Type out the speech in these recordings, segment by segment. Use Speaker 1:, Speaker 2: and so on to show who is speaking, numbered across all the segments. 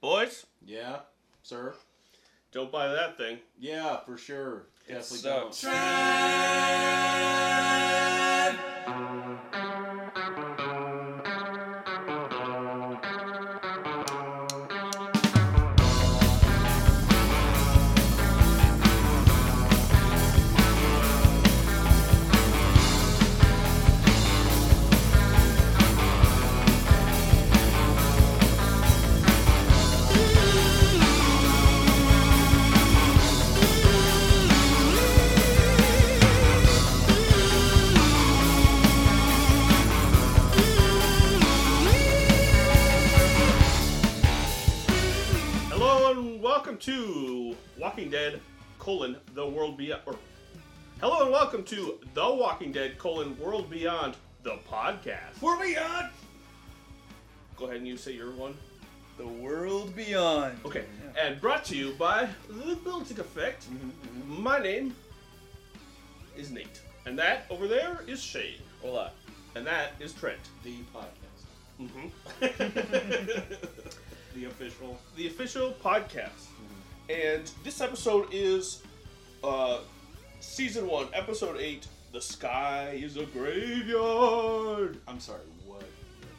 Speaker 1: Boys,
Speaker 2: Yeah, sir.
Speaker 1: don't buy that thing.
Speaker 2: Yeah, for sure. Definitely
Speaker 1: sucks.
Speaker 2: don't.
Speaker 1: Hello and welcome to Walking Dead: colon The World Beyond. Or, hello and welcome to The Walking Dead: colon World Beyond the podcast.
Speaker 3: World Beyond!
Speaker 1: Go ahead and you say your one.
Speaker 3: The World Beyond.
Speaker 1: Okay, and brought to you by The Building Effect.
Speaker 2: Mm-hmm,
Speaker 1: My name is Nate, and that over there is Shane,
Speaker 2: Hola.
Speaker 1: and that is Trent.
Speaker 2: The podcast.
Speaker 1: the official Mm-hmm. the official podcast
Speaker 2: Mm-hmm.
Speaker 1: and this episode is uh season one episode eight the sky is a graveyard
Speaker 2: I'm sorry. What? number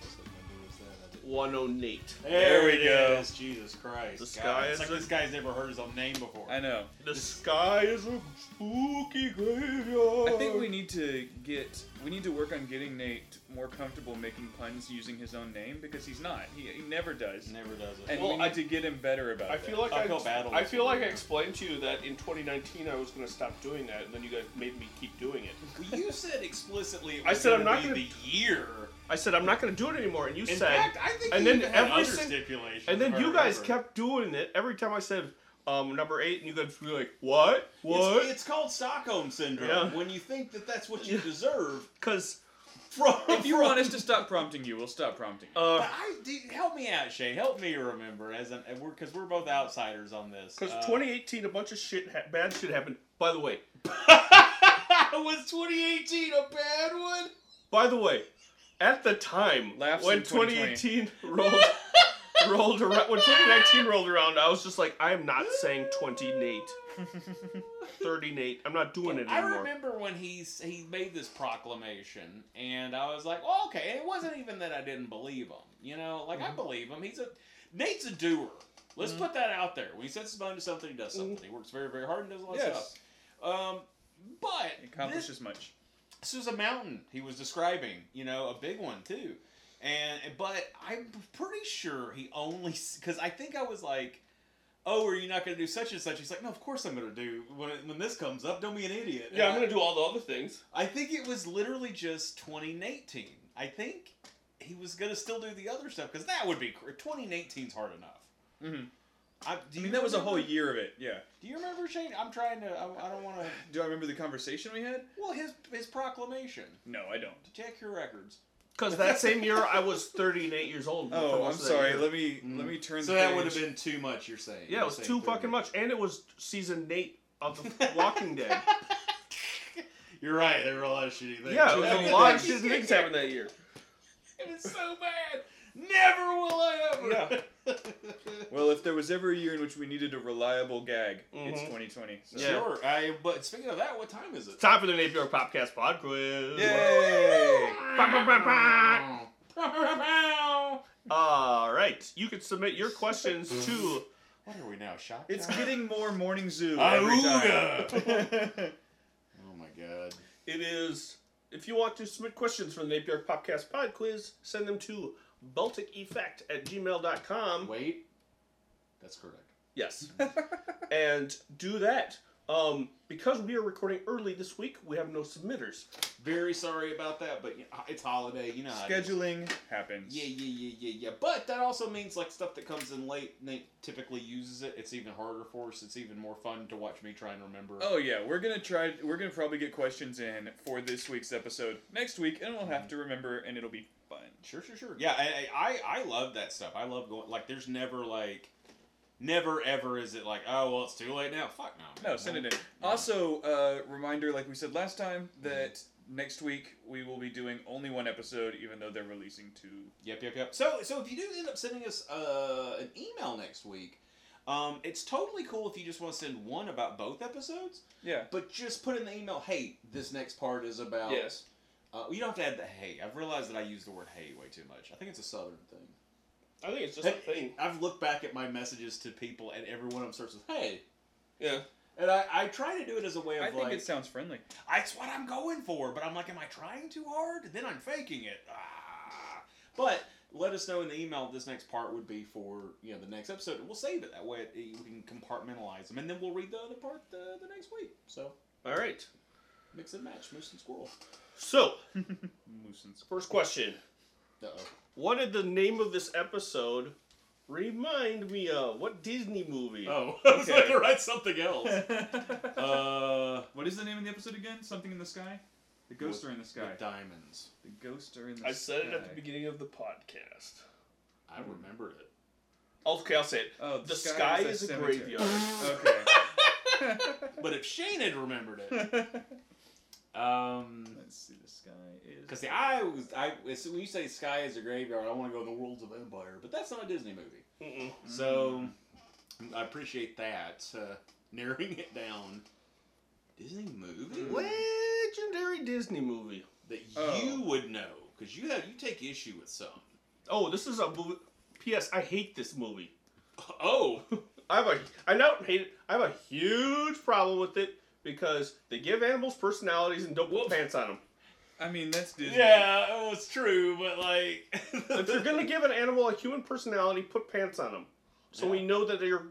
Speaker 2: was that? I didn't-
Speaker 1: 108
Speaker 3: There we
Speaker 2: it
Speaker 3: go.
Speaker 2: is, Jesus Christ.
Speaker 1: The
Speaker 2: God,
Speaker 1: sky
Speaker 2: it's
Speaker 1: is
Speaker 2: like
Speaker 1: a-
Speaker 2: this guy's never heard his own name before.
Speaker 3: I know.
Speaker 1: the sky is a spooky graveyard
Speaker 3: I think we need to get we need to work on getting Nate more comfortable making puns using his own name because he's not. He, he never does.
Speaker 2: Never does it.
Speaker 3: And
Speaker 1: Well,
Speaker 3: we need
Speaker 1: I-
Speaker 3: to get him better about it.
Speaker 1: I feel like I,
Speaker 2: I feel bad all
Speaker 1: I
Speaker 2: the
Speaker 1: feel
Speaker 2: time.
Speaker 1: like I explained to you that in 2019 I was going to stop doing that, and then you guys made me keep doing it.
Speaker 2: Well, you said explicitly. It
Speaker 1: I
Speaker 2: was
Speaker 1: said I'm
Speaker 2: gonna
Speaker 1: not
Speaker 2: be
Speaker 1: gonna-
Speaker 2: the year.
Speaker 1: I said I'm not going to do it anymore, and you
Speaker 2: In
Speaker 1: said.
Speaker 2: fact, I think
Speaker 1: and
Speaker 2: you
Speaker 1: then
Speaker 2: even had
Speaker 1: every
Speaker 2: other
Speaker 1: sing-
Speaker 2: stipulations.
Speaker 1: And then
Speaker 2: if I
Speaker 1: you guys
Speaker 2: remember.
Speaker 1: kept doing it every time I said um, number eight, and you guys were like, "What?
Speaker 2: It's,
Speaker 1: What?"
Speaker 2: it's called Stockholm syndrome.
Speaker 1: Yeah.
Speaker 2: When you think that that's what you deserve
Speaker 1: Because
Speaker 2: from.
Speaker 3: if you want us to stop prompting you, we'll stop prompting you.
Speaker 2: But I do- help me out, Shay. Help me remember as an because we're, 'cause we're both outsiders on this.
Speaker 1: because
Speaker 2: Uh,
Speaker 1: 2018, a bunch of shit, ha- bad shit happened. By the way,
Speaker 2: was 2018 a bad one?
Speaker 1: by the way, at the time
Speaker 3: Laughs
Speaker 1: when
Speaker 3: in 2020.
Speaker 1: 2018 rolled rolled around, when 2019 rolled around, I was just like, I am not saying 28, 38. I'm not doing it
Speaker 2: I
Speaker 1: anymore.
Speaker 2: remember when he s- he made this proclamation, and I was like, well, okay. It wasn't even that I didn't believe him. You know, like
Speaker 1: Mm-hmm.
Speaker 2: I believe him. He's a Nate's a doer. Let's put that out there. When he sets his mind to something, he does
Speaker 1: Mm-hmm.
Speaker 2: something. He works very, very hard and does a lot of
Speaker 3: Yes.
Speaker 2: stuff. Um, but
Speaker 3: He
Speaker 2: this-
Speaker 3: accomplishes much.
Speaker 2: this was a mountain he was describing, you know, a big one too. And but I'm pretty sure he only because I think I was like, "Oh, are you not going to do such and such?" He's like, "No, of course I'm going to do when when this comes up. Don't be an idiot."
Speaker 1: yeah, I'm
Speaker 2: And
Speaker 1: gonna do all the other things.
Speaker 2: I, I think it was literally just 2018. I think he was going to still do the other stuff because that would be cr- 2018's hard enough.
Speaker 3: Mhm.
Speaker 2: Mm-hmm. I, do
Speaker 3: I
Speaker 2: you
Speaker 3: mean, that was a
Speaker 2: remember-
Speaker 3: whole year of it. Yeah.
Speaker 2: Do you remember Shane? I'm trying to. I, I don't want to.
Speaker 3: Do I remember the conversation we had?
Speaker 2: Well, his his proclamation.
Speaker 3: No, I don't.
Speaker 2: Check your records.
Speaker 1: Because that same year, I was 38 years old. for
Speaker 3: Oh,
Speaker 1: most
Speaker 3: I'm
Speaker 1: of that
Speaker 3: sorry.
Speaker 1: year.
Speaker 3: Let me let me turn.
Speaker 2: Mm. So
Speaker 3: the
Speaker 2: that would have
Speaker 3: page.
Speaker 2: been too much. You're saying?
Speaker 1: Yeah,
Speaker 2: You're
Speaker 1: it was
Speaker 2: saying
Speaker 1: too
Speaker 2: 30.
Speaker 1: fucking much, and it was season eight of The Walking Dead.
Speaker 2: You're right. There were a lot of shitty things.
Speaker 1: Yeah, it was a lot of shit things happened that year.
Speaker 2: It was so bad. Never will I ever.
Speaker 1: Yeah.
Speaker 3: Well, if there was ever a year in which we needed a reliable gag, it's
Speaker 1: Mhm.
Speaker 2: Mm-hmm.
Speaker 3: 2020. So.
Speaker 1: Yeah.
Speaker 2: Sure. I, but speaking of that, what time is it?
Speaker 1: Time for the Napier Podcast Pod Quiz.
Speaker 3: Yay!
Speaker 1: Bah, bah, bah, bah. All right, you can submit your questions to
Speaker 2: What are we now? Shop.
Speaker 3: It's
Speaker 2: time?
Speaker 3: getting more morning zoo every time.
Speaker 2: Auga. oh my god.
Speaker 1: it is if you want to submit questions for the Napier Podcast Pod Quiz, send them to BalticEffect at gmail.com.
Speaker 2: Wait. That's correct.
Speaker 1: Yes. and do that. Um, because we are recording early this week, we have no submitters.
Speaker 2: Very sorry about that, but you know, it's holiday. You know. how it is.
Speaker 3: Scheduling happens.
Speaker 2: Yeah, yeah, yeah, yeah, yeah. But that also means like stuff that comes in late. Nate typically uses it. It's even harder for us. It's even more fun to watch me try and remember.
Speaker 3: Oh yeah, we're gonna try. We're gonna probably get questions in for this week's episode next week, and we'll
Speaker 1: Mm-hmm.
Speaker 3: have to remember, and it'll be fun.
Speaker 2: Sure, sure, sure. Yeah, I, I, I love that stuff. I love going. Like, there's never like, never ever is it like, oh well, it's too late now. Fuck no. man.
Speaker 3: No, send it
Speaker 1: Mm-hmm.
Speaker 3: in. Also, uh, reminder, like we said last time, that next week we will be doing only one episode, even though they're releasing two.
Speaker 2: Yep, yep, yep. So, so if you do end up sending us uh, an email next week, um, it's totally cool if you just want to send one about both episodes.
Speaker 3: Yeah.
Speaker 2: But just put in the email, hey, this next part is about.
Speaker 3: Yes.
Speaker 2: Uh, you don't have to add the hey. I've realized that I use the word hey way too much. I think it's a southern thing.
Speaker 1: I think it's just a thing.
Speaker 2: I've looked back at my messages to people, and every one of them starts with hey.
Speaker 1: Yeah.
Speaker 2: And I, I try to do it as a way of
Speaker 3: I think
Speaker 2: like,
Speaker 3: it sounds friendly.
Speaker 2: that's what I'm going for. But I'm like, am I trying too hard? Then I'm faking it. Ah. But let us know in the email this next part would be for you know the next episode. We'll save it that way. It, it- we can compartmentalize them, and then we'll read the other part uh, the, the next week. So
Speaker 1: All right.
Speaker 2: mix and match, moose and squirrel.
Speaker 1: So,
Speaker 3: Moose and squirrel.
Speaker 1: first question.
Speaker 2: Uh
Speaker 1: What did the name of this episode remind me of? What Disney movie?
Speaker 2: oh. I was
Speaker 3: Okay.
Speaker 2: going to write something else. uh,
Speaker 3: What is the name of the episode again? Something in the sky. The ghosts are in the sky.
Speaker 2: with diamonds.
Speaker 3: The ghosts are in the
Speaker 1: I said it at
Speaker 3: sky.
Speaker 1: the beginning of the podcast.
Speaker 2: I
Speaker 3: Hmm.
Speaker 2: remembered it.
Speaker 1: Okay, I'll say it.
Speaker 3: Oh,
Speaker 1: the sky, is, a,
Speaker 3: cemetery.
Speaker 1: graveyard.
Speaker 3: Okay.
Speaker 2: But if Shane had remembered it, um,
Speaker 3: Let's see. The sky is.
Speaker 2: Because see, I was I as soon- when you say sky is a graveyard, I want to go in the worlds of Empire, but that's not a Disney movie.
Speaker 1: Mm-mm.
Speaker 2: So I appreciate that uh, narrowing it down. Disney movie
Speaker 1: Mm. Legendary Disney movie.
Speaker 2: that
Speaker 3: Oh.
Speaker 2: you would know because you have you take issue with some.
Speaker 1: Oh, this is a movie. P.S. I hate this movie.
Speaker 2: Oh,
Speaker 1: I have a I don't hate it. I have a huge problem with it because they give animals personalities and don't put pants on them.
Speaker 3: I mean, that's Disney.
Speaker 2: yeah, it was true, but like
Speaker 1: If you're gonna give an animal a human personality, put pants on them, so we
Speaker 2: Yeah.
Speaker 1: know that they're you're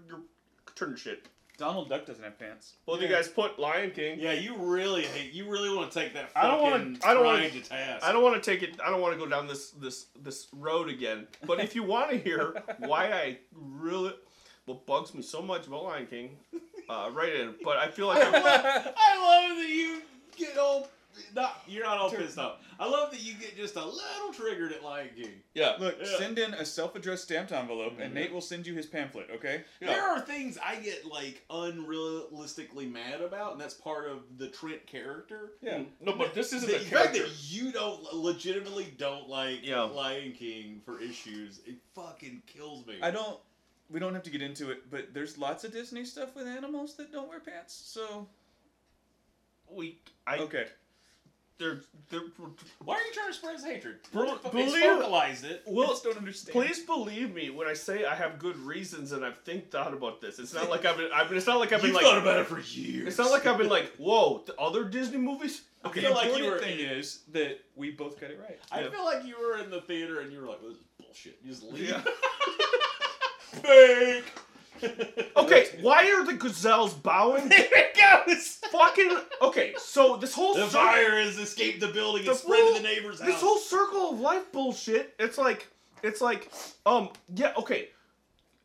Speaker 1: turning shit.
Speaker 3: Donald Duck doesn't have pants.
Speaker 1: Well, you guys put Lion King.
Speaker 2: yeah, you really hate you really want to take that.
Speaker 1: I don't wanna-
Speaker 2: want
Speaker 1: I don't wanna-
Speaker 2: want to task.
Speaker 1: I don't want to take it. I don't want to go down this this this road again. But if you want to hear why I really what bugs me so much about Lion King, uh, write in. But I feel like I'm,
Speaker 2: I love that you get all not you're not all pissed off. I love that you get just a little triggered at Lion King.
Speaker 1: yeah.
Speaker 3: Look,
Speaker 2: Yeah.
Speaker 3: send in a self-addressed stamped envelope, and
Speaker 2: Mhm.
Speaker 3: Nate will send you his pamphlet. Okay.
Speaker 2: There are things I get like unrealistically mad about, and that's part of the Trent character.
Speaker 3: Yeah.
Speaker 1: No, but this
Speaker 2: The
Speaker 1: isn't a
Speaker 2: fact
Speaker 1: character.
Speaker 2: that you don't legitimately don't like
Speaker 1: Yeah.
Speaker 2: Lion King for issues, it fucking kills me.
Speaker 3: I don't. We don't have to get into it, but there's lots of Disney stuff with animals that don't wear pants. So
Speaker 1: We I
Speaker 3: okay.
Speaker 1: they're, they're
Speaker 2: Why are you trying to spread this hatred?
Speaker 1: Bro-
Speaker 2: It's
Speaker 1: believe-
Speaker 2: vocalized it.
Speaker 3: I
Speaker 1: well.
Speaker 3: just don't understand.
Speaker 1: Please believe me when I say I have good reasons and I've think thought about this. It's not like I've been. I've been it's not like I've been
Speaker 2: You've
Speaker 1: like.
Speaker 2: thought about it for years.
Speaker 1: It's not like I've been like, whoa, the other Disney movies.
Speaker 3: The
Speaker 2: I feel like you
Speaker 3: important
Speaker 2: were-
Speaker 3: thing is that we both got it right.
Speaker 2: I
Speaker 1: Yeah.
Speaker 2: feel like you were in the theater and you were like, well, "This is bullshit." You just leave.
Speaker 3: Yeah.
Speaker 2: Fake.
Speaker 1: Okay, why are the gazelles bowing?
Speaker 2: Here it goes.
Speaker 1: Fucking okay. So this whole
Speaker 2: The
Speaker 1: cir-
Speaker 2: fire has escaped the building and
Speaker 1: the
Speaker 2: spread to
Speaker 1: whole-
Speaker 2: the neighbor's house.
Speaker 1: This whole circle of life bullshit. It's like it's like um yeah okay,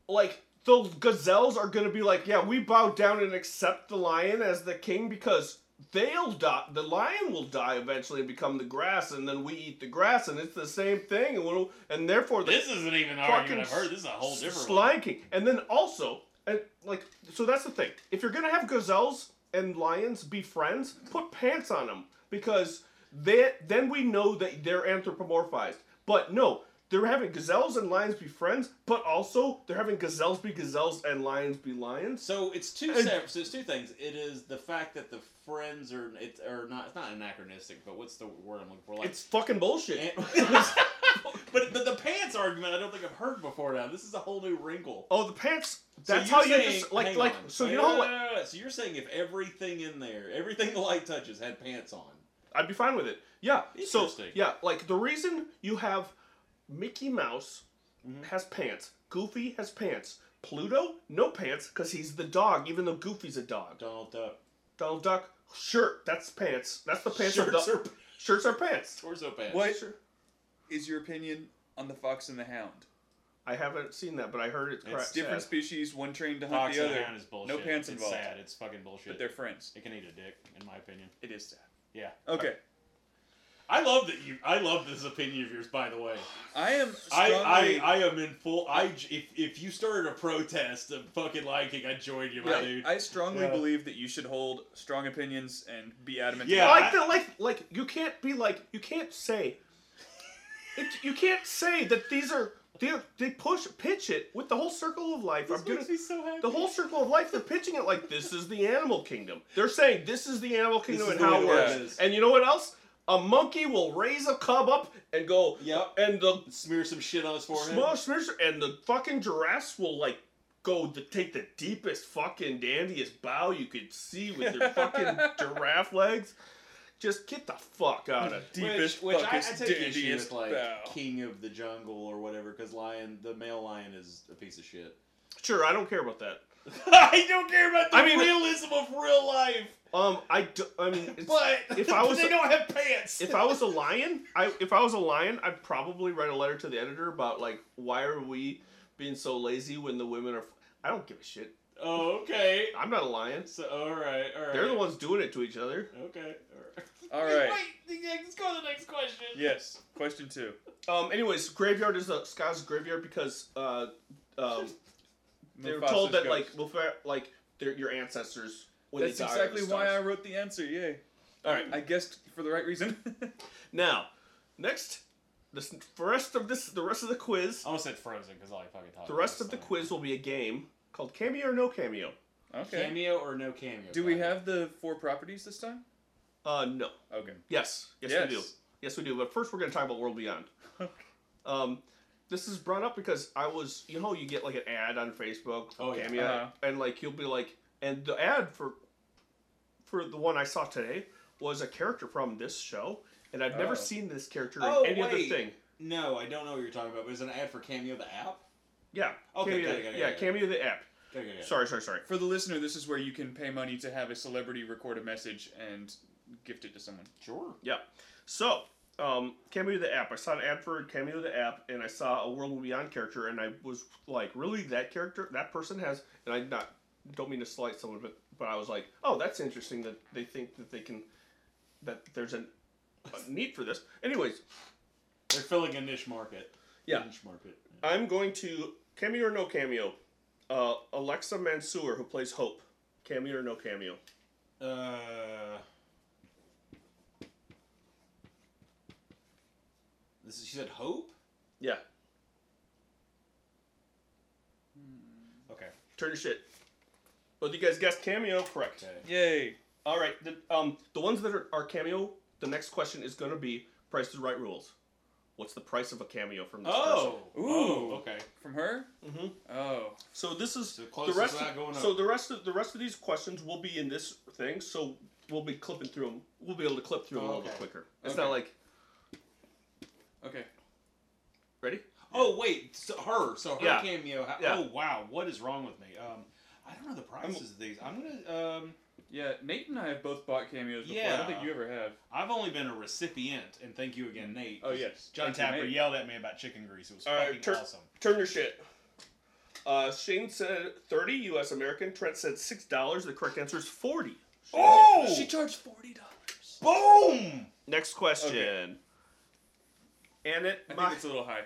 Speaker 1: like the gazelles are gonna be like yeah we bow down and accept the lion as the king because they'll die. The lion will die eventually and become the grass and then we eat the grass and it's the same thing and we'll, and therefore the
Speaker 2: This isn't even an
Speaker 1: fucking
Speaker 2: argument I've heard. This is a whole different
Speaker 1: S-
Speaker 2: one.
Speaker 1: Lion King. And then also, and like, so that's the thing. If you're gonna have gazelles and lions be friends, put pants on them because they then we know that they're anthropomorphized. But no, they're having gazelles and lions be friends, but also they're having gazelles be gazelles and lions be lions.
Speaker 2: So it's two
Speaker 1: And-
Speaker 2: separate. So it's two things. It is the fact that the friends are it's are not. It's not anachronistic, but what's the word I'm looking for? Like
Speaker 1: It's fucking bullshit.
Speaker 2: and- but but the pants argument I don't think I've heard before. Now this is a whole new wrinkle.
Speaker 1: oh, the pants.
Speaker 2: So
Speaker 1: That's
Speaker 2: you're
Speaker 1: how you
Speaker 2: saying-
Speaker 1: just like
Speaker 2: hang
Speaker 1: like
Speaker 2: on.
Speaker 1: so you
Speaker 2: Wait,
Speaker 1: know
Speaker 2: wait,
Speaker 1: like
Speaker 2: wait, wait, wait. So you're saying if everything in there, everything the light touches, had pants on.
Speaker 1: I'd be fine with it. Yeah. So
Speaker 2: Interesting.
Speaker 1: yeah, like the reason you have Mickey Mouse
Speaker 2: Mm-hmm.
Speaker 1: has pants, Goofy has pants, Pluto no pants because he's the dog, even though Goofy's a dog.
Speaker 2: Donald Duck.
Speaker 1: Donald Duck shirt. That's pants. That's the pants. of
Speaker 2: Shirts
Speaker 1: Don-
Speaker 2: are-
Speaker 1: shirts are pants.
Speaker 2: Torso pants.
Speaker 3: What is your opinion on the fox and the hound?
Speaker 1: I haven't seen that, but I heard it's, crap.
Speaker 3: Different
Speaker 1: sad.
Speaker 3: species, one trained to hunt
Speaker 2: Fox
Speaker 3: the
Speaker 2: and
Speaker 3: other.
Speaker 2: the hound is bullshit.
Speaker 3: No pants
Speaker 2: it's
Speaker 3: involved.
Speaker 2: Sad. It's fucking bullshit.
Speaker 3: But they're friends.
Speaker 2: It can eat a dick, in my opinion.
Speaker 3: It is sad.
Speaker 2: Yeah.
Speaker 3: Okay.
Speaker 2: I love that you. I love this opinion of yours. By the way,
Speaker 3: I am
Speaker 2: I, I
Speaker 3: strongly-
Speaker 2: I am in full. I j- if if you started a protest of fucking liking, I joined you, my
Speaker 3: Yeah,
Speaker 2: dude.
Speaker 3: I strongly
Speaker 2: Yeah.
Speaker 3: believe that you should hold strong opinions and be adamant.
Speaker 2: Yeah,
Speaker 3: about
Speaker 1: I
Speaker 3: it.
Speaker 1: like that. Like, like you can't be like you can't say. It, you can't say that these are they they push pitch it with the whole circle of life. I'm
Speaker 2: makes me so happy.
Speaker 1: The whole circle of life. They're pitching it like this is the animal kingdom. They're saying this is the animal kingdom
Speaker 2: is
Speaker 1: and
Speaker 2: the
Speaker 1: how
Speaker 2: way
Speaker 1: it
Speaker 2: the
Speaker 1: works.
Speaker 2: world is.
Speaker 1: And you know what else? A monkey will raise a cub up and go.
Speaker 2: Yep.
Speaker 1: And the
Speaker 2: Smear some shit on his forehead.
Speaker 1: Small smears and the fucking giraffes will like go to take the deepest fucking dandiest bow you could see with their fucking giraffe legs. Just get the fuck out of
Speaker 3: Deep-
Speaker 1: here.
Speaker 3: deepest,
Speaker 2: which, which I, I
Speaker 3: fuckest,
Speaker 2: take issue
Speaker 3: dandiest
Speaker 2: with, like
Speaker 3: bow.
Speaker 2: king of the jungle or whatever, because lion, the male lion is a piece of shit.
Speaker 1: Sure, I don't care about that.
Speaker 2: I don't care about the
Speaker 1: I mean-
Speaker 2: realism of real life,
Speaker 1: Um, I, d- I mean, it's, if I was
Speaker 2: don't have pants.
Speaker 1: if I was a lion, I if I was a lion, I'd probably write a letter to the editor about like why are we being so lazy when the women are. F- I don't give a shit.
Speaker 2: oh, okay.
Speaker 1: I'm not a lion.
Speaker 2: So all right, all right.
Speaker 1: They're the ones doing it to each other.
Speaker 2: Okay. All
Speaker 3: All right.
Speaker 2: Wait, let's go to the next question.
Speaker 3: Yes. Question two.
Speaker 1: Um. Anyways, graveyard is a Scott's graveyard because uh, um, they were told
Speaker 3: Mufasa's
Speaker 1: that
Speaker 3: ghost.
Speaker 1: like Mufa- like their your ancestors when
Speaker 3: That's
Speaker 1: they died. are
Speaker 3: exactly
Speaker 1: the
Speaker 3: why I
Speaker 1: stars.
Speaker 3: wrote the answer. Yay. All right. I guessed for the right reason.
Speaker 1: Now, next, this the rest of this the rest of the quiz
Speaker 2: I
Speaker 3: Oh,
Speaker 2: almost said frozen because all I fucking thought.
Speaker 1: the
Speaker 2: was
Speaker 1: rest of the
Speaker 2: something.
Speaker 1: quiz will be a game called cameo or no cameo.
Speaker 3: okay.
Speaker 2: Cameo or no cameo?
Speaker 3: Do we
Speaker 2: Kyle?
Speaker 3: have the four properties this time?
Speaker 1: Uh, no.
Speaker 3: Okay.
Speaker 1: Yes, yes,
Speaker 3: Yes.
Speaker 1: we do. Yes, we do. But first, we're going to talk about World Beyond. um, this is brought up because I was, you know, you get like an ad on Facebook for
Speaker 2: Oh, yeah.
Speaker 1: Cameo,
Speaker 3: Uh-huh.
Speaker 1: and like you'll be like, and the ad for for the one I saw today was a character from this show, and I've
Speaker 3: Oh.
Speaker 1: never seen this character
Speaker 2: Oh,
Speaker 1: in any other
Speaker 2: wait.
Speaker 1: thing.
Speaker 2: No, I don't know what you're talking about. But is it an ad for Cameo the app?
Speaker 1: Yeah.
Speaker 2: Okay,
Speaker 1: Cameo,
Speaker 2: got it,
Speaker 1: the-
Speaker 2: got it,
Speaker 1: yeah,
Speaker 2: got it.
Speaker 1: Cameo the app.
Speaker 2: Okay, okay, okay.
Speaker 1: Sorry, sorry, sorry.
Speaker 3: For the listener, this is where you can pay money to have a celebrity record a message and gift it to someone.
Speaker 2: Sure.
Speaker 1: Yeah. So, um, Cameo the app. I saw an ad for Cameo the app, and I saw a World Beyond character, and I was like, really, that character, that person has, and I not don't mean to slight someone, but but I was like, oh, that's interesting that they think that they can, that there's an, a need for this. Anyways,
Speaker 2: They're filling a niche market.
Speaker 1: Yeah.
Speaker 2: Niche market.
Speaker 1: I'm going to cameo or no cameo. Uh, Alexa Mansour, who plays Hope, cameo or no cameo.
Speaker 2: Uh. This is, she said hope.
Speaker 1: Yeah.
Speaker 2: Okay.
Speaker 1: Turn your shit. Both you guys guessed cameo, correct?
Speaker 2: Okay.
Speaker 3: Yay.
Speaker 1: All right. The, um, the ones that are, are cameo. The next question is going to be Price is Right rules. What's the price of a cameo from this person?
Speaker 2: Oh.
Speaker 3: Ooh.
Speaker 2: Oh, okay.
Speaker 3: From her? Mm-hmm. Oh.
Speaker 1: So this is
Speaker 2: So
Speaker 1: the
Speaker 2: close
Speaker 1: rest.
Speaker 2: is not
Speaker 1: of,
Speaker 2: going
Speaker 1: so
Speaker 2: up.
Speaker 1: the rest of the rest of these questions will be in this thing. So we'll be clipping through them. We'll be able to clip through them a little
Speaker 2: Okay.
Speaker 1: quicker. It's
Speaker 3: Okay.
Speaker 1: not like
Speaker 3: Okay.
Speaker 1: ready.
Speaker 2: Oh wait, so her. So her
Speaker 1: Yeah.
Speaker 2: cameo. How,
Speaker 1: Yeah.
Speaker 2: Oh wow, what is wrong with me? Um, I don't know the prices of these. I'm gonna. Um,
Speaker 3: Yeah, Nate and I have both bought cameos before. I don't think
Speaker 2: Yeah.
Speaker 3: you ever have.
Speaker 2: I've only been a recipient, and thank you again, Nate.
Speaker 3: Oh, yes.
Speaker 2: John
Speaker 3: Thank you,
Speaker 2: Tapper
Speaker 3: Nate.
Speaker 2: yelled at me about chicken grease. It was
Speaker 1: All
Speaker 2: fucking
Speaker 1: right, turn,
Speaker 2: awesome.
Speaker 1: turn your shit. Uh, Shane said thirty U.S. American. Trent said six dollars. The correct answer is forty.
Speaker 2: Oh,
Speaker 3: She charged forty dollars.
Speaker 2: boom!
Speaker 1: Next question. Annette,
Speaker 3: I
Speaker 1: Ma-
Speaker 3: think it's a little high.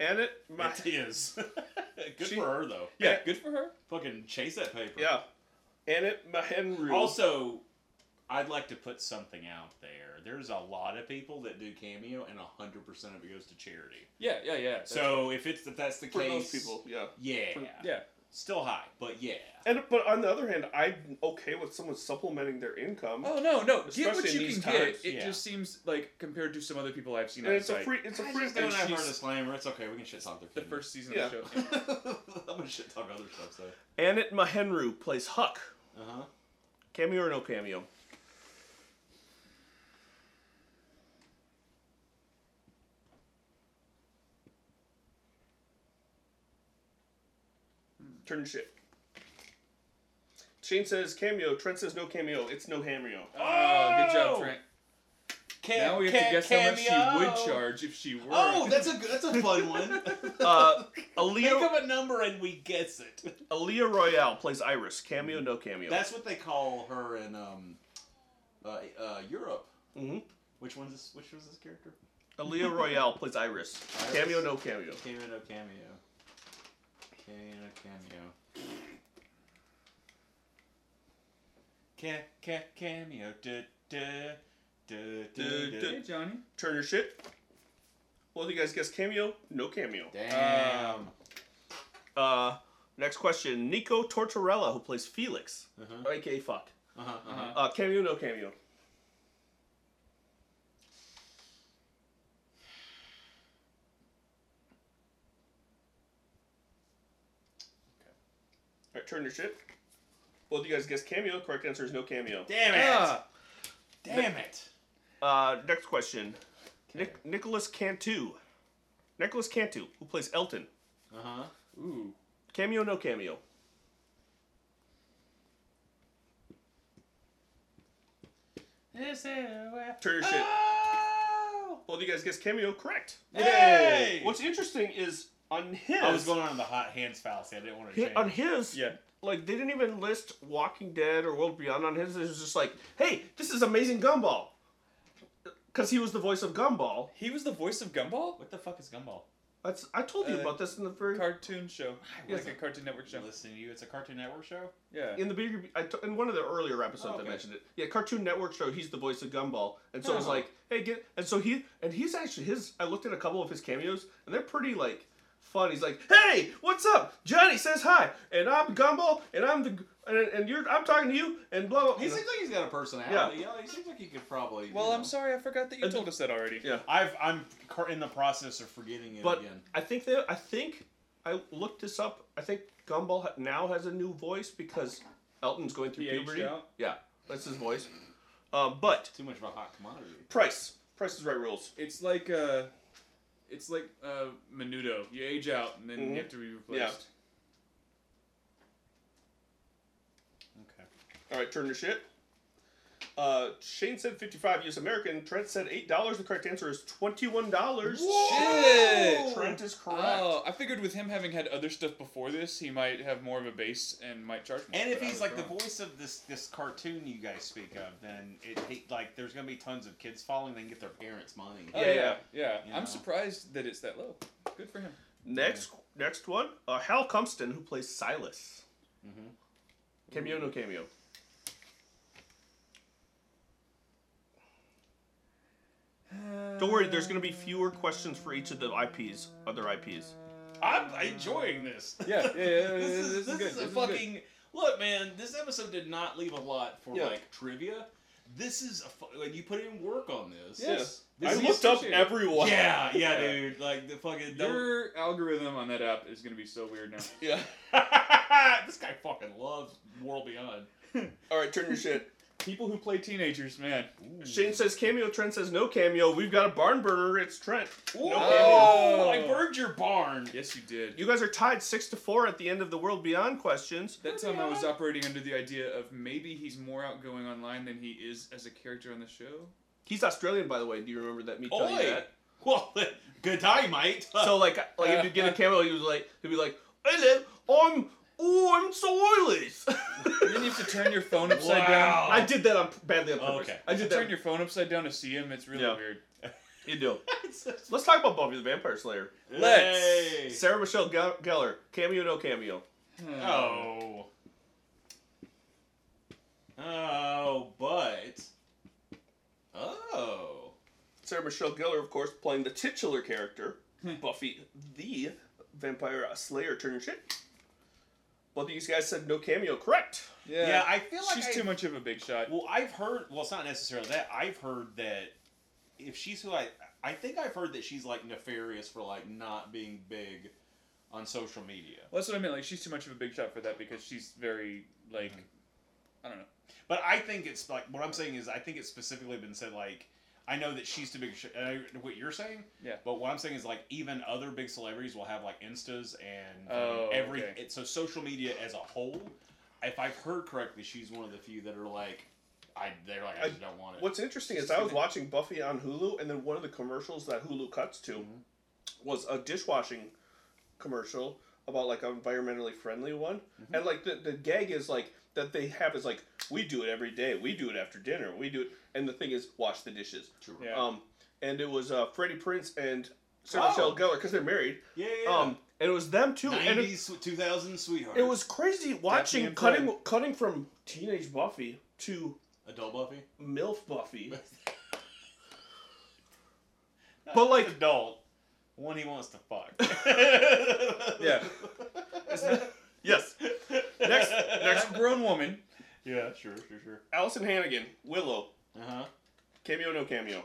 Speaker 1: Annette, Ma-
Speaker 2: It is. Good
Speaker 1: She-
Speaker 2: for her though.
Speaker 3: Yeah, good for her.
Speaker 2: Fucking chase that paper.
Speaker 1: yeah, Annette Mahenru.
Speaker 2: Also, I'd like to put something out there. There's a lot of people that do cameo, and hundred percent of it goes to charity.
Speaker 3: Yeah, yeah, yeah.
Speaker 2: So if it's if that's the
Speaker 1: for
Speaker 2: case,
Speaker 1: those people, yeah.
Speaker 2: yeah,
Speaker 3: yeah.
Speaker 2: still high, but yeah.
Speaker 1: And but on the other hand, I'm okay with someone supplementing their income.
Speaker 3: Oh no, no. get
Speaker 1: Especially
Speaker 3: what
Speaker 1: in
Speaker 3: you can
Speaker 1: these
Speaker 3: get.
Speaker 1: times,
Speaker 3: It
Speaker 2: yeah.
Speaker 3: just seems like compared to some other people I've seen
Speaker 1: and it's a
Speaker 3: outside,
Speaker 1: free, it's a
Speaker 2: I
Speaker 1: free.
Speaker 2: just don't
Speaker 1: and
Speaker 2: have her
Speaker 1: she's-
Speaker 2: disclaimer. It's okay. We can shit talk their
Speaker 3: the
Speaker 2: opinion.
Speaker 3: first season
Speaker 1: Yeah.
Speaker 3: of the show.
Speaker 2: I'm gonna shit talk other stuff though.
Speaker 1: Annette Mahenru plays Huck.
Speaker 2: Uh
Speaker 1: Uh-huh.
Speaker 2: huh.
Speaker 1: Cameo or no cameo? Turn shit. Shane says cameo. Trent says no cameo. It's no hameo.
Speaker 3: Oh, good job, Trent.
Speaker 2: Ca-
Speaker 3: Now we have
Speaker 2: ca-
Speaker 3: to guess how much she
Speaker 2: cameo.
Speaker 3: would charge if she were.
Speaker 2: Oh, that's a that's a fun one.
Speaker 1: Uh,
Speaker 2: Think
Speaker 1: Aaliyah,
Speaker 2: of a number and we guess it.
Speaker 1: Aaliyah Royale plays Iris. Cameo, no cameo.
Speaker 4: That's what they call her in um, uh, uh, Europe.
Speaker 2: Mm-hmm.
Speaker 1: Mhm.
Speaker 4: Which one's this? Which was this character?
Speaker 1: Aaliyah Royale plays Iris.
Speaker 4: Iris?
Speaker 1: Cameo, no cameo.
Speaker 4: Cameo, no cameo. Cameo, no cameo.
Speaker 2: Ca- ca- cameo. duh, duh, duh, duh,
Speaker 1: Duh,
Speaker 2: duh.
Speaker 3: Hey, Johnny.
Speaker 1: Turn your shit. Both of you guys guess cameo, no cameo.
Speaker 4: Damn.
Speaker 3: Um,
Speaker 1: Uh, next question. Nico Tortorella, who plays Felix,
Speaker 4: Uh-huh.
Speaker 1: aka Fuck.
Speaker 4: Uh-huh, uh-huh.
Speaker 1: Uh, cameo, no cameo. Alright, turn your shit. Both of you guys guess cameo. Correct answer is no cameo.
Speaker 2: Damn it!
Speaker 3: Ah.
Speaker 2: Damn it!
Speaker 1: Uh, next question. Nic- Nicholas Cantu. Nicholas Cantu, who plays Elton.
Speaker 4: Uh-huh.
Speaker 3: Ooh.
Speaker 1: Cameo, no cameo. Turn your shit.
Speaker 3: Oh!
Speaker 1: Both of you guys guess cameo correct.
Speaker 2: Hey!
Speaker 1: What's interesting is on his.
Speaker 2: I was going on the hot hands fallacy. I didn't want to
Speaker 1: hi-
Speaker 2: change.
Speaker 1: on his.
Speaker 3: Yeah.
Speaker 1: Like they didn't even list Walking Dead or World Beyond on his. It was just like, hey, this is Amazing Gumball, because he was the voice of Gumball.
Speaker 3: He was the voice of Gumball?
Speaker 2: What the fuck is Gumball?
Speaker 1: That's I told you
Speaker 3: Uh,
Speaker 1: about this in the very
Speaker 3: Cartoon show. Yeah, like a
Speaker 2: wasn't
Speaker 3: Cartoon Network show.
Speaker 2: Listening to you, it's a Cartoon Network show.
Speaker 3: Yeah.
Speaker 1: in the bigger I t- in one of the earlier episodes I
Speaker 2: Okay.
Speaker 1: mentioned it. Yeah, Cartoon Network show. He's the voice of Gumball, and so it's
Speaker 2: Huh.
Speaker 1: like, hey, get and so he and he's actually his. I looked at a couple of his cameos, and they're pretty like fun. He's like, hey, what's up? Johnny says hi, and I'm Gumball, and I'm the and, and you're I'm talking to you, and blah blah.
Speaker 4: He seems like he's got a personality. Yeah. he seems like he could probably. you
Speaker 3: Well,
Speaker 4: know,
Speaker 3: I'm sorry, I forgot that you told us that already.
Speaker 1: yeah,
Speaker 2: I've I'm cur- in the process
Speaker 4: Process
Speaker 2: of
Speaker 4: of forgetting it
Speaker 1: but
Speaker 4: again.
Speaker 1: I think that I think I looked this up. I think Gumball ha- now has a new voice because Elton's going through
Speaker 3: He aged
Speaker 1: puberty.
Speaker 3: out?
Speaker 1: Yeah, that's his voice. Um, but
Speaker 4: Too much of a hot commodity.
Speaker 1: price, price is right rules.
Speaker 3: It's like uh it's like uh Menudo. You age out and then
Speaker 1: Mhm.
Speaker 3: you have to be replaced.
Speaker 2: okay.
Speaker 1: All right, turn your shit. Uh, Shane said 55 US American. Trent said $8. The correct answer is $21.
Speaker 3: Shit!
Speaker 1: Trent is correct.
Speaker 3: Oh, I figured with him having had other stuff before this, he might have more of a base and might charge more.
Speaker 2: And if
Speaker 3: but I
Speaker 2: he's
Speaker 3: was
Speaker 2: like the
Speaker 3: wrong.
Speaker 2: voice of this this cartoon you guys speak of, then it he, like there's gonna be tons of kids following. They can get their parents' money.
Speaker 3: Oh,
Speaker 1: Yeah,
Speaker 3: yeah, yeah.
Speaker 1: yeah.
Speaker 2: You know.
Speaker 3: I'm surprised that it's that low. Good for him.
Speaker 1: next next one, uh, Hal Cumston, who plays Silas. Cameo, no cameo. Don't worry, there's going to be fewer questions for each of the IPs, other IPs.
Speaker 2: I'm enjoying this.
Speaker 3: Yeah, yeah, yeah.
Speaker 2: this is this,
Speaker 3: good.
Speaker 2: is a fucking look, man. This episode did not leave a lot for
Speaker 1: Yeah.
Speaker 2: like trivia. This is a fu- like you put in work on this.
Speaker 3: Yes.
Speaker 2: This is-
Speaker 3: appreciated.
Speaker 1: everyone.
Speaker 2: Yeah, yeah, dude. Like the fucking
Speaker 3: Your algorithm on that app is gonna be so weird now.
Speaker 1: Yeah.
Speaker 2: this guy fucking loves World Beyond.
Speaker 1: All right, turn your shit.
Speaker 3: People who play teenagers, man.
Speaker 1: Shane says cameo, Trent says no cameo. We've got a barn burner. It's Trent. No
Speaker 3: Oh.
Speaker 2: I burned your barn.
Speaker 3: Yes, you did.
Speaker 1: You guys are tied six to four at the end of the World Beyond questions.
Speaker 3: That time I was operating under the idea of maybe he's more outgoing online than he is as a character on the show.
Speaker 1: He's Australian, by the way. Do you remember that? Me telling you
Speaker 2: Oi.
Speaker 1: that.
Speaker 2: Well, good time, mate.
Speaker 1: So like, like if you get a cameo, he was like, he'd be like, "Hello, I'm, oh, I'm Silas."
Speaker 3: And then you have to turn your phone upside down.
Speaker 1: I did that on badly on purpose.
Speaker 2: Okay.
Speaker 1: I did
Speaker 3: turn
Speaker 1: that.
Speaker 3: your phone upside down to see him. It's really
Speaker 1: Yeah.
Speaker 3: weird.
Speaker 1: You do. Let's talk about Buffy the Vampire Slayer.
Speaker 3: Let's.
Speaker 2: Hey.
Speaker 1: Sarah Michelle Ge- Gellar, cameo, no cameo.
Speaker 2: Oh. Oh, but. Oh.
Speaker 1: Sarah Michelle Gellar, of course, playing the titular character, Buffy the Vampire Slayer. Turn your shit. Both of these guys said no cameo. Correct.
Speaker 3: Yeah.
Speaker 2: Yeah, I feel like
Speaker 3: She's
Speaker 2: I-
Speaker 3: too much of a big shot.
Speaker 2: Well, I've heard. Well, it's not necessarily that. I've heard that if she's who I, I think I've heard that she's like nefarious for like not being big on social media.
Speaker 3: Well, that's what I meant. Like she's too much of a big shot for that because she's very like, I don't know.
Speaker 2: But I think it's like what I'm saying is I think it's specifically been said like I know that she's too big. sh- and I know what you're saying,
Speaker 3: Yeah.
Speaker 2: But what I'm saying is like even other big celebrities will have like instas and um,
Speaker 3: Oh,
Speaker 2: every
Speaker 3: okay.
Speaker 2: it, so social media as a whole. if I've heard correctly, she's one of the few that are like, I they're like, I, just don't want it.
Speaker 1: What's interesting is I was watching Buffy on Hulu, and then one of the commercials that Hulu cuts to
Speaker 2: Mm-hmm.
Speaker 1: was a dishwashing commercial about like an environmentally friendly one,
Speaker 2: Mm-hmm.
Speaker 1: and like the the gag is like that they have is like we do it every day, we do it after dinner, we do it, and the thing is wash the dishes. True.
Speaker 3: Yeah.
Speaker 1: Um, and it was uh, Freddie Prince and Sarah
Speaker 2: Oh.
Speaker 1: Michelle Gellar because they're married.
Speaker 2: Yeah, yeah, yeah.
Speaker 1: Um, and it was them too. and it-
Speaker 2: nineties, two thousands sweetheart?
Speaker 1: it was crazy watching
Speaker 2: and
Speaker 1: cutting cutting from teenage Buffy to
Speaker 2: adult Buffy.
Speaker 1: MILF Buffy. but like
Speaker 2: adult, one he wants to fuck.
Speaker 3: Yeah.
Speaker 1: yes. Next next
Speaker 3: That grown woman.
Speaker 2: yeah, sure, sure, sure.
Speaker 1: Allison Hannigan, Willow.
Speaker 2: Uh huh.
Speaker 1: Cameo no cameo.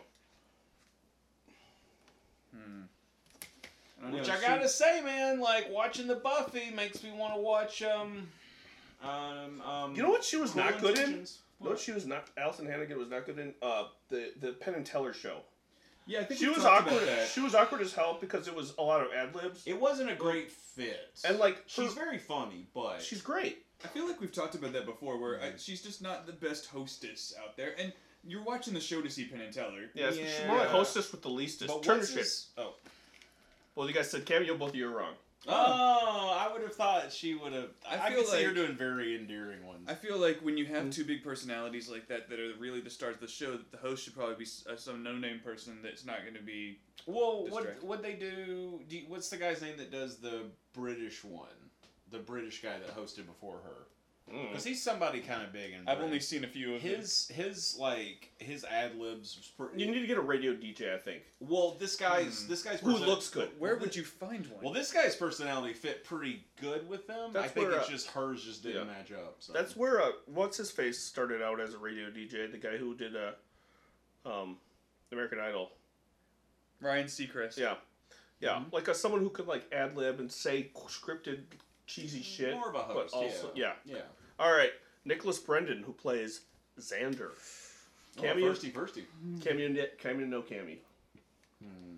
Speaker 3: don't
Speaker 2: Which
Speaker 3: know,
Speaker 2: I
Speaker 3: she-
Speaker 2: gotta say, man, like watching the Buffy makes me want to watch um, um, um.
Speaker 1: You know what she was
Speaker 2: Cruel
Speaker 1: not good in?
Speaker 2: Intentions.
Speaker 1: You know what she was not Allison Hannigan was not good in uh the the Penn and Teller show.
Speaker 3: Yeah, I think
Speaker 1: She
Speaker 3: we
Speaker 1: was
Speaker 3: talked
Speaker 1: awkward
Speaker 3: About that.
Speaker 1: she was awkward as hell because it was a lot of ad libs.
Speaker 2: It wasn't a great fit.
Speaker 1: And, like,
Speaker 2: she's
Speaker 1: her-
Speaker 2: very funny, but
Speaker 1: She's great.
Speaker 3: I feel like we've talked about that before, where I, she's just not the best hostess out there. And you're watching the show to see Penn and Teller.
Speaker 1: Yeah, it's- she's
Speaker 2: Yeah.
Speaker 1: more like hostess with the leastest.
Speaker 2: but
Speaker 1: Turner
Speaker 2: what's
Speaker 1: shit.
Speaker 2: his- Oh.
Speaker 1: Well you guys said cameo, both of you are wrong.
Speaker 2: Oh, I would have thought she would have. I,
Speaker 3: I
Speaker 2: I
Speaker 3: feel
Speaker 2: could see her
Speaker 3: like-
Speaker 2: doing very endearing ones.
Speaker 3: I feel like when you have two big personalities like that that are really the stars of the show, that the host should probably be s- uh, some no-name person that's not going to be.
Speaker 2: well, what
Speaker 3: Distract.
Speaker 2: what they do, do? you- What's the guy's name that does the British one? The British guy that hosted before her,
Speaker 1: Mm.
Speaker 2: because he's somebody kind of big. And
Speaker 3: I've only seen a few of them.
Speaker 2: his his like his ad libs. was pretty-
Speaker 1: You need to get a radio DJ, I think.
Speaker 2: Well, this guy's
Speaker 3: Hmm.
Speaker 2: this guy's
Speaker 1: Who
Speaker 2: person-
Speaker 1: looks good.
Speaker 3: Where would you find one?
Speaker 2: Well, this guy's personality fit pretty good with them. I
Speaker 1: That's
Speaker 2: think
Speaker 1: where,
Speaker 2: it's
Speaker 1: uh,
Speaker 2: just hers just didn't
Speaker 1: yeah.
Speaker 2: match up. So.
Speaker 1: That's where uh, what's his face started out as a radio DJ. The guy who did uh, um, American Idol.
Speaker 3: Ryan Seacrest.
Speaker 1: Yeah, yeah, like uh, someone who could like ad lib and say scripted cheesy shit.
Speaker 2: Mm, more of a host.
Speaker 1: but also yeah.
Speaker 2: yeah, yeah.
Speaker 1: All right, Nicholas Brendan who plays Xander. Cameo,
Speaker 2: Oh, firsty, firsty.
Speaker 1: cameo, ne- cameo, no cameo.
Speaker 2: Hmm.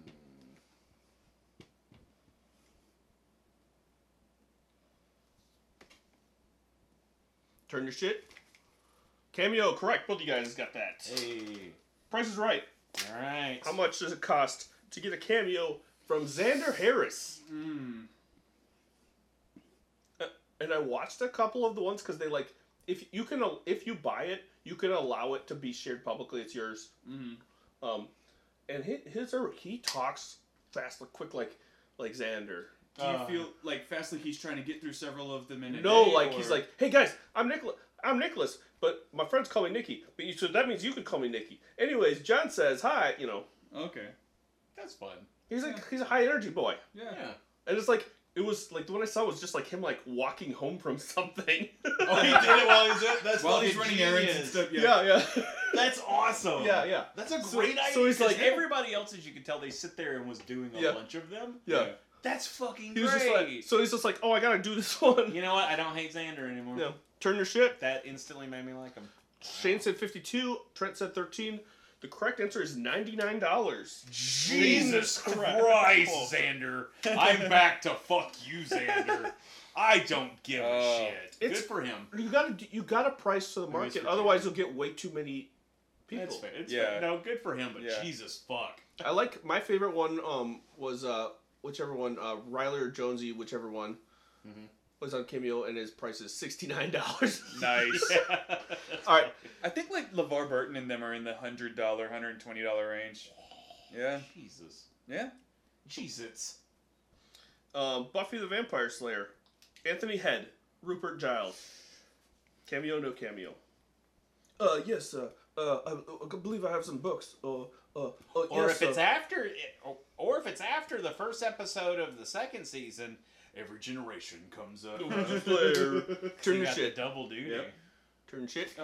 Speaker 1: Turn your shit. Cameo, correct. Both of you guys got that.
Speaker 2: Hey,
Speaker 1: Price is right.
Speaker 2: all right.
Speaker 1: How much does it cost to get a cameo from Xander Harris? Uh, and I watched a couple of the ones because they like if you can al- if you buy it, you can allow it to be shared publicly. It's yours. Um, and his, his or he talks fast, like quick, like like Xander.
Speaker 3: Do you feel like Fastly he's trying to get through several of them in a
Speaker 1: No,
Speaker 3: day,
Speaker 1: like he's
Speaker 3: or-
Speaker 1: like, hey guys, I'm Nicholas. I'm Nicholas, but my friends call me Nikki. But you, so that means you could call me Nikki. Anyways, John says hi. You know,
Speaker 3: okay,
Speaker 2: That's fun.
Speaker 1: he's like he's a high energy boy.
Speaker 3: yeah.
Speaker 2: Yeah.
Speaker 1: And it's like it was like the one I saw was just like him like walking home from something.
Speaker 2: Oh, he did it while he's at, that's
Speaker 3: While he's
Speaker 2: fucking
Speaker 3: running errands and
Speaker 2: genius.
Speaker 3: stuff. Yeah.
Speaker 1: yeah, yeah.
Speaker 2: That's awesome.
Speaker 1: Yeah, yeah.
Speaker 2: That's a
Speaker 1: So-
Speaker 2: great idea.
Speaker 1: so he's
Speaker 2: 'cause
Speaker 1: like-
Speaker 2: everybody else, as you could tell, they sit there and was doing a
Speaker 1: Yeah.
Speaker 2: bunch of them.
Speaker 1: Yeah.
Speaker 2: That's fucking
Speaker 1: He
Speaker 2: great.
Speaker 1: was just like so he's just like, "Oh, I got to do this one."
Speaker 2: you know what? I don't hate Xander anymore.
Speaker 1: Yeah. Turn your shit.
Speaker 2: That instantly made me like him.
Speaker 1: Shane said 52, Trent said 13. The correct answer is $99.
Speaker 2: Jesus Christ, Xander. I'm back to fuck you, Xander. I don't give a shit.
Speaker 1: It's-
Speaker 2: Good for him.
Speaker 1: You got to you got to price to the
Speaker 2: Maybe it's
Speaker 1: market.
Speaker 2: for
Speaker 1: Otherwise, you'll get way too many people.
Speaker 2: That's fair. It's
Speaker 3: Yeah.
Speaker 2: fair. No, good for him, but
Speaker 3: Yeah.
Speaker 2: Jesus fuck.
Speaker 1: I like my favorite one um was uh whichever one uh Riley or Jonesy, whichever one. Was on Cameo and his price is sixty nine dollars.
Speaker 3: Nice.
Speaker 1: All right,
Speaker 3: I think like LeVar Burton and them are in the hundred dollar, hundred and twenty dollar range. Yeah.
Speaker 2: Jesus.
Speaker 3: Yeah.
Speaker 2: Jesus.
Speaker 1: Um, Buffy the Vampire Slayer, Anthony Head, Rupert Giles. Cameo, no cameo. Uh, yes, uh, uh, I, I believe I have some books. Uh, uh, uh,
Speaker 2: Or
Speaker 1: yes,
Speaker 2: if it's
Speaker 1: uh,
Speaker 2: after, it- or- or if it's after the first episode of the second season, every generation comes up.
Speaker 1: Slayer. Turn
Speaker 2: You
Speaker 1: your
Speaker 2: got the
Speaker 1: shit.
Speaker 2: double duty.
Speaker 1: Yep. Turn shit.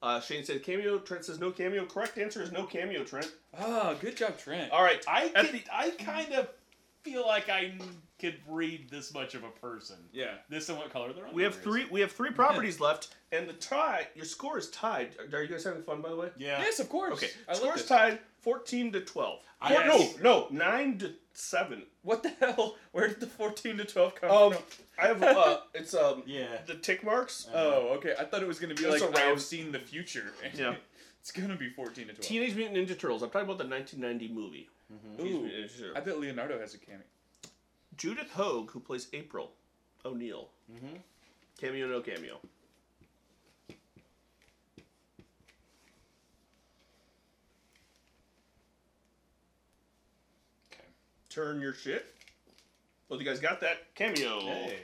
Speaker 1: Uh, Shane said cameo. Trent says no cameo. Correct answer is no cameo, Trent.
Speaker 3: Oh, good job, Trent.
Speaker 1: All right.
Speaker 2: I
Speaker 1: At
Speaker 2: could, I kind of feel like I could read this much of a person.
Speaker 3: Yeah.
Speaker 2: This and what color they're on.
Speaker 1: We have three. We have three properties left, and the tie. Your score is tied. Are you guys having fun, by the way?
Speaker 2: Yeah.
Speaker 3: Yes, of course.
Speaker 1: Okay.
Speaker 3: I love
Speaker 1: Score's
Speaker 3: this.
Speaker 1: tied, fourteen to twelve.
Speaker 2: Yes.
Speaker 1: Four- no, no, nine to seven.
Speaker 3: What the hell? Where did the 14 to 12 come
Speaker 1: Um,
Speaker 3: from?
Speaker 1: I have uh, it's um
Speaker 4: Yeah.
Speaker 1: the tick marks. uh,
Speaker 3: Oh, okay. I thought it was going to be
Speaker 1: It's
Speaker 3: like,
Speaker 1: a round-
Speaker 3: I've seen the future.
Speaker 1: Yeah.
Speaker 3: it's going to be 14 to 12.
Speaker 1: Teenage Mutant Ninja Turtles. I'm talking about the 1990 movie. Teenage
Speaker 3: Mm-hmm. Ooh.
Speaker 1: Mutant Ninja Turtles.
Speaker 3: I bet Leonardo has a cameo.
Speaker 1: Judith Hogue, who plays April O'Neil.
Speaker 3: Mm-hmm.
Speaker 1: Cameo, no cameo.
Speaker 3: Okay.
Speaker 1: Turn your shit. Well, you guys got that cameo.
Speaker 2: Hey.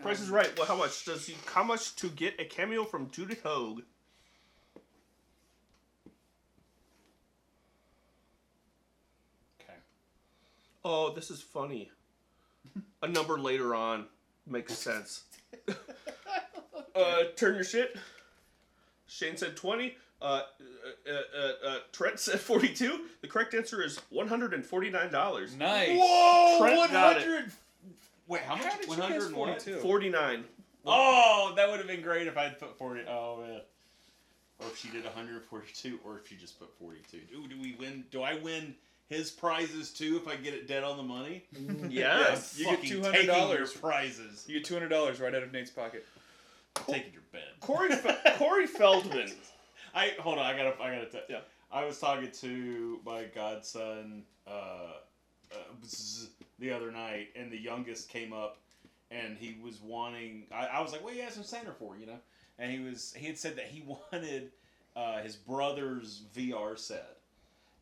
Speaker 1: Price is right. Well, how much does he? How much to get a cameo from Judith Hogue?
Speaker 2: Okay.
Speaker 1: Oh, this is funny. a number later on makes sense. uh, turn your shit. Shane said 20. Uh, uh, uh, uh, Trent said 42. The correct answer is $149.
Speaker 3: Nice.
Speaker 2: Oh,
Speaker 1: Trent got it.
Speaker 2: 100. Wait, how
Speaker 3: How
Speaker 2: much?
Speaker 3: did you guess
Speaker 2: 100 what?
Speaker 3: 42?
Speaker 1: 49.
Speaker 2: Oh, that would have been great if I'd put 40. Oh, man. Or if she did 142, or if she just put 42. Ooh, do we win? Do I win his prizes too if I get it dead on the money?
Speaker 1: Yes.
Speaker 3: You get
Speaker 2: Fucking
Speaker 3: $200
Speaker 2: taking your prizes.
Speaker 3: You get $200 right out of Nate's pocket.
Speaker 2: taking your bed.
Speaker 1: Corey, Fe- Corey Feldman.
Speaker 2: I hold on. I gotta. I gotta. T-
Speaker 1: Yeah.
Speaker 2: I was talking to my godson uh, uh, bzz, the other night, and the youngest came up, and he was wanting. I, I was like, "What are you asking Santa for?" You know, and he was. He had said that he wanted uh, his brother's VR set.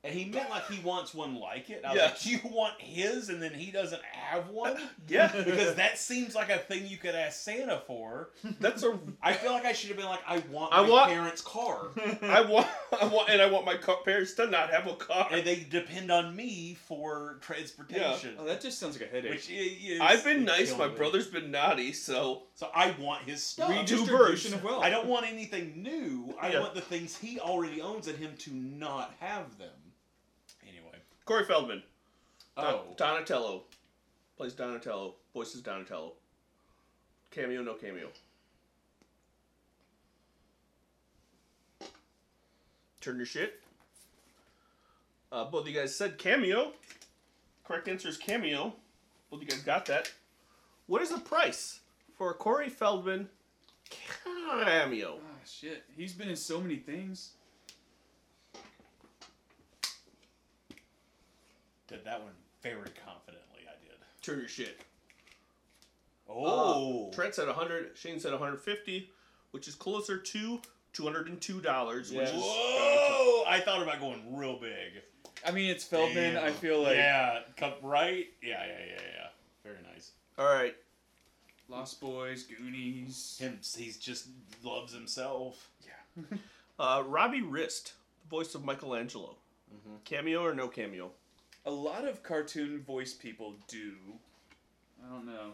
Speaker 2: And he meant like he wants one like it. I was
Speaker 1: Yeah.
Speaker 2: like, "You want his, and then he doesn't have one."
Speaker 1: Yeah.
Speaker 2: because that seems like a thing you could ask Santa for.
Speaker 1: That's a.
Speaker 2: I feel like I should have been like, "I want my
Speaker 1: I want-
Speaker 2: parents' car."
Speaker 1: I want, I want, and I want my co- parents to not have a car.
Speaker 2: and they depend on me for transportation.
Speaker 3: Oh, that just sounds like a headache.
Speaker 2: Which i- is
Speaker 1: I've been nice. My
Speaker 2: killing me.
Speaker 1: brother's been naughty, so
Speaker 2: So I want his stuff.
Speaker 1: We do
Speaker 3: Redistribution
Speaker 1: birds.
Speaker 3: of wealth.
Speaker 2: I don't want anything new. I
Speaker 1: Yeah.
Speaker 2: want the things he already owns and him to not have them. Anyway.
Speaker 1: Corey Feldman.
Speaker 2: Oh.
Speaker 1: Don- Donatello plays Donatello. Voices Donatello. Cameo, no cameo. Turn your shit. Uh, both of you guys said cameo. Correct answer is cameo. Both of you guys got that. What is the price for a Corey Feldman cameo?
Speaker 3: Ah, shit. He's been in so many things.
Speaker 2: Did that one very confidently, I did.
Speaker 1: Turn your shit.
Speaker 2: Oh.
Speaker 1: Uh, Trent said 100. Shane said 150, which is closer to 202 dollars, which is
Speaker 2: Whoa! Oh, I thought about going real big.
Speaker 3: I mean, it's
Speaker 1: Oh,
Speaker 3: Feldman. I feel like
Speaker 2: Yeah, come right? Yeah, yeah, yeah, yeah. Very nice.
Speaker 1: all right.
Speaker 3: Lost Boys, Goonies.
Speaker 2: Him, he's just loves himself.
Speaker 1: Uh, Robbie Rist, the voice of Michelangelo. Mm-hmm. Cameo or no cameo?
Speaker 3: A lot of cartoon voice people do. I don't know.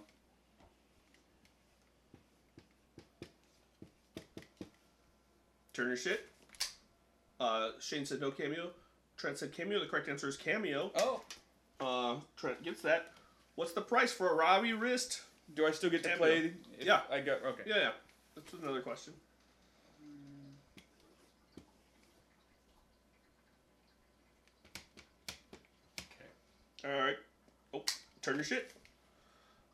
Speaker 1: Turn your shit. Uh, Shane said no cameo. Trent said cameo. The correct answer is cameo.
Speaker 3: Oh,
Speaker 1: Uh, Trent gets that. What's the price for a Robbie Rist?
Speaker 3: do I still get to
Speaker 1: Cameo.
Speaker 3: play? if
Speaker 1: Yeah.
Speaker 3: I got okay.
Speaker 1: Yeah, yeah. That's another question.
Speaker 2: Okay.
Speaker 1: All right. Oh, turn your shit.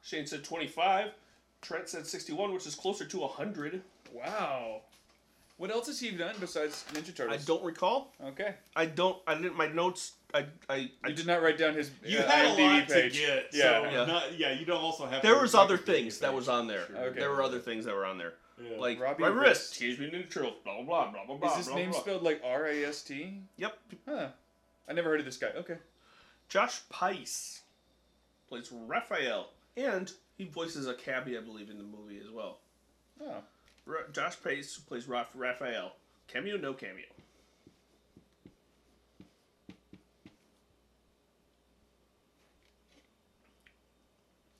Speaker 1: Shane said 25. Trent said 61, which is closer to 100.
Speaker 3: Wow. What else has he done besides Ninja
Speaker 1: I
Speaker 3: Turtles?
Speaker 1: don't recall.
Speaker 3: Okay.
Speaker 1: I don't. I didn't. My notes. I. I. I
Speaker 3: You did not write down his.
Speaker 2: You
Speaker 3: uh,
Speaker 2: had a
Speaker 3: IMDb
Speaker 2: lot
Speaker 3: page.
Speaker 2: to get.
Speaker 3: Yeah.
Speaker 2: so
Speaker 1: Yeah.
Speaker 2: Not, yeah. You don't also have.
Speaker 1: there
Speaker 2: to
Speaker 1: was
Speaker 2: check
Speaker 1: other
Speaker 2: the Wikipedia
Speaker 1: things that was
Speaker 2: page.
Speaker 1: on there.
Speaker 2: Sure.
Speaker 3: Okay.
Speaker 1: There were other things that were on there.
Speaker 2: Yeah.
Speaker 1: Like
Speaker 3: Robbie
Speaker 1: my wrist.
Speaker 3: Rist.
Speaker 1: Excuse me, neutral. Blah blah blah blah blah.
Speaker 3: Is his
Speaker 1: blah,
Speaker 3: name
Speaker 1: blah.
Speaker 3: spelled like R A S T?
Speaker 1: Yep.
Speaker 3: Huh. I never heard of this guy. Okay.
Speaker 1: Josh Pice plays Raphael, and he voices a cabbie, I believe, in the movie as well.
Speaker 3: Oh.
Speaker 1: Ra- Josh Pace plays Ra- Raphael. Cameo, no cameo.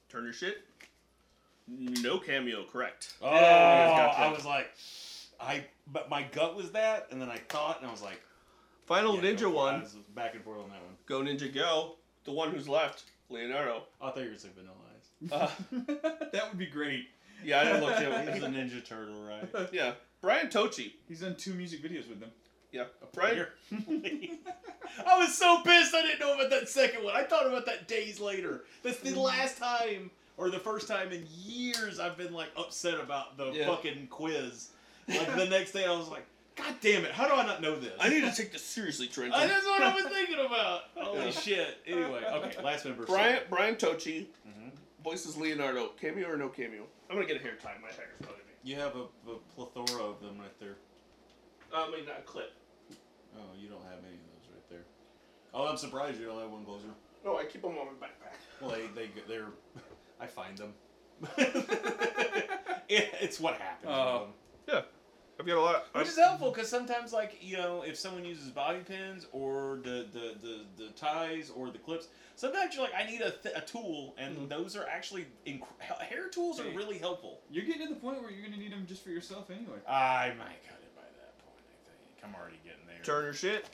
Speaker 1: Turn your shit. No cameo, correct.
Speaker 2: Oh,
Speaker 1: got
Speaker 2: I
Speaker 1: that.
Speaker 2: was like, I. But my gut was that, and then I thought, and I was like,
Speaker 1: Final
Speaker 2: yeah, go for
Speaker 1: Ninja
Speaker 2: it. I
Speaker 1: one.
Speaker 2: was back and forth on that one.
Speaker 1: Go Ninja Go. The one who's left, Leonardo.
Speaker 2: I thought you were gonna say Vanilla
Speaker 1: Uh,
Speaker 2: Ice. that would be great.
Speaker 1: yeah, I didn't look
Speaker 2: He's
Speaker 1: at
Speaker 2: a
Speaker 1: him.
Speaker 2: Ninja Turtle, right?
Speaker 1: Yeah, Brian Tochi.
Speaker 3: He's done two music videos with them.
Speaker 1: Yeah. Right?
Speaker 2: I was so pissed I didn't know about that second one. I thought about that days later. That's
Speaker 1: Mm-hmm.
Speaker 2: the last time or the first time in years I've been like upset about the
Speaker 3: Yeah.
Speaker 2: fucking quiz. Like the next day I was like, God damn it, how do I not know this?
Speaker 1: I need to take this seriously, Trenton.
Speaker 2: Uh, That's what I was thinking about. Holy shit. Anyway, okay, last member.
Speaker 1: Brian Brian Tochi voices Leonardo. Cameo or no cameo? I'm gonna get a hair tie. My hair is bugging me.
Speaker 4: You have a, a plethora of them right there.
Speaker 1: Uh, I mean, not a clip.
Speaker 4: Oh, you don't have any of those right there. Oh, I'm surprised you don't have one closer.
Speaker 1: No, I keep them on my backpack.
Speaker 4: Well, they, they g- they're. I find them.
Speaker 2: It- it's what happens.
Speaker 3: Oh.
Speaker 1: Yeah, I've got a lot.
Speaker 2: Which is helpful because sometimes, like you know, if someone uses bobby pins or the the, the, the ties or the clips, sometimes you're like, I need a, th- a tool, and those are actually inc- ha- hair tools are
Speaker 3: Hey.
Speaker 2: really helpful.
Speaker 3: You're getting to the point where you're gonna need them just for yourself anyway.
Speaker 2: I might cut it by that point. I think I'm already getting there.
Speaker 1: Turn your shit.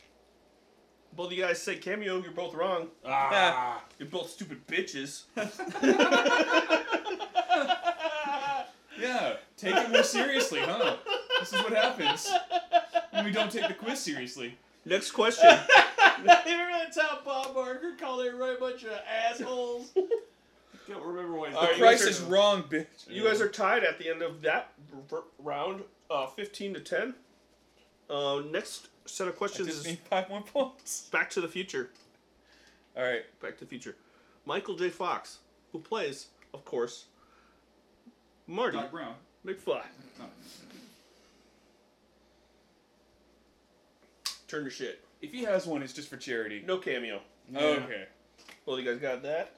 Speaker 1: Both of you guys said cameo. You're both wrong.
Speaker 2: Ah.
Speaker 1: Uh, You're both stupid bitches.
Speaker 3: Yeah, take it more seriously, huh? This is what happens when we don't take the quiz seriously.
Speaker 1: Next question.
Speaker 2: Remember that time Bob Barker called everybody a bunch of assholes? Don't remember what.
Speaker 1: All right,
Speaker 3: Price
Speaker 1: you
Speaker 3: is wrong, bitch.
Speaker 1: You guys are tied at the end of that r- round, uh, 15 to 10. Uh, next set of
Speaker 3: That
Speaker 1: questions
Speaker 3: just
Speaker 1: is
Speaker 3: need five more points.
Speaker 1: Back to the Future.
Speaker 3: All right.
Speaker 1: Back to the Future. Michael J. Fox, who plays, of course, Marty
Speaker 3: Doc Brown.
Speaker 1: McFly.
Speaker 3: No.
Speaker 1: Turn your shit.
Speaker 3: If he has one, it's just for charity.
Speaker 1: No cameo.
Speaker 3: Okay.
Speaker 1: Well, you guys got that.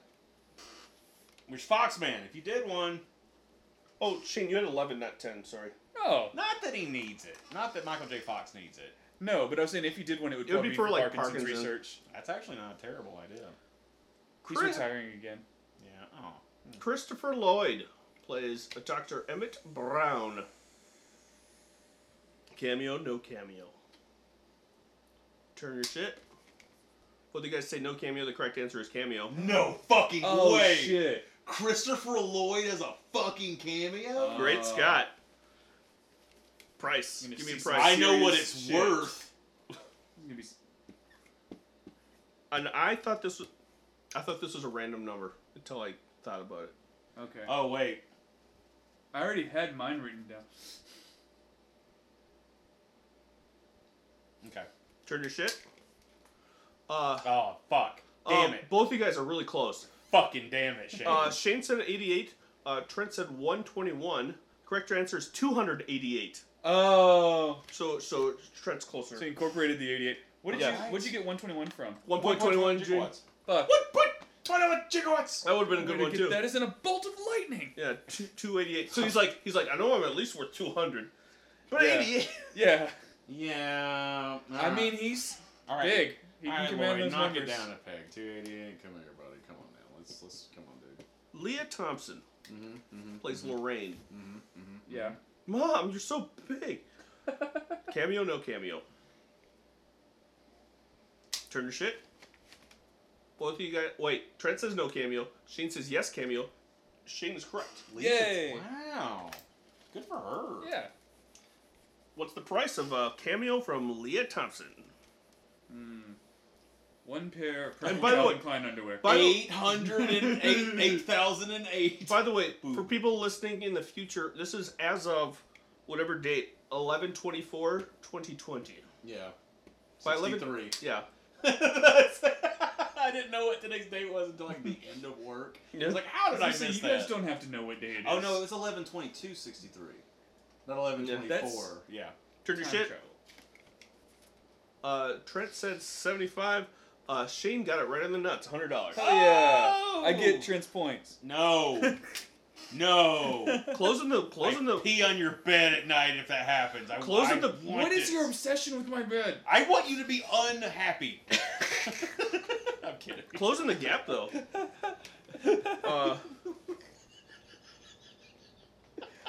Speaker 2: Which Foxman? If you did one,
Speaker 1: Oh, Shane, you had 11, not 10. Sorry.
Speaker 3: Oh
Speaker 2: not that he needs it, not that Michael J. Fox needs it.
Speaker 3: no, but I was saying if he did one, it would
Speaker 1: It would
Speaker 3: probably
Speaker 1: be for, like,
Speaker 3: Parkinson's,
Speaker 1: Parkinson.
Speaker 3: research.
Speaker 2: That's actually not a terrible idea.
Speaker 3: He's retiring again.
Speaker 2: Yeah. Oh.
Speaker 1: Christopher Lloyd plays Dr. Emmett Brown. Cameo, no cameo. Turn your shit. Well, you guys say no cameo. The correct answer is cameo.
Speaker 2: No fucking
Speaker 3: Oh
Speaker 2: way.
Speaker 3: shit!
Speaker 2: Christopher Lloyd as a fucking cameo.
Speaker 1: Great Scott. Price.
Speaker 3: gonna
Speaker 1: Give me a
Speaker 3: see
Speaker 1: price.
Speaker 3: some-
Speaker 2: I know what
Speaker 3: serious
Speaker 2: it's
Speaker 3: shit.
Speaker 2: worth.
Speaker 3: It's gonna be-
Speaker 1: And I thought this was, I thought this was a random number until I thought about it.
Speaker 3: Okay.
Speaker 2: Oh wait.
Speaker 3: I already had mine written down.
Speaker 2: Okay.
Speaker 1: Turn your shit. Uh,
Speaker 2: Oh fuck. Damn
Speaker 1: um,
Speaker 2: it.
Speaker 1: Both of you guys are really close.
Speaker 2: Fucking damn it, Shane.
Speaker 1: Uh, Shane said 88. Uh, Trent said 121. Correct answer is 288.
Speaker 3: Oh.
Speaker 1: So so Trent's closer.
Speaker 3: So you incorporated the 88. What did
Speaker 1: Yeah.
Speaker 3: you? What'd you get 121 from?
Speaker 1: 1.21 June.
Speaker 3: Fuck.
Speaker 2: What? What? Twenty-one gigawatts.
Speaker 1: That would have been a
Speaker 3: Way
Speaker 1: good
Speaker 3: to
Speaker 1: one
Speaker 3: get
Speaker 1: too.
Speaker 3: That is in a bolt of lightning.
Speaker 1: Yeah, two, 288. So he's like he's like I know I'm at least worth 200. But
Speaker 3: Yeah.
Speaker 1: 88.
Speaker 3: Yeah.
Speaker 4: Yeah.
Speaker 2: Uh-huh.
Speaker 3: I mean, he's
Speaker 4: all
Speaker 3: big. He
Speaker 4: All
Speaker 3: can
Speaker 4: right,
Speaker 3: command
Speaker 4: Lloyd,
Speaker 3: those
Speaker 4: knock
Speaker 3: numbers.
Speaker 4: it down a peg. 288. Come here, buddy. Come on now. Let's let's come on, dude.
Speaker 1: Leah Thompson plays Lorraine.
Speaker 3: Yeah.
Speaker 1: Mom, you're so big. cameo, no cameo. Turn your shit. Both of you guys. Wait, Trent says no cameo. Shane says yes cameo. Shane is correct.
Speaker 3: Yay.
Speaker 4: Wow. Good for her.
Speaker 3: Yeah.
Speaker 1: What's the price of a cameo from Leah Thompson?
Speaker 3: One pair of purple
Speaker 1: by the
Speaker 3: Calvin
Speaker 1: way-
Speaker 3: Klein underwear.
Speaker 1: by the-
Speaker 2: Eight hundred and eight, eight thousand and eight.
Speaker 1: By the way,
Speaker 2: Boom.
Speaker 1: for people listening in the future, this is as of whatever date, 11 24 2020.
Speaker 4: Yeah.
Speaker 1: By
Speaker 4: 63.
Speaker 1: Yeah.
Speaker 2: I didn't know what today's date was until like the end of work. I was like, how did I miss
Speaker 3: Listen, you
Speaker 2: that?
Speaker 3: guys don't have to know what day it is.
Speaker 4: Oh no, it was 112263. Not 1124.
Speaker 2: Yeah.
Speaker 1: Turn your
Speaker 3: Time
Speaker 1: shit.
Speaker 3: travel.
Speaker 1: Uh, Trent said 75. Uh, Shane got it right in the nuts, $100.
Speaker 3: Hell yeah. I
Speaker 2: Oh.
Speaker 3: get Trent's points.
Speaker 2: No. no.
Speaker 1: closing the closing
Speaker 2: I
Speaker 1: the
Speaker 2: pee on your bed at night if that happens. I,
Speaker 1: Closing
Speaker 2: I
Speaker 1: the-
Speaker 2: want
Speaker 3: What is
Speaker 2: this.
Speaker 3: your obsession with my bed?
Speaker 2: I want you to be unhappy. I'm kidding.
Speaker 1: closing the gap though. Uh,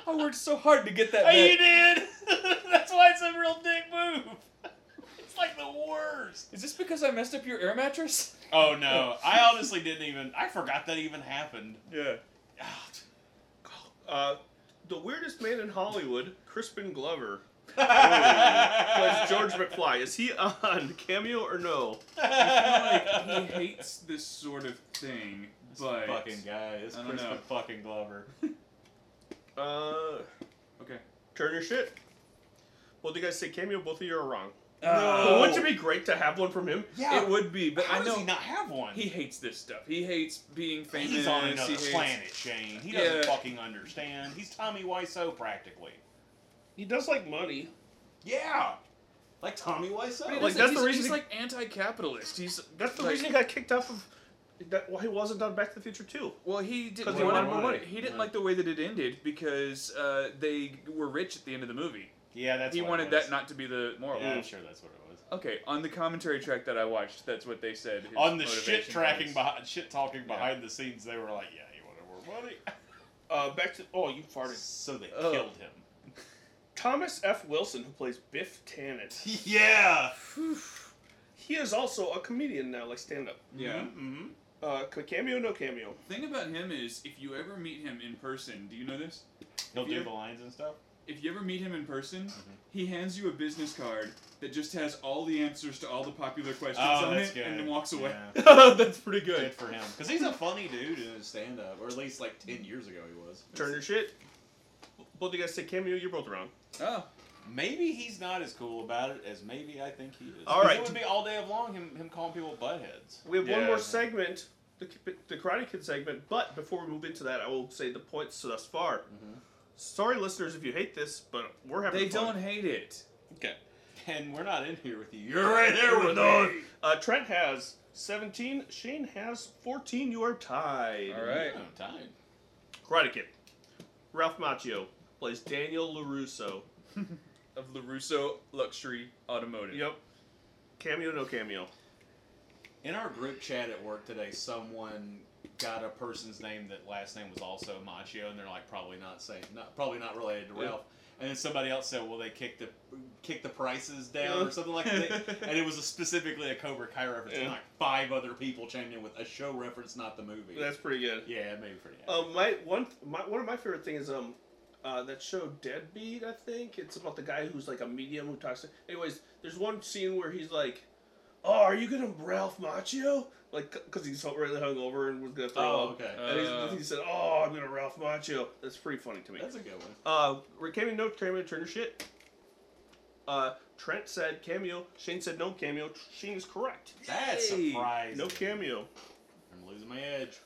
Speaker 3: I worked so hard to get that
Speaker 2: Oh, you
Speaker 3: bed.
Speaker 2: did. That's why it's a real dick move. It's like the worst.
Speaker 3: Is this because I messed up your air mattress?
Speaker 2: Oh no! I honestly didn't even. I forgot that even happened.
Speaker 3: Yeah.
Speaker 2: Ah,
Speaker 1: uh, the weirdest man in Hollywood, Crispin Glover, plays George McFly. Is he on cameo or no?
Speaker 3: He hates this sort of thing, but
Speaker 4: fucking guy. It's
Speaker 3: I don't
Speaker 4: Crispin
Speaker 3: know.
Speaker 4: fucking Glover.
Speaker 1: Uh,
Speaker 3: okay.
Speaker 1: turn your shit. Well, do you guys say cameo? Both of you are wrong.
Speaker 3: No.
Speaker 1: But wouldn't it be great to have one from him?
Speaker 3: It would be, but
Speaker 2: How
Speaker 3: I
Speaker 2: does
Speaker 3: know
Speaker 2: he not have one?
Speaker 3: he hates this stuff. He hates being famous.
Speaker 2: He's on
Speaker 3: he
Speaker 2: another
Speaker 3: hates-
Speaker 2: planet, Shane. He doesn't
Speaker 3: Yeah.
Speaker 2: fucking understand. He's Tommy Wiseau practically.
Speaker 1: He does like money.
Speaker 2: Yeah, like Tommy Wiseau.
Speaker 3: But he
Speaker 1: Like,
Speaker 3: doesn't-
Speaker 1: that's the
Speaker 3: he's,
Speaker 1: reason
Speaker 3: he's
Speaker 1: he-
Speaker 3: like anti-capitalist. He's
Speaker 1: That's the
Speaker 3: like-
Speaker 1: reason he got kicked off of. That, why he wasn't on Back to the Future 2.
Speaker 3: Well, he didn't.
Speaker 1: 'Cause they
Speaker 3: want
Speaker 1: wanted more
Speaker 3: He didn't like the way that it ended because uh, they were rich at the end of the movie.
Speaker 2: yeah, that's.
Speaker 3: he
Speaker 2: what it
Speaker 3: wanted
Speaker 2: was.
Speaker 3: that not to be the moral.
Speaker 2: Yeah, I'm sure that's what it was.
Speaker 3: Okay, on the commentary track that I watched, that's what they said. his
Speaker 2: On the
Speaker 3: motivation
Speaker 2: shit tracking
Speaker 3: was.
Speaker 2: behind, shit talking behind the scenes, they were like, "Yeah, he wanted more money,"
Speaker 1: Uh, back to. Oh, you farted.
Speaker 2: so they
Speaker 3: Oh.
Speaker 2: killed him.
Speaker 1: Thomas F. Wilson, who plays Biff Tannen.
Speaker 2: Yeah.
Speaker 1: He is also a comedian now, like stand up.
Speaker 3: Yeah.
Speaker 2: Mm-hmm.
Speaker 1: Uh, c- cameo, no cameo.
Speaker 3: Thing about him is, if you ever meet him in person, do you know this?
Speaker 2: He'll
Speaker 3: Yeah.
Speaker 2: do the lines and stuff.
Speaker 3: If you ever meet him in person, he hands you a business card that just has all the answers to all the popular questions
Speaker 2: Oh,
Speaker 3: on
Speaker 2: that's
Speaker 3: it,
Speaker 2: good.
Speaker 3: and then walks away.
Speaker 4: Yeah.
Speaker 1: That's pretty
Speaker 4: Good for him, because he's a funny dude in his stand-up, or at least like ten years ago he was.
Speaker 1: Turn your shit. Both of you guys say cameo, you're both wrong.
Speaker 3: Oh,
Speaker 2: Maybe he's not as cool about it as maybe I think he is.
Speaker 1: All
Speaker 2: 'Cause
Speaker 1: right.
Speaker 2: It would be all day of long him, him calling people buttheads.
Speaker 1: We have one
Speaker 3: Yeah.
Speaker 1: more segment, the, K- the Karate Kid segment, but before we move into that, I will say the points thus far. Sorry, listeners, if you hate this, but we're having
Speaker 3: they
Speaker 1: fun.
Speaker 3: don't hate it.
Speaker 1: Okay.
Speaker 2: And we're not in here with you. You're right there with us.
Speaker 1: Uh, Trent has 17, Shane has 14, you are tied.
Speaker 3: All right.
Speaker 2: I'm tired.
Speaker 1: Karate Kid. Ralph Macchio plays Daniel LaRusso.
Speaker 3: Of Larusso Luxury Automotive.
Speaker 1: Yep. Cameo, no cameo.
Speaker 4: In our group chat at work today, someone got a person's name that last name was also Machio, and they're like probably not saying, not probably not related to
Speaker 1: Yeah.
Speaker 4: Ralph. And then somebody else said, "Well, they kicked the kicked the prices down
Speaker 1: Yeah.
Speaker 4: or something like that." and it was a, specifically a Cobra Kai reference, and
Speaker 1: Yeah.
Speaker 4: like five other people chimed in with a show reference, not the movie.
Speaker 1: That's pretty good.
Speaker 4: yeah, maybe pretty.
Speaker 1: Um, my one, my one of my favorite things is um, uh, that show Deadbeat. I think it's about the guy who's like a medium who talks. To, anyways, there's one scene where he's like, "Oh, are you gonna Ralph Macchio?" Like, cause he's so- really hungover and was gonna throw
Speaker 4: Oh,
Speaker 1: up.
Speaker 4: okay.
Speaker 1: And he's,
Speaker 3: Uh.
Speaker 1: he said, "Oh, I'm gonna Ralph Macchio." That's pretty funny to me.
Speaker 4: That's a good one.
Speaker 1: Uh, we're cameo, no cameo, turn your shit. Uh, Trent said cameo. Shane said no cameo. Shane is correct.
Speaker 4: That's
Speaker 3: Hey.
Speaker 4: surprising.
Speaker 1: No cameo.
Speaker 4: I'm losing my edge.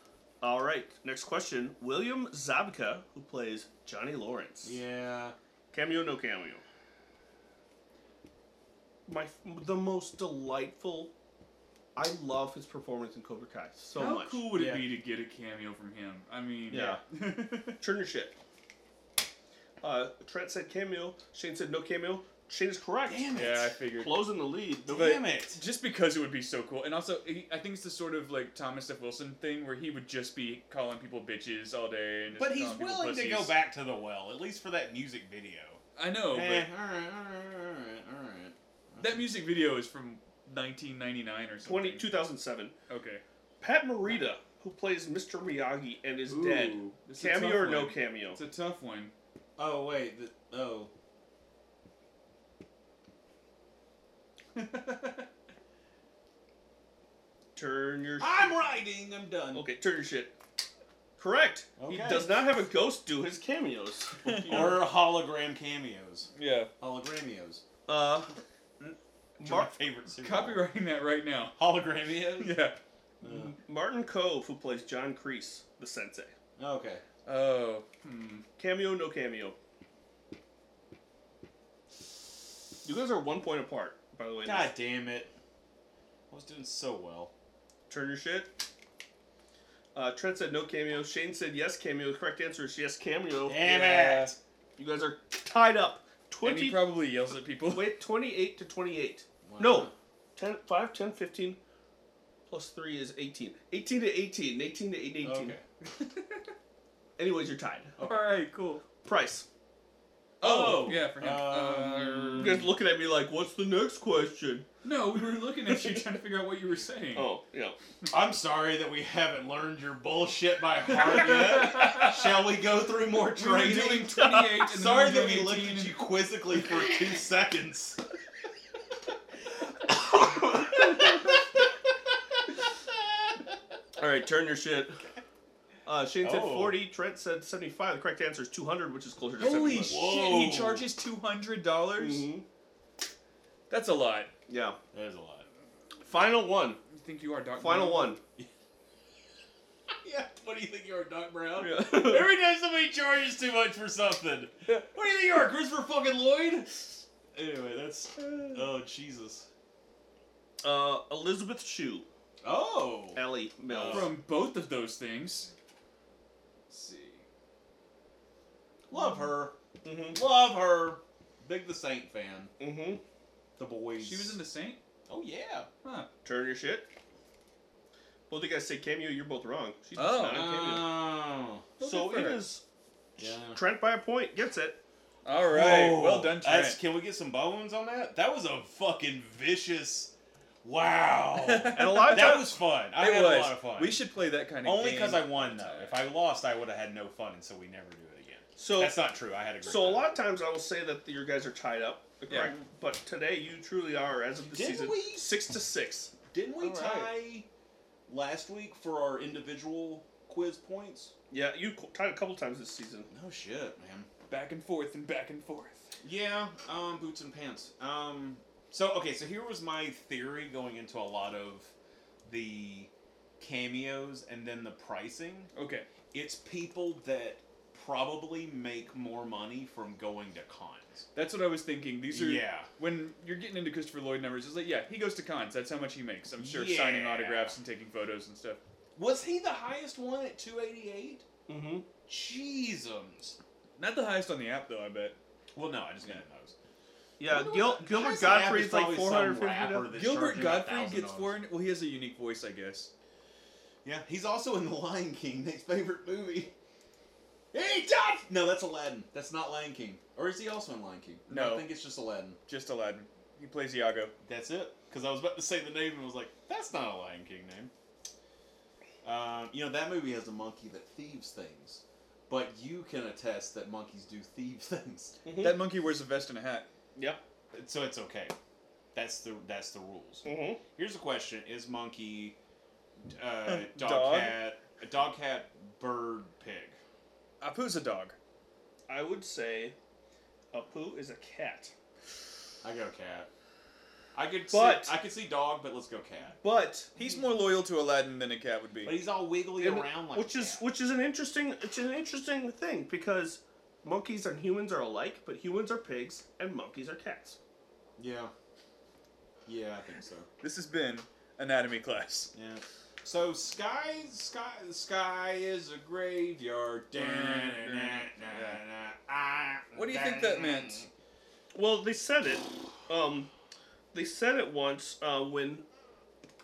Speaker 1: All right. Next question. William Zabka, who plays Johnny Lawrence.
Speaker 4: Yeah.
Speaker 1: Cameo, no cameo. My the most delightful. I love his performance in Cobra Kai so
Speaker 3: How
Speaker 1: much.
Speaker 3: cool would it
Speaker 4: Yeah.
Speaker 3: be to get a cameo from him? I mean,
Speaker 1: Yeah. Turn your shit. Uh, Trent said cameo. Shane said no cameo. Shane is correct.
Speaker 2: Damn it.
Speaker 3: yeah, I figured.
Speaker 1: Closing the lead.
Speaker 3: But
Speaker 2: Damn it.
Speaker 3: Just because it would be so cool, and also he- I think it's the sort of like Thomas F. Wilson thing where he would just be calling people bitches all day. And just
Speaker 2: But he's
Speaker 3: calling people
Speaker 2: willing to go
Speaker 3: pussies.
Speaker 2: back to the well, at least for that music video.
Speaker 3: I know,
Speaker 4: Eh,
Speaker 3: but
Speaker 4: all right, all right, all right, all right.
Speaker 3: that music video is from 1999 or something.
Speaker 1: 20, 2007.
Speaker 3: Okay.
Speaker 1: Pat Morita, who plays Mr. Miyagi and is dead.
Speaker 3: Ooh, this is a
Speaker 1: Cameo
Speaker 3: tough
Speaker 1: or no
Speaker 3: one.
Speaker 1: cameo?
Speaker 3: It's a tough one.
Speaker 4: Oh wait, the, oh.
Speaker 1: Turn your.
Speaker 4: I'm riding. I'm done.
Speaker 1: Ah! Okay, turn your shit. Correct. He
Speaker 4: Okay.
Speaker 1: does not have a ghost do his cameos.
Speaker 4: Or hologram cameos.
Speaker 3: Yeah.
Speaker 4: Hologramios.
Speaker 1: uh,
Speaker 2: It's
Speaker 1: Mark,
Speaker 2: my favorite series.
Speaker 3: Copywriting that right now.
Speaker 2: Hologramios?
Speaker 3: Yeah.
Speaker 1: Martin Cove, who plays John Kreese, the sensei.
Speaker 4: Okay.
Speaker 3: Oh. Hmm.
Speaker 1: Cameo, no cameo. You guys are one point apart, by the way.
Speaker 4: God damn it! I was doing so well.
Speaker 1: Turn your shit. Uh, Trent said no cameo. Shane said yes cameo. The correct answer is yes cameo.
Speaker 4: Damn
Speaker 3: Yeah.
Speaker 4: it!
Speaker 1: You guys are tied up.
Speaker 3: And
Speaker 1: 20,
Speaker 3: he probably yells at people.
Speaker 1: wait, 28 to 28.
Speaker 4: Wow.
Speaker 1: No. 10, 5, 10, 15 plus 3 is 18. 18 to 18. 18 to 18.
Speaker 4: Okay.
Speaker 1: Anyways, you're tied.
Speaker 3: All right. Cool.
Speaker 1: Price.
Speaker 5: Oh,
Speaker 3: yeah, for him.
Speaker 1: You
Speaker 3: Uh,
Speaker 1: guys looking at me like, what's the next question?
Speaker 3: no, we were looking at you trying to figure out what you were saying.
Speaker 1: Oh, yeah.
Speaker 2: I'm sorry that we haven't learned your bullshit by heart yet. Shall we go through more
Speaker 3: we were
Speaker 2: training?
Speaker 3: doing 28 and then
Speaker 2: sorry
Speaker 3: we were
Speaker 2: that we
Speaker 3: doing
Speaker 2: looked
Speaker 3: 18
Speaker 2: at
Speaker 3: and-
Speaker 2: you quizzically for two seconds.
Speaker 1: All right, turn your shit. Uh, Shane said
Speaker 2: Oh.
Speaker 1: 40. Trent said 75. The correct answer is 200, which is closer to
Speaker 3: Holy
Speaker 1: 75.
Speaker 3: shit,
Speaker 2: Whoa.
Speaker 3: he charges $200? dollars
Speaker 1: Mhm.
Speaker 3: Mm-hmm. That's a lot.
Speaker 1: Yeah.
Speaker 2: There's a lot.
Speaker 1: Final one.
Speaker 3: You think you are Doc
Speaker 1: Final
Speaker 3: Brown?
Speaker 1: one.
Speaker 2: Yeah, what do you think you are, Doc Brown?
Speaker 1: Yeah.
Speaker 2: Every time somebody charges too much for something. What do you think you are, Christopher fucking Lloyd? Anyway, that's oh Jesus.
Speaker 1: uh, Elizabeth Shue.
Speaker 2: Oh,
Speaker 1: Ellie Mills.
Speaker 3: From both of those things. Let's see.
Speaker 2: love her,
Speaker 1: Mhm.
Speaker 2: love her. Big the Saint fan.
Speaker 1: Mm-hmm.
Speaker 2: The boys.
Speaker 3: She was in The Saint?
Speaker 2: Oh yeah.
Speaker 3: Huh.
Speaker 1: Turn your shit. Both you guys say cameo. You're both wrong. She's
Speaker 3: Oh.
Speaker 1: not in cameo.
Speaker 2: Oh.
Speaker 3: Well,
Speaker 1: so
Speaker 3: good
Speaker 1: it
Speaker 3: for her.
Speaker 1: is
Speaker 2: Yeah.
Speaker 1: Trent by a point. Gets it.
Speaker 3: All right.
Speaker 2: Whoa,
Speaker 3: Oh, well done,
Speaker 2: that's-
Speaker 3: Trent.
Speaker 2: Can we get some bones on that? That was a fucking vicious. Wow.
Speaker 1: And a lot of
Speaker 2: that
Speaker 1: times,
Speaker 2: was fun. I had a lot of fun.
Speaker 3: We should play that kind of
Speaker 2: Only
Speaker 3: game.
Speaker 2: because I won though. If I lost, I would have had no fun, and so we never do it again.
Speaker 1: So-
Speaker 2: that's not true. I had a great
Speaker 1: so a
Speaker 2: time.
Speaker 1: lot of times I will say that your guys are tied up. the
Speaker 3: Yeah.
Speaker 1: correct- But today you truly are, as of the
Speaker 2: Didn't
Speaker 1: season,
Speaker 2: we-
Speaker 1: six to six.
Speaker 2: Didn't we
Speaker 3: All
Speaker 2: tie
Speaker 3: right.
Speaker 2: last week for our individual quiz points?
Speaker 1: Yeah, you co- tied a couple times this season.
Speaker 2: No shit, man.
Speaker 3: Back and forth and back and forth.
Speaker 2: Yeah, um, boots and pants. Um, so okay, so here was my theory going into a lot of the cameos and then the pricing.
Speaker 3: Okay.
Speaker 2: It's people that probably make more money from going to cons.
Speaker 3: That's what I was thinking. These are
Speaker 2: Yeah.
Speaker 3: When you're getting into Christopher Lloyd numbers, it's like yeah, he goes to cons. That's how much he makes. I'm sure signing
Speaker 2: Yeah.
Speaker 3: autographs and taking photos and stuff.
Speaker 2: Was he the highest one at 288?
Speaker 1: Mm-hmm.
Speaker 2: Jeezums.
Speaker 3: Not the highest on the app though. I bet.
Speaker 2: Well, no, I just got to those.
Speaker 1: Yeah, Gil- Gilbert Gottfried's like 450.
Speaker 2: that's
Speaker 3: Gilbert
Speaker 2: charging a
Speaker 3: Godfrey
Speaker 2: thousand
Speaker 3: gets
Speaker 2: dollars.
Speaker 3: four. hun- Well, he has a unique voice, I guess.
Speaker 2: Yeah, he's also in The Lion King, Nick's favorite movie. Hey, Todd! No, that's Aladdin. That's not Lion King. Or is he also in Lion King? I
Speaker 3: No.
Speaker 2: think it's just Aladdin.
Speaker 3: Just Aladdin. He plays Iago.
Speaker 2: That's it. Because I was about to say the name and was like, that's not a Lion King name. Um, you know, that movie has a monkey that thieves things. But you can attest that monkeys do thieve things.
Speaker 3: That monkey wears a vest and a hat.
Speaker 1: Yep.
Speaker 2: so it's okay. That's the that's the rules.
Speaker 1: Mm-hmm.
Speaker 2: Here's a question: Is monkey, uh, dog,
Speaker 3: Dog?
Speaker 2: cat, dog cat, bird, pig?
Speaker 3: Apu's a dog.
Speaker 1: I would say Apu is a cat.
Speaker 2: I go cat. I could
Speaker 1: But-
Speaker 2: see, I could see dog, but let's go cat.
Speaker 1: But
Speaker 3: He's more loyal to Aladdin than a cat would
Speaker 2: But
Speaker 3: be.
Speaker 2: he's all wiggly
Speaker 1: And-
Speaker 2: around like
Speaker 1: which is
Speaker 2: cat.
Speaker 1: which is an interesting it's an interesting thing because monkeys and humans are alike, but humans are pigs and monkeys are cats.
Speaker 2: yeah, yeah, I think so.
Speaker 3: This has been anatomy class.
Speaker 2: Yeah. So sky, sky, sky is a graveyard. Ah,
Speaker 3: What do you think that meant?
Speaker 1: Well, they said it. Um, they said it once uh, when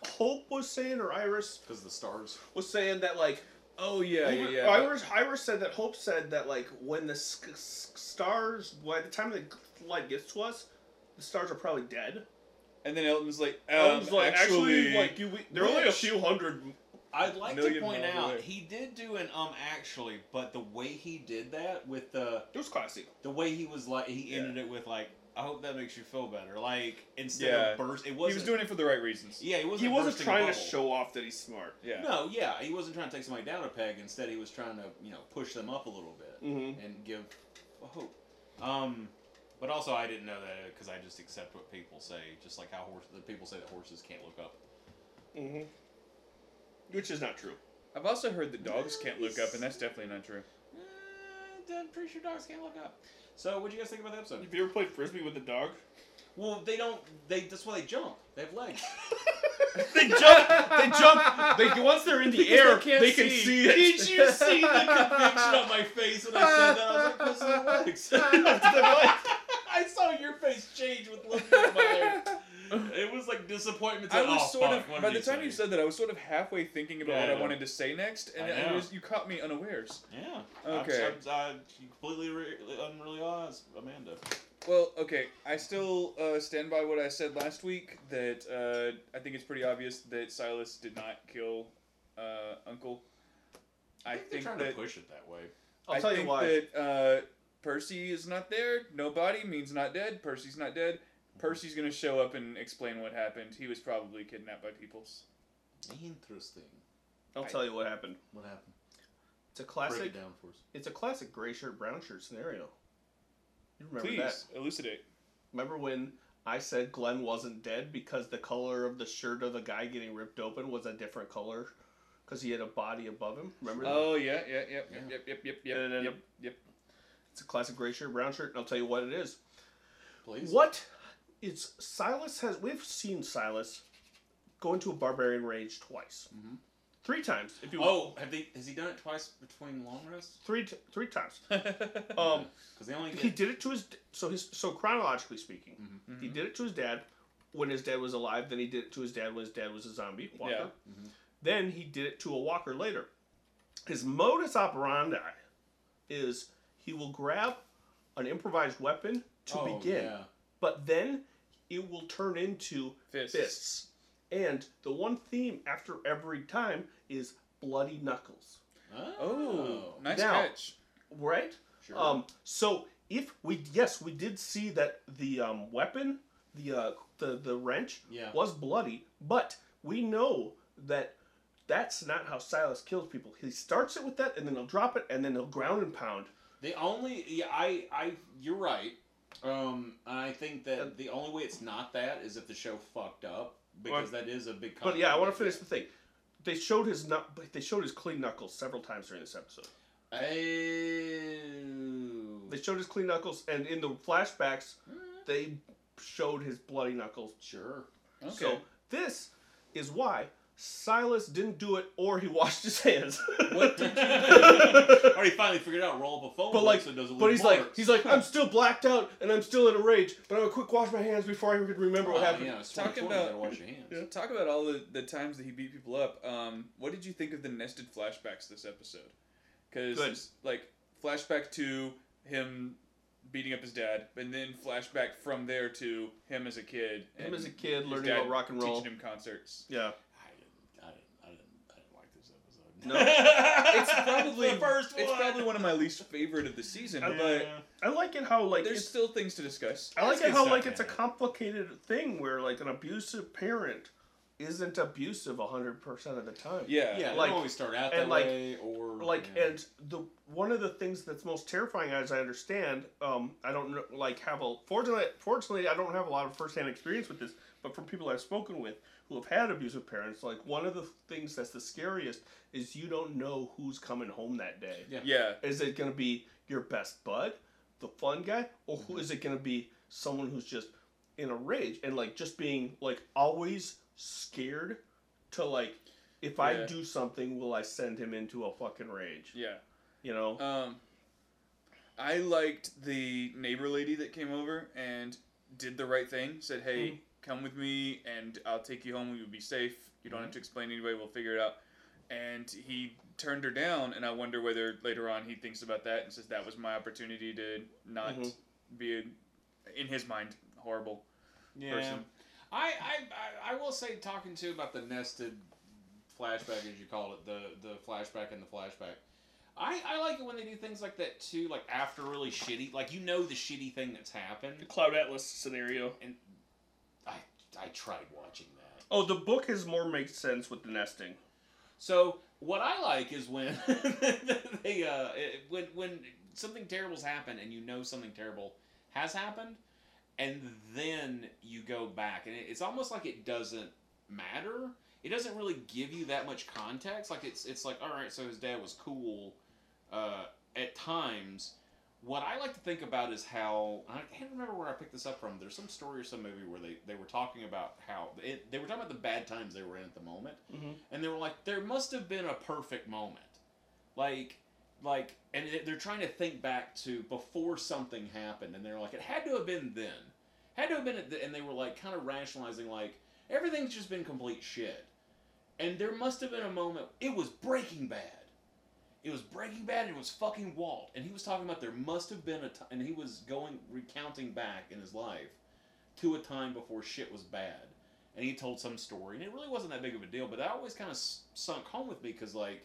Speaker 1: Hope was saying or Iris
Speaker 2: Because the stars.
Speaker 1: was saying that like
Speaker 3: Oh yeah, yeah, yeah.
Speaker 1: Iris, Iris said that Hope said that like when the sk- sk- stars by the time the light gets to us, the stars are probably dead.
Speaker 3: And then Elton's like, um,
Speaker 1: I was like,
Speaker 3: actually,
Speaker 1: actually, like you, we, there are only a
Speaker 2: which-
Speaker 1: few hundred
Speaker 2: I'd like to
Speaker 3: Million
Speaker 2: point
Speaker 3: miles
Speaker 2: out
Speaker 3: away.
Speaker 2: he did do an um actually, but the way he did that with the
Speaker 1: It was classy.
Speaker 2: the way he was like he ended it with like I hope that makes you feel better. Like instead of
Speaker 3: Yeah.
Speaker 2: burst, it
Speaker 3: he
Speaker 2: wasn't.
Speaker 3: was doing it for the right reasons.
Speaker 2: Yeah, he wasn't.
Speaker 1: He wasn't
Speaker 2: bursting a
Speaker 1: trying to
Speaker 2: bubble.
Speaker 1: show off that he's smart.
Speaker 3: Yeah.
Speaker 2: No, yeah, he wasn't trying to take somebody down a peg. Instead, he was trying to you know push them up a little bit
Speaker 1: Mhm.
Speaker 3: Mm-hmm.
Speaker 2: and give hope. Um, but also I didn't know that because I just accept what people say, just like how horse the people say that horses can't look up.
Speaker 1: mm-hmm. Which is not true.
Speaker 3: I've also heard that dogs can't look up, and that's definitely not true.
Speaker 2: Uh, Eh, I'm pretty sure dogs can't look up. So, what do you guys think about the episode?
Speaker 1: Have you ever played frisbee with a dog?
Speaker 2: Well, they don't. They that's why they jump. They have legs.
Speaker 1: They jump. They jump. They once they're in the air,
Speaker 3: can't
Speaker 1: they can
Speaker 3: see.
Speaker 1: see it.
Speaker 2: Did you see the conviction on my face when I said that? I was like, "That's the legs." I saw your face change with looking at my hair. It was like
Speaker 6: disappointment.
Speaker 3: I
Speaker 6: at,
Speaker 3: was
Speaker 6: "Oh,
Speaker 3: sort
Speaker 6: fuck,
Speaker 3: of
Speaker 6: what
Speaker 3: by
Speaker 6: did
Speaker 3: the
Speaker 6: he
Speaker 3: time
Speaker 6: say?"
Speaker 3: you said that, I was sort of halfway thinking about
Speaker 6: Yeah, I
Speaker 3: what I
Speaker 6: know.
Speaker 3: wanted to say next, and
Speaker 6: I
Speaker 3: it
Speaker 6: know.
Speaker 3: was, you caught me unawares.
Speaker 6: Yeah.
Speaker 3: Okay.
Speaker 6: I'm, I'm, I completely re- unrealized Amanda.
Speaker 3: Well, okay, I still uh, stand by what I said last week that uh, I think it's pretty obvious that Silas did not kill uh, Uncle. I
Speaker 6: they're
Speaker 3: think
Speaker 6: trying
Speaker 3: that
Speaker 6: to push it that way.
Speaker 1: I'll
Speaker 3: I
Speaker 1: tell you
Speaker 3: think
Speaker 1: why.
Speaker 3: that uh, Percy is not there. No body means not dead. Percy's not dead.
Speaker 1: Mm-hmm.
Speaker 3: Percy's gonna show up and explain what happened. He was probably kidnapped by peoples.
Speaker 2: Interesting.
Speaker 1: I'll tell you what happened.
Speaker 2: What happened?
Speaker 1: It's a
Speaker 2: Break
Speaker 1: classic.
Speaker 2: it down for us.
Speaker 1: It's a classic gray shirt, brown shirt scenario. You remember
Speaker 3: Please
Speaker 1: that?
Speaker 3: elucidate.
Speaker 1: Remember when I said Glenn wasn't dead because the color of the shirt of the guy getting ripped open was a different color because he had a body above him? Remember that?
Speaker 3: Oh yeah, yeah, yeah, yep, yep, yep, yep, yep,
Speaker 1: And then-
Speaker 3: yep, yep.
Speaker 1: It's a classic gray shirt, brown shirt, and I'll tell you what it is.
Speaker 2: Please.
Speaker 1: What is Silas has we've seen Silas go into a barbarian rage twice. Three times if you
Speaker 6: Oh, have they? Has he done it twice between long rests?
Speaker 1: three t- three times. um
Speaker 6: Because they only
Speaker 1: he
Speaker 6: get.
Speaker 1: did it to his so his so chronologically speaking,
Speaker 2: Mm-hmm.
Speaker 1: he did it to his dad when his dad was alive. Then he did it to his dad when his dad was a zombie walker.
Speaker 2: Mm-hmm.
Speaker 1: Then he did it to a walker later. His modus operandi is he will grab an improvised weapon to
Speaker 2: Oh,
Speaker 1: begin,
Speaker 2: yeah.
Speaker 1: but then it will turn into
Speaker 3: Fists.
Speaker 1: fists. And the one theme after every time is bloody knuckles.
Speaker 3: Oh, nice
Speaker 1: Now-
Speaker 3: catch.
Speaker 1: Right? Sure. Um, so if we yes, we did see that the um, weapon, the uh, the the wrench
Speaker 2: Yeah.
Speaker 1: was bloody, but we know that that's not how Silas kills people. He starts it with that and then he'll drop it and then he'll ground and pound.
Speaker 2: The only yeah, I I you're right. Um, and I think that the only way it's not that is if the show fucked up because that is a big.
Speaker 1: But yeah, I want to finish the thing. They showed his knuck they showed his clean knuckles several times during this episode.
Speaker 2: Oh,
Speaker 1: They showed his clean knuckles and in the flashbacks they showed his bloody knuckles
Speaker 2: sure.
Speaker 3: Okay.
Speaker 1: So this is why Silas didn't do it, or he washed his hands.
Speaker 2: What did you? I already finally figured out. Roll up a phone.
Speaker 1: but like,
Speaker 2: so it doesn't
Speaker 1: but
Speaker 2: leave
Speaker 1: he's like,
Speaker 2: marks.
Speaker 1: he's like, I'm still blacked out and I'm still in a rage, but I'm gonna quick wash my hands before I can remember
Speaker 2: Oh,
Speaker 1: what happened.
Speaker 2: yeah, it's
Speaker 3: Talking
Speaker 2: 2020,
Speaker 3: about-
Speaker 2: gotta wash your hands.
Speaker 3: Talk about all the, the times that he beat people up. Um, what did you think of the nested flashbacks this episode?
Speaker 1: Good.
Speaker 3: Because like flashback to him beating up his dad, and then flashback from there to him as a kid.
Speaker 1: Him
Speaker 3: and
Speaker 1: as a kid
Speaker 3: his
Speaker 1: learning
Speaker 3: dad
Speaker 1: about rock and roll.
Speaker 3: teaching him concerts.
Speaker 1: Yeah.
Speaker 2: I didn't, I didn't, I didn't, I didn't like this episode.
Speaker 3: It's probably
Speaker 2: the first
Speaker 3: It's
Speaker 2: one.
Speaker 3: probably one of my least favorite of the season, but
Speaker 1: I like it how like
Speaker 3: there's
Speaker 1: it's,
Speaker 3: still things to discuss.
Speaker 1: I like
Speaker 2: good
Speaker 1: it how
Speaker 2: stuff,
Speaker 1: like it's a
Speaker 2: man.
Speaker 1: complicated thing where like an abusive parent isn't abusive hundred percent of the time.
Speaker 3: Yeah.
Speaker 2: yeah,
Speaker 1: like-
Speaker 2: like always start out
Speaker 1: and
Speaker 2: that
Speaker 1: like-
Speaker 2: way, or
Speaker 1: like
Speaker 2: yeah.
Speaker 1: and the one of the things that's most terrifying as i understand um i don't know, like have a fortunately fortunately i don't have a lot of first-hand experience with this but from people i've spoken with who have had abusive parents like one of the things that's the scariest is you don't know who's coming home that day
Speaker 2: Yeah.
Speaker 3: Yeah.
Speaker 1: is it going to be your best bud the fun guy or who is it going to be someone who's just in a rage and like just being like always scared to like if I
Speaker 3: Yeah.
Speaker 1: do something, will I send him into a fucking rage?
Speaker 3: Yeah.
Speaker 1: You know,
Speaker 3: Um, I liked the neighbor lady that came over and did the right thing. Said, "Hey, come with me, and I'll take you home. You'll be safe. You don't have to explain to anybody. We'll figure it out." And he turned her down, and I wonder whether later on he thinks about that and says that was my opportunity to not
Speaker 1: Mhm.
Speaker 3: be, a, in his mind, horrible.
Speaker 2: yeah.
Speaker 3: person.
Speaker 2: I, I, I I will say talking to about the nested flashback as you called it, the the flashback and the flashback. I, I like it when they do things like that too, like after really shitty, like you know the shitty thing that's happened.
Speaker 1: Cloud Atlas scenario.
Speaker 2: And I I tried watching that.
Speaker 1: Oh, the book has more makes sense with the nesting.
Speaker 2: So what I like is when they uh it- when when something terrible's happened and you know something terrible has happened, and then you go back and it, it's almost like it doesn't matter. It doesn't really give you that much context. Like it's it's like all right, so his dad was cool. Uh, at times, what I like to think about is how I can't remember where I picked this up from. There's some story or some movie where they, they were talking about how it, they were talking about the bad times they were in at the moment, and they were like, there must have been a perfect moment, like like, and it- they're trying to think back to before something happened, and they're like, it had to have been then, had to have been, at the, and they were like kind of rationalizing like, Everything's just been complete shit. And there must have been a moment. It was Breaking Bad. It was Breaking Bad. And it was fucking Walt, and he was talking about there must have been a time, and he was going recounting back in his life to a time before shit was bad, and he told some story, and it really wasn't that big of a deal. But that always kind of sunk home with me because, like,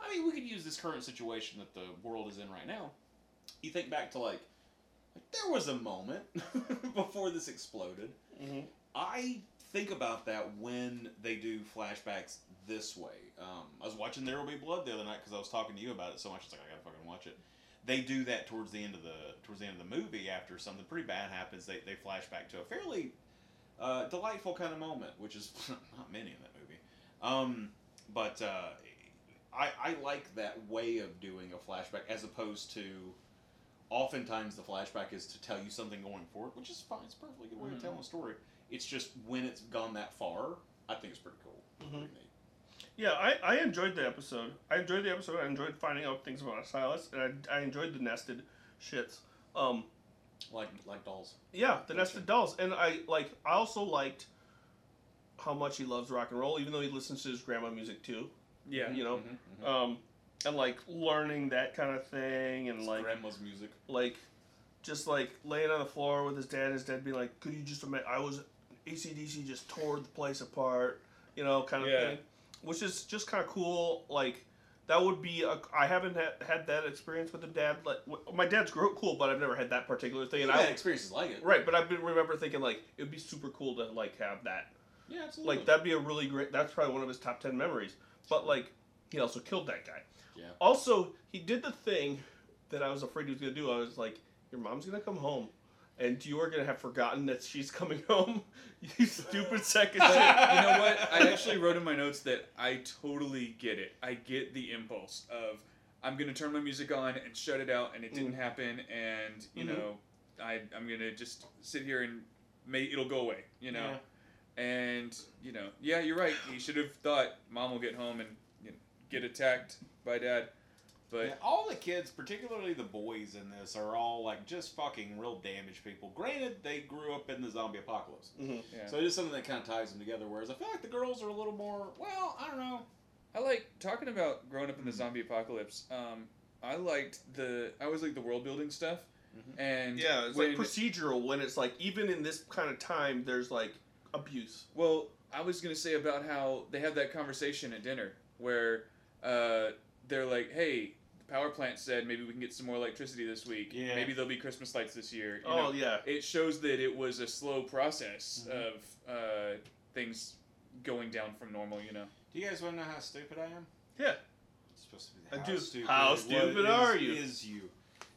Speaker 2: I mean, we could use this current situation that the world is in right now. You think back to like, like there was a moment before this exploded. I think about that when they do flashbacks this way. Um, I was watching There Will Be Blood the other night because I was talking to you about it so much. It's like I gotta fucking watch it. They do that towards the end of the towards the end of the movie after something pretty bad happens. They they flash back to a fairly uh, delightful kind of moment, which is not many in that movie. Um, but uh, I I like that way of doing a flashback as opposed to oftentimes the flashback is to tell you something going forward, which is fine. It's a perfectly good way of telling a story. It's just when it's gone that far, I think it's pretty cool. Pretty neat.
Speaker 1: Yeah, I, I enjoyed the episode. I enjoyed the episode. I enjoyed finding out things about Silas, and I, I enjoyed the nested shits. Um,
Speaker 2: Like like dolls.
Speaker 1: yeah, the nested dolls, and I like. I also liked how much he loves rock and roll, even though he listens to his grandma music too.
Speaker 3: Yeah. Mm-hmm.
Speaker 1: You know, um, and like learning that kind of thing, and like
Speaker 2: Grandma's music.
Speaker 1: like just like laying on the floor with his dad and his dad being like could you just imagine i was acdc just tore the place apart you know kind of
Speaker 3: Yeah.
Speaker 1: thing which is just kind of cool like that would be a, i haven't had, had that experience with a dad like wh- my dad's gro- cool but i've never had that particular thing and
Speaker 2: I had
Speaker 1: i
Speaker 2: experiences like it.
Speaker 1: right but i been remember thinking like it would be super cool to like have that
Speaker 2: Yeah, absolutely.
Speaker 1: like that'd be a really great that's probably one of his top 10 memories but like he also killed that guy
Speaker 2: Yeah.
Speaker 1: also, he did the thing that I was afraid he was gonna do. I was like, "Your mom's gonna come home, and you are gonna have forgotten that she's coming home." You stupid sack of shit.
Speaker 3: you know what? I actually wrote in my notes that I totally get it. I get the impulse of I'm gonna turn my music on and shut it out, and it
Speaker 2: Mm.
Speaker 3: didn't happen, and you
Speaker 2: Mm-hmm.
Speaker 3: know, I I'm gonna just sit here and may it'll go away, you know. And you know, yeah, you're right. He should have thought mom will get home and you know, get attacked by dad, but
Speaker 2: Yeah, all the kids, particularly the boys in this, are all like just fucking real damaged people. Granted, they grew up in the zombie apocalypse,
Speaker 1: Mm-hmm.
Speaker 3: Yeah.
Speaker 2: so it is something that kind of ties them together. Whereas I feel like the girls are a little more. Well, I don't know.
Speaker 3: I like talking about growing up in
Speaker 2: Mm-hmm.
Speaker 3: the zombie apocalypse. Um, I liked the I always like the world building stuff,
Speaker 2: Mm-hmm.
Speaker 3: and
Speaker 1: Yeah, it's
Speaker 3: when,
Speaker 1: like procedural when it's like even in this kind of time, there's like abuse.
Speaker 3: well, I was gonna say about how they have that conversation at dinner where uh, they're like, "Hey, the power plant said maybe we can get some more electricity this week.
Speaker 2: Yeah.
Speaker 3: Maybe there'll be Christmas lights this year." you
Speaker 1: Oh,
Speaker 3: know?
Speaker 1: yeah. Mm-hmm.
Speaker 3: it shows that it was a slow process of uh, things going down from normal. You know,
Speaker 2: Do you guys want to know how stupid I am?
Speaker 1: Yeah.
Speaker 2: It's supposed to be
Speaker 1: I
Speaker 2: how
Speaker 1: do.
Speaker 2: stupid.
Speaker 1: How
Speaker 2: what
Speaker 1: stupid
Speaker 2: is-
Speaker 1: are you?
Speaker 2: Is you?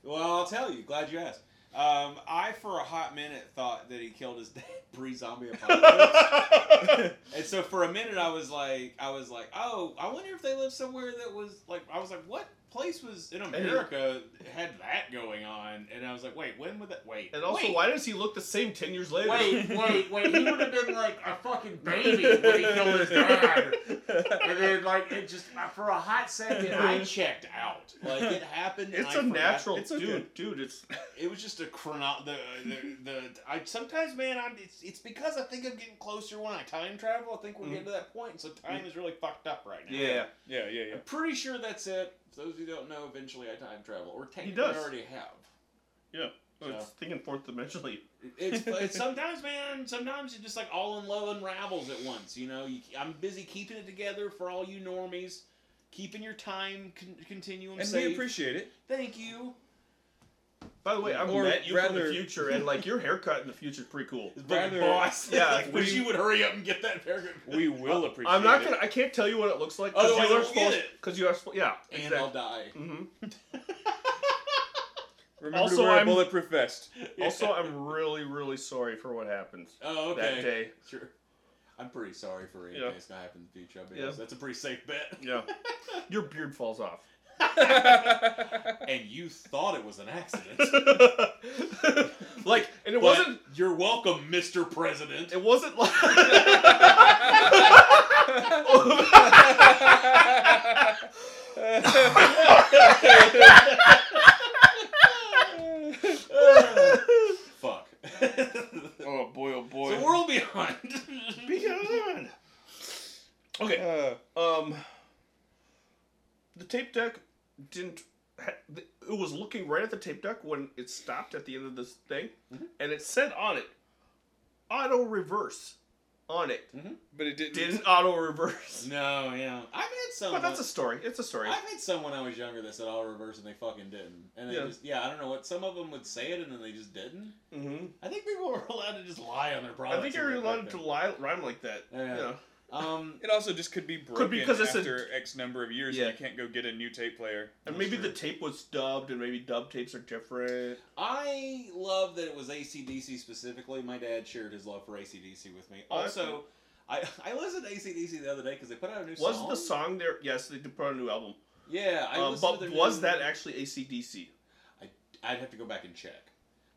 Speaker 2: Well, I'll tell you. Glad you asked. Um, I for a hot minute thought that he killed his dad pre-zombie apocalypse, and so for a minute I was like, I was like, oh, I wonder if they lived somewhere that was like, I was like, what place was in America had that going on? And I was like, wait, when would that? Wait,
Speaker 1: And also,
Speaker 2: wait,
Speaker 1: why does he look the same ten years later?
Speaker 7: Wait, wait, wait. He would have been like a fucking baby when he killed his dad. And then, like, it just, for a hot second, I
Speaker 2: I checked out. Like it happened. and
Speaker 1: It's
Speaker 2: I
Speaker 1: a
Speaker 2: forgot-
Speaker 1: natural,
Speaker 2: It's
Speaker 1: dude,
Speaker 2: okay.
Speaker 1: dude. It's
Speaker 2: It was just a chrono. The, the, the I sometimes, man, I'm. It's, it's because I think I'm getting closer when I time travel. I think we're getting to that point, so time is really fucked up right now.
Speaker 1: Mm-hmm. yeah.
Speaker 3: yeah, yeah, yeah.
Speaker 2: I'm pretty sure that's it. For those who don't know, eventually I time travel, or technically
Speaker 1: does.
Speaker 2: I already have.
Speaker 1: Yeah. Oh, It's thinking fourth dimensionally.
Speaker 2: It's, it's sometimes, man. Sometimes it just like all in low unravels at once. You know, you, I'm busy keeping it together for all you normies, keeping your time con- continuum
Speaker 3: and
Speaker 2: safe.
Speaker 3: we appreciate it.
Speaker 2: Thank you.
Speaker 1: By the way, I've
Speaker 3: Or
Speaker 1: met you from the
Speaker 3: rather-
Speaker 1: future, and like your haircut in the future is pretty cool.
Speaker 3: Rather-
Speaker 2: boss.
Speaker 1: Yeah,
Speaker 2: like, wish
Speaker 1: we-
Speaker 2: you would hurry up and get that paragraph.
Speaker 3: We will appreciate.
Speaker 1: I'm not
Speaker 3: it.
Speaker 1: gonna. I can't tell you what it looks like.
Speaker 2: Otherwise I
Speaker 1: you are
Speaker 2: won't get
Speaker 1: supposed.
Speaker 2: it.
Speaker 1: Because you are. spo- Yeah. mm-hmm.
Speaker 2: and
Speaker 1: exactly.
Speaker 2: I'll die.
Speaker 3: Remember
Speaker 1: Also,
Speaker 3: to wear
Speaker 1: I'm-
Speaker 3: a bulletproof vest.
Speaker 1: Also, I'm really, really sorry for what happened
Speaker 2: Oh, okay.
Speaker 1: that day.
Speaker 2: Sure. I'm pretty sorry for anything
Speaker 1: Yeah.
Speaker 2: that's gonna happen in the future. I mean,
Speaker 1: Yeah.
Speaker 2: that's a pretty safe bet.
Speaker 1: Yeah. Your beard falls off.
Speaker 2: and you thought it was an accident.
Speaker 1: like, and it
Speaker 2: But
Speaker 1: wasn't.
Speaker 2: You're welcome, Mr. President.
Speaker 1: It wasn't like.
Speaker 2: Fuck.
Speaker 1: oh boy! Oh boy!
Speaker 2: the world beyond.
Speaker 1: Oh, Beyond. Okay.
Speaker 3: Uh,
Speaker 1: Um, the tape deck didn't. Ha- th- it was looking right at the tape deck when it stopped at the end of this thing,
Speaker 2: Mm-hmm.
Speaker 1: and it said on it, "auto reverse," on it.
Speaker 2: Mm-hmm.
Speaker 3: but it didn't.
Speaker 1: Didn't auto reverse.
Speaker 2: No, yeah. I've had someone.
Speaker 1: But that's a story. It's a story.
Speaker 2: I've had someone when I was younger that said all reverse and they fucking didn't. And they
Speaker 1: Yeah.
Speaker 2: just, yeah, I don't know what. Some of them would say it and then they just didn't.
Speaker 1: Mm-hmm.
Speaker 2: I think people were allowed to just lie on their
Speaker 1: I
Speaker 2: products.
Speaker 1: think
Speaker 2: and
Speaker 1: you're
Speaker 2: look
Speaker 1: allowed
Speaker 2: like
Speaker 1: to
Speaker 2: that.
Speaker 1: lie, rhyme like that.
Speaker 2: Yeah.
Speaker 1: You know.
Speaker 2: Um,
Speaker 3: It also just could be broken
Speaker 1: Could be 'cause it's a-
Speaker 3: after X number of years.
Speaker 1: Yeah.
Speaker 3: and You can't go get a new tape player.
Speaker 1: And maybe the tape was dubbed, and maybe dub tapes are different.
Speaker 2: I love that it was ACDC specifically. My dad shared his love for ACDC with me.
Speaker 1: Oh, that's
Speaker 2: Also, I, I listened to ACDC the other day because they put out a new
Speaker 1: Was
Speaker 2: song.
Speaker 1: the song there? Yes, they did put out a new album.
Speaker 2: Yeah, I
Speaker 1: Um,
Speaker 2: listened to
Speaker 1: but
Speaker 2: their
Speaker 1: was
Speaker 2: new-
Speaker 1: that actually ACDC?
Speaker 2: I'd have to go back and check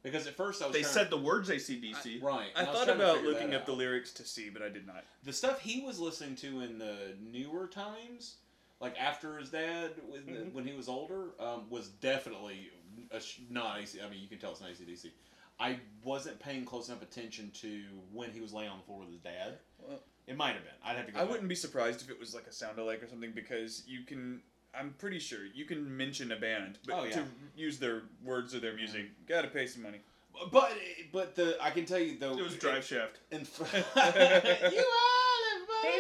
Speaker 2: because at first I was.
Speaker 1: They
Speaker 2: trying
Speaker 1: said the words ACDC.
Speaker 2: Right.
Speaker 3: I
Speaker 2: and was
Speaker 3: thought
Speaker 2: trying to
Speaker 3: about
Speaker 2: figure
Speaker 3: looking
Speaker 2: that
Speaker 3: up the
Speaker 2: out.
Speaker 3: lyrics to see, but I did not.
Speaker 2: the stuff he was listening to in the newer times, like after his dad when,
Speaker 3: Mm-hmm.
Speaker 2: when he was older, um, was definitely a, sh- not AC. I mean, you can tell it's not ACDC. I wasn't paying close enough attention to when he was laying on the floor with his dad. it might have been. I'd have to go.
Speaker 3: I
Speaker 2: back.
Speaker 3: wouldn't be surprised if it was like a sound alike or something because you can. I'm pretty sure you can mention a band, but
Speaker 2: Oh, yeah.
Speaker 3: to use their words or their music, gotta pay some money.
Speaker 2: But but the I can tell you though
Speaker 1: It was Drive Shaft.
Speaker 2: in, you all everybody.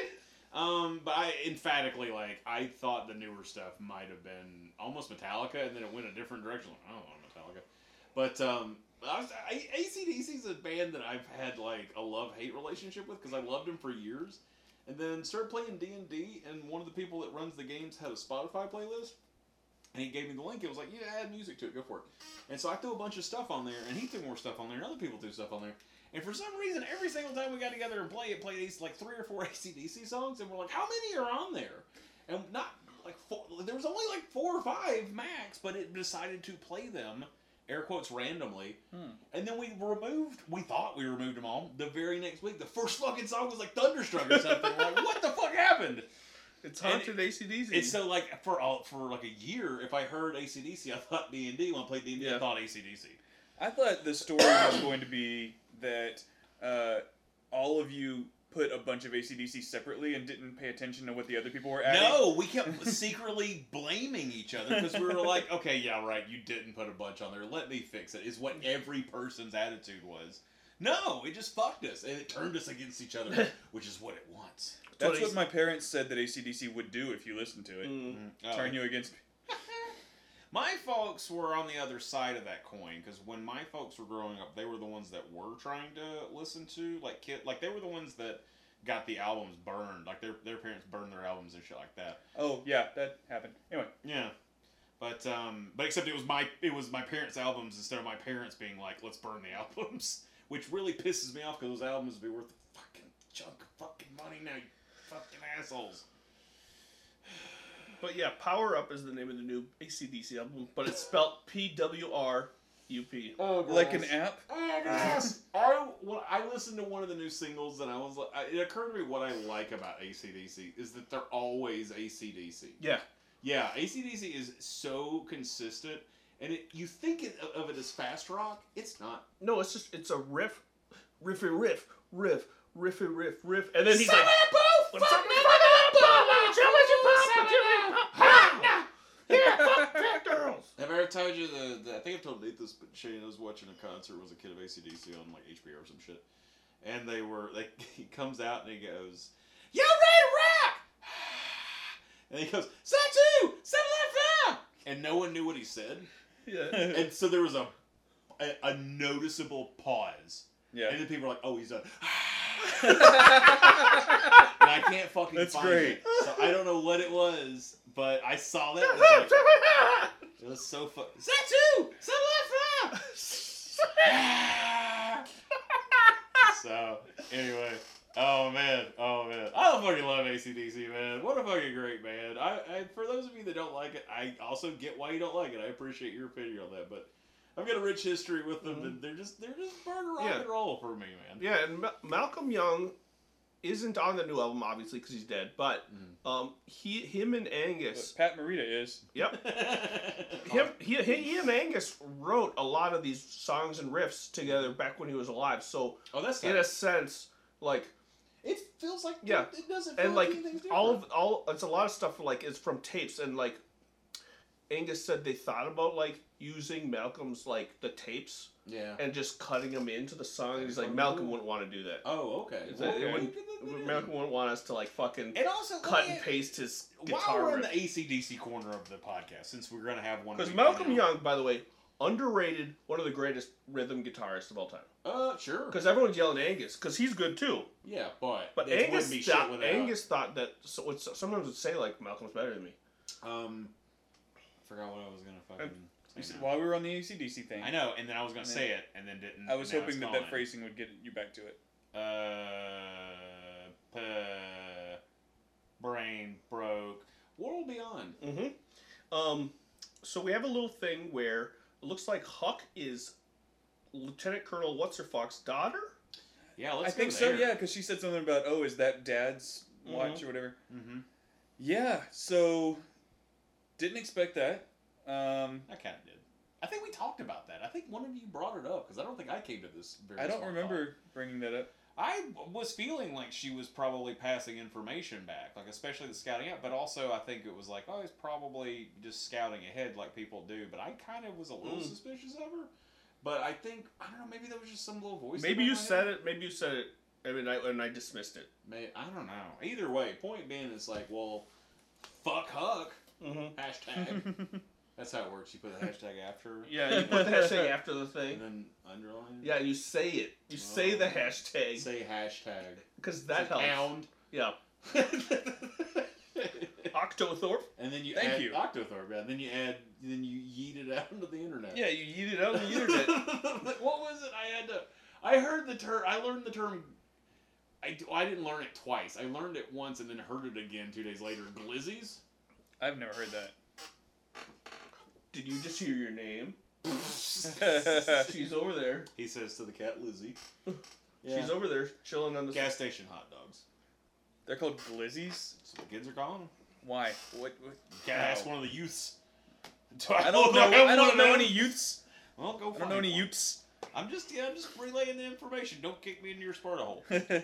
Speaker 2: Um, but I emphatically like I thought the newer stuff might have been almost Metallica, and then it went a different direction. Like, I don't want Metallica, but um, I was, I, ACDC is a band that I've had like a love hate relationship with because I loved them for years, and then started playing D and D, and one of the people that runs the games had a Spotify playlist, and he gave me the link. It was like, yeah, add music to it, go for it. And so I threw a bunch of stuff on there, and he threw more stuff on there, and other people threw stuff on there. And for some reason, every single time we got together and played, it played these like three or four ACDC songs, and we're like, how many are on there? And not like four, there was only like four or five max, but it decided to play them, air quotes, randomly. And then we removed, we thought we removed them all. The very next week, the first fucking song was like Thunderstruck or something. We're like, what the fuck happened?
Speaker 1: It's
Speaker 2: And
Speaker 1: haunted ACDC.
Speaker 2: And so, like for all for like a year, if I heard ACDC, I thought D and D. When I played D and D, I
Speaker 1: Yeah.
Speaker 2: thought ACDC.
Speaker 3: I thought the story was going to be that uh, all of you put a bunch of ACDC separately and didn't pay attention to what the other people were adding.
Speaker 2: No, we kept secretly blaming each other because we were like, okay, yeah, right, you didn't put a bunch on there. Let me fix it. Is what every person's attitude was. No, it just fucked us and it turned us against each other, which is what it wants.
Speaker 3: That's
Speaker 1: What
Speaker 3: what
Speaker 1: is-
Speaker 3: my parents said that ACDC would do if you listened to it.
Speaker 1: Mm.
Speaker 2: Oh.
Speaker 3: Turn you against me.
Speaker 2: My folks were on the other side of that coin because when my folks were growing up, they were the ones that were trying to listen to like kid, like they were the ones that got the albums burned. Like their their parents burned their albums and shit like that.
Speaker 3: Oh, yeah, that happened. Anyway,
Speaker 2: Yeah, but um, but except it was my it was my parents' albums instead of my parents being like, let's burn the albums, which really pisses me off because those albums would be worth a fucking chunk of fucking money now. You fucking assholes.
Speaker 1: But yeah, Power Up is the name of the new ACDC album, but it's spelled P W R U P.
Speaker 2: Oh,
Speaker 3: like an app.
Speaker 2: Yes, Oh, I well, I listened to one of the new singles and I was like, I- it occurred to me what I like about ACDC is that they're always ACDC.
Speaker 1: Yeah.
Speaker 2: Yeah, ACDC is so consistent, and it, you think it, of it as fast rock, it's not.
Speaker 1: No, it's just it's a riff, riffy riff, riff, riffy riff, riff, and then he's like, What's up, man? girls.
Speaker 2: Have I ever told you the, the I think I've told Nate this, but Shane, I was watching a concert was a kid of ACDC on like HBO or some shit, and they were like he comes out and he goes, "Y'all ready to rock?" And he goes, "Set two, set left and no one knew what he said,
Speaker 1: Yeah.
Speaker 2: and so there was a a, a noticeable pause, and
Speaker 3: Yeah.
Speaker 2: then people were like, "Oh, he's done." and I can't fucking
Speaker 3: That's
Speaker 2: find
Speaker 3: great.
Speaker 2: it, so I don't know what it was, but I saw that. And I was like, it was so fun. Zatu! so, anyway. Oh, man. Oh, man. I fucking love ACDC, man. What a fucking great band. I, I For those of you that don't like it, I also get why you don't like it. I appreciate your opinion on that, but I've got a rich history with them, and they're just, they're just burning rock
Speaker 1: Mm-hmm. Yeah.
Speaker 2: and roll for me, man.
Speaker 1: Yeah, and Ma- Malcolm Young isn't on the new album obviously because he's dead, but um, he, him and Angus,
Speaker 3: Pat Morita is.
Speaker 1: yep, him, he, he, he and Angus wrote a lot of these songs and riffs together back when he was alive. So
Speaker 2: Oh, that's
Speaker 1: in
Speaker 2: tight.
Speaker 1: a sense, like
Speaker 2: It feels like
Speaker 1: Yeah.
Speaker 2: it, doesn't feel
Speaker 1: and like
Speaker 2: anything's different.
Speaker 1: all of all it's a lot of stuff like is from tapes and like angus said they thought about like using malcolm's like the tapes
Speaker 2: yeah.
Speaker 1: and just cutting them into the song he's like malcolm wouldn't want to do that
Speaker 2: oh, okay.
Speaker 1: Is that- it
Speaker 2: Okay.
Speaker 1: wouldn't- malcolm wouldn't want us to like fucking
Speaker 2: And also,
Speaker 1: cut
Speaker 2: let me-
Speaker 1: and paste his
Speaker 2: While
Speaker 1: guitar
Speaker 2: we're in the ACDC corner of the podcast, since we're gonna have one,
Speaker 1: because
Speaker 2: week
Speaker 1: malcolm
Speaker 2: now.
Speaker 1: young by the way underrated one of the greatest rhythm guitarists of all time
Speaker 2: uh, sure,
Speaker 1: because everyone's yelling angus because he's good too
Speaker 2: yeah, but
Speaker 1: but
Speaker 2: it
Speaker 1: angus,
Speaker 2: wouldn't be shit
Speaker 1: thought,
Speaker 2: without
Speaker 1: angus thought that so, would- sometimes would say like malcolm's better than me
Speaker 2: Um, I forgot what I was gonna fucking.
Speaker 3: You
Speaker 2: say
Speaker 3: said,
Speaker 2: now.
Speaker 3: while we were on the ACDC thing,
Speaker 2: I know, and then I was gonna
Speaker 3: Yeah.
Speaker 2: say it, and then didn't.
Speaker 3: I was
Speaker 2: and now
Speaker 3: hoping
Speaker 2: it's
Speaker 3: that that
Speaker 2: gone.
Speaker 3: phrasing would get you back to it.
Speaker 2: Uh, p- brain broke. World Beyond.
Speaker 1: Um, so we have a little thing where it looks like Huck is Lieutenant Colonel What's Her Fox daughter.
Speaker 2: Yeah, let's.
Speaker 3: I think
Speaker 2: go
Speaker 3: so,
Speaker 2: there.
Speaker 3: yeah, because she said something about, oh, is that dad's watch or whatever.
Speaker 2: Mhm.
Speaker 3: Yeah, so didn't expect that. Um,
Speaker 2: I kind of did. I think we talked about that. I think one of you brought it up because I don't think I came to this. Very
Speaker 3: I don't
Speaker 2: smart
Speaker 3: remember bringing that up.
Speaker 2: I was feeling like she was probably passing information back, like especially the scouting out, but also I think it was like, oh, he's probably just scouting ahead like people do. But I kind of was a
Speaker 1: Hmm.
Speaker 2: little suspicious of her. But I think I don't know. Maybe there was just some little voice.
Speaker 1: Maybe you said it. Maybe you said it. I mean, I, and I dismissed it.
Speaker 2: Maybe, I don't know. Either way, point being, it's like, well, fuck Huck.
Speaker 1: Mm-hmm.
Speaker 2: Hashtag. That's how it works. You put the hashtag after.
Speaker 1: Yeah, you put the hashtag after the thing.
Speaker 2: And then underline. it.
Speaker 1: Yeah, you say it. You say the hashtag
Speaker 2: Say hashtag.
Speaker 1: because that
Speaker 2: Say
Speaker 1: helps.
Speaker 2: Pound.
Speaker 1: Yeah, Octothorpe.
Speaker 2: and then you
Speaker 3: Thank
Speaker 2: add
Speaker 3: you.
Speaker 2: Octothorpe, yeah. Then you add, then you yeet it out into the internet.
Speaker 1: Yeah, you yeet it out on the internet.
Speaker 2: what was it? I had to. I heard the term. I learned the term. I, d- I didn't learn it twice. I learned it once and then heard it again two days later. Glizzies.
Speaker 3: I've never heard
Speaker 1: Did you just hear your name?
Speaker 3: that.
Speaker 1: She's over there.
Speaker 2: He says to the cat Lizzie.
Speaker 1: She's over there chilling on the.
Speaker 2: Gas station hot dogs.
Speaker 3: They're called glizzies.
Speaker 2: That's what the kids are calling them.
Speaker 3: Why? What? what?
Speaker 2: Gotta ask
Speaker 3: No.
Speaker 2: one of the youths.
Speaker 3: I don't know. I don't know any youths.
Speaker 2: Well, go
Speaker 3: I don't know any
Speaker 2: youths.
Speaker 3: youths.
Speaker 2: I'm just yeah, I'm just relaying the information. Don't kick me into your Sparta hole.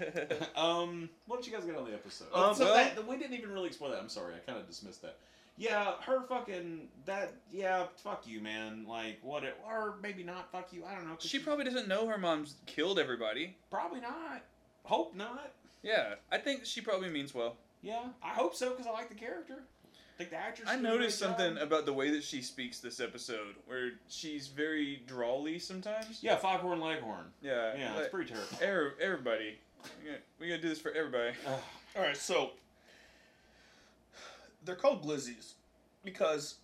Speaker 2: um, what did you guys get on the episode?
Speaker 1: Um,
Speaker 2: so
Speaker 3: well-
Speaker 2: that, we didn't even really explore that. I'm sorry, I kind of dismissed that. Yeah, her fucking that. Yeah, fuck you, man. Like what? It, or maybe not. Fuck you. I don't know. 'cause
Speaker 3: She probably doesn't know her mom's killed everybody.
Speaker 2: probably not. Hope not.
Speaker 3: Yeah, I think she probably means well.
Speaker 2: Yeah, I hope so because I like the character. I think the actress.
Speaker 3: I
Speaker 2: did a great
Speaker 3: noticed something
Speaker 2: job.
Speaker 3: about the way that she speaks this episode, where she's very drawly sometimes.
Speaker 2: Yeah, five horn leghorn.
Speaker 3: Yeah.
Speaker 2: Yeah,
Speaker 3: like,
Speaker 2: it's pretty terrible.
Speaker 3: er- everybody. We gotta- We gotta do this for everybody.
Speaker 1: All right, so they're called glizzies because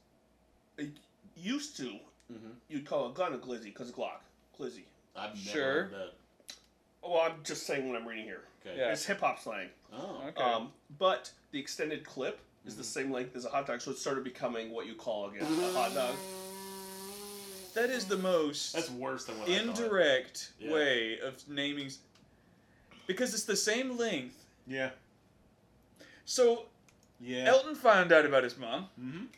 Speaker 1: it used to
Speaker 2: Mm-hmm.
Speaker 1: you'd call a gun a glizzy because Glock glizzy.
Speaker 2: I've never
Speaker 3: Sure.
Speaker 2: heard that.
Speaker 1: Well, I'm just saying what I'm reading here.
Speaker 2: Okay.
Speaker 3: Yeah.
Speaker 1: It's hip hop slang.
Speaker 2: Oh.
Speaker 3: Okay.
Speaker 1: Um, but the extended clip is
Speaker 2: Mm-hmm.
Speaker 1: the same length as a hot dog, so it started becoming what you call again a hot dog.
Speaker 3: that is the most
Speaker 2: That's worse than what I thought.
Speaker 3: indirect
Speaker 2: Yeah.
Speaker 3: way of naming, s- because it's the same length.
Speaker 2: Yeah.
Speaker 3: So
Speaker 2: Yeah.
Speaker 3: Elton found out about his mom.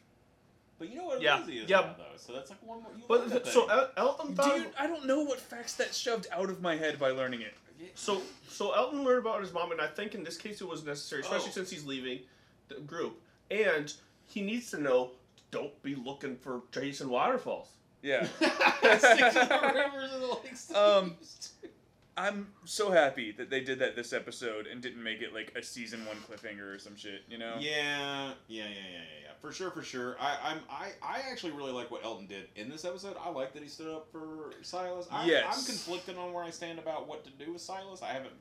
Speaker 2: But you know what?
Speaker 1: Yeah,
Speaker 2: Yeah. Lizzie is
Speaker 1: yeah.
Speaker 2: now, though, so that's like one more. You
Speaker 1: But
Speaker 2: learned that
Speaker 1: so
Speaker 2: thing.
Speaker 1: El- Elton
Speaker 3: Do
Speaker 1: thought
Speaker 3: you, I don't know what facts that shoved out of my head by learning it.
Speaker 1: so so Elton learned about his mom, and I think in this case it was necessary, especially
Speaker 2: Oh.
Speaker 1: since he's leaving the group, and he needs to know. Don't be looking for Jason Waterfalls.
Speaker 3: Yeah.
Speaker 2: rivers and the lakes.
Speaker 3: Um, I'm so happy that they did that this episode and didn't make it like a season one cliffhanger or some shit. You know?
Speaker 2: yeah, yeah, yeah, yeah, yeah, yeah. For sure, for sure. I, I'm, I, I actually really like what Elton did in this episode. I like that he stood up for Silas. I,
Speaker 3: Yes.
Speaker 2: I'm conflicted on where I stand about what to do with Silas. I haven't.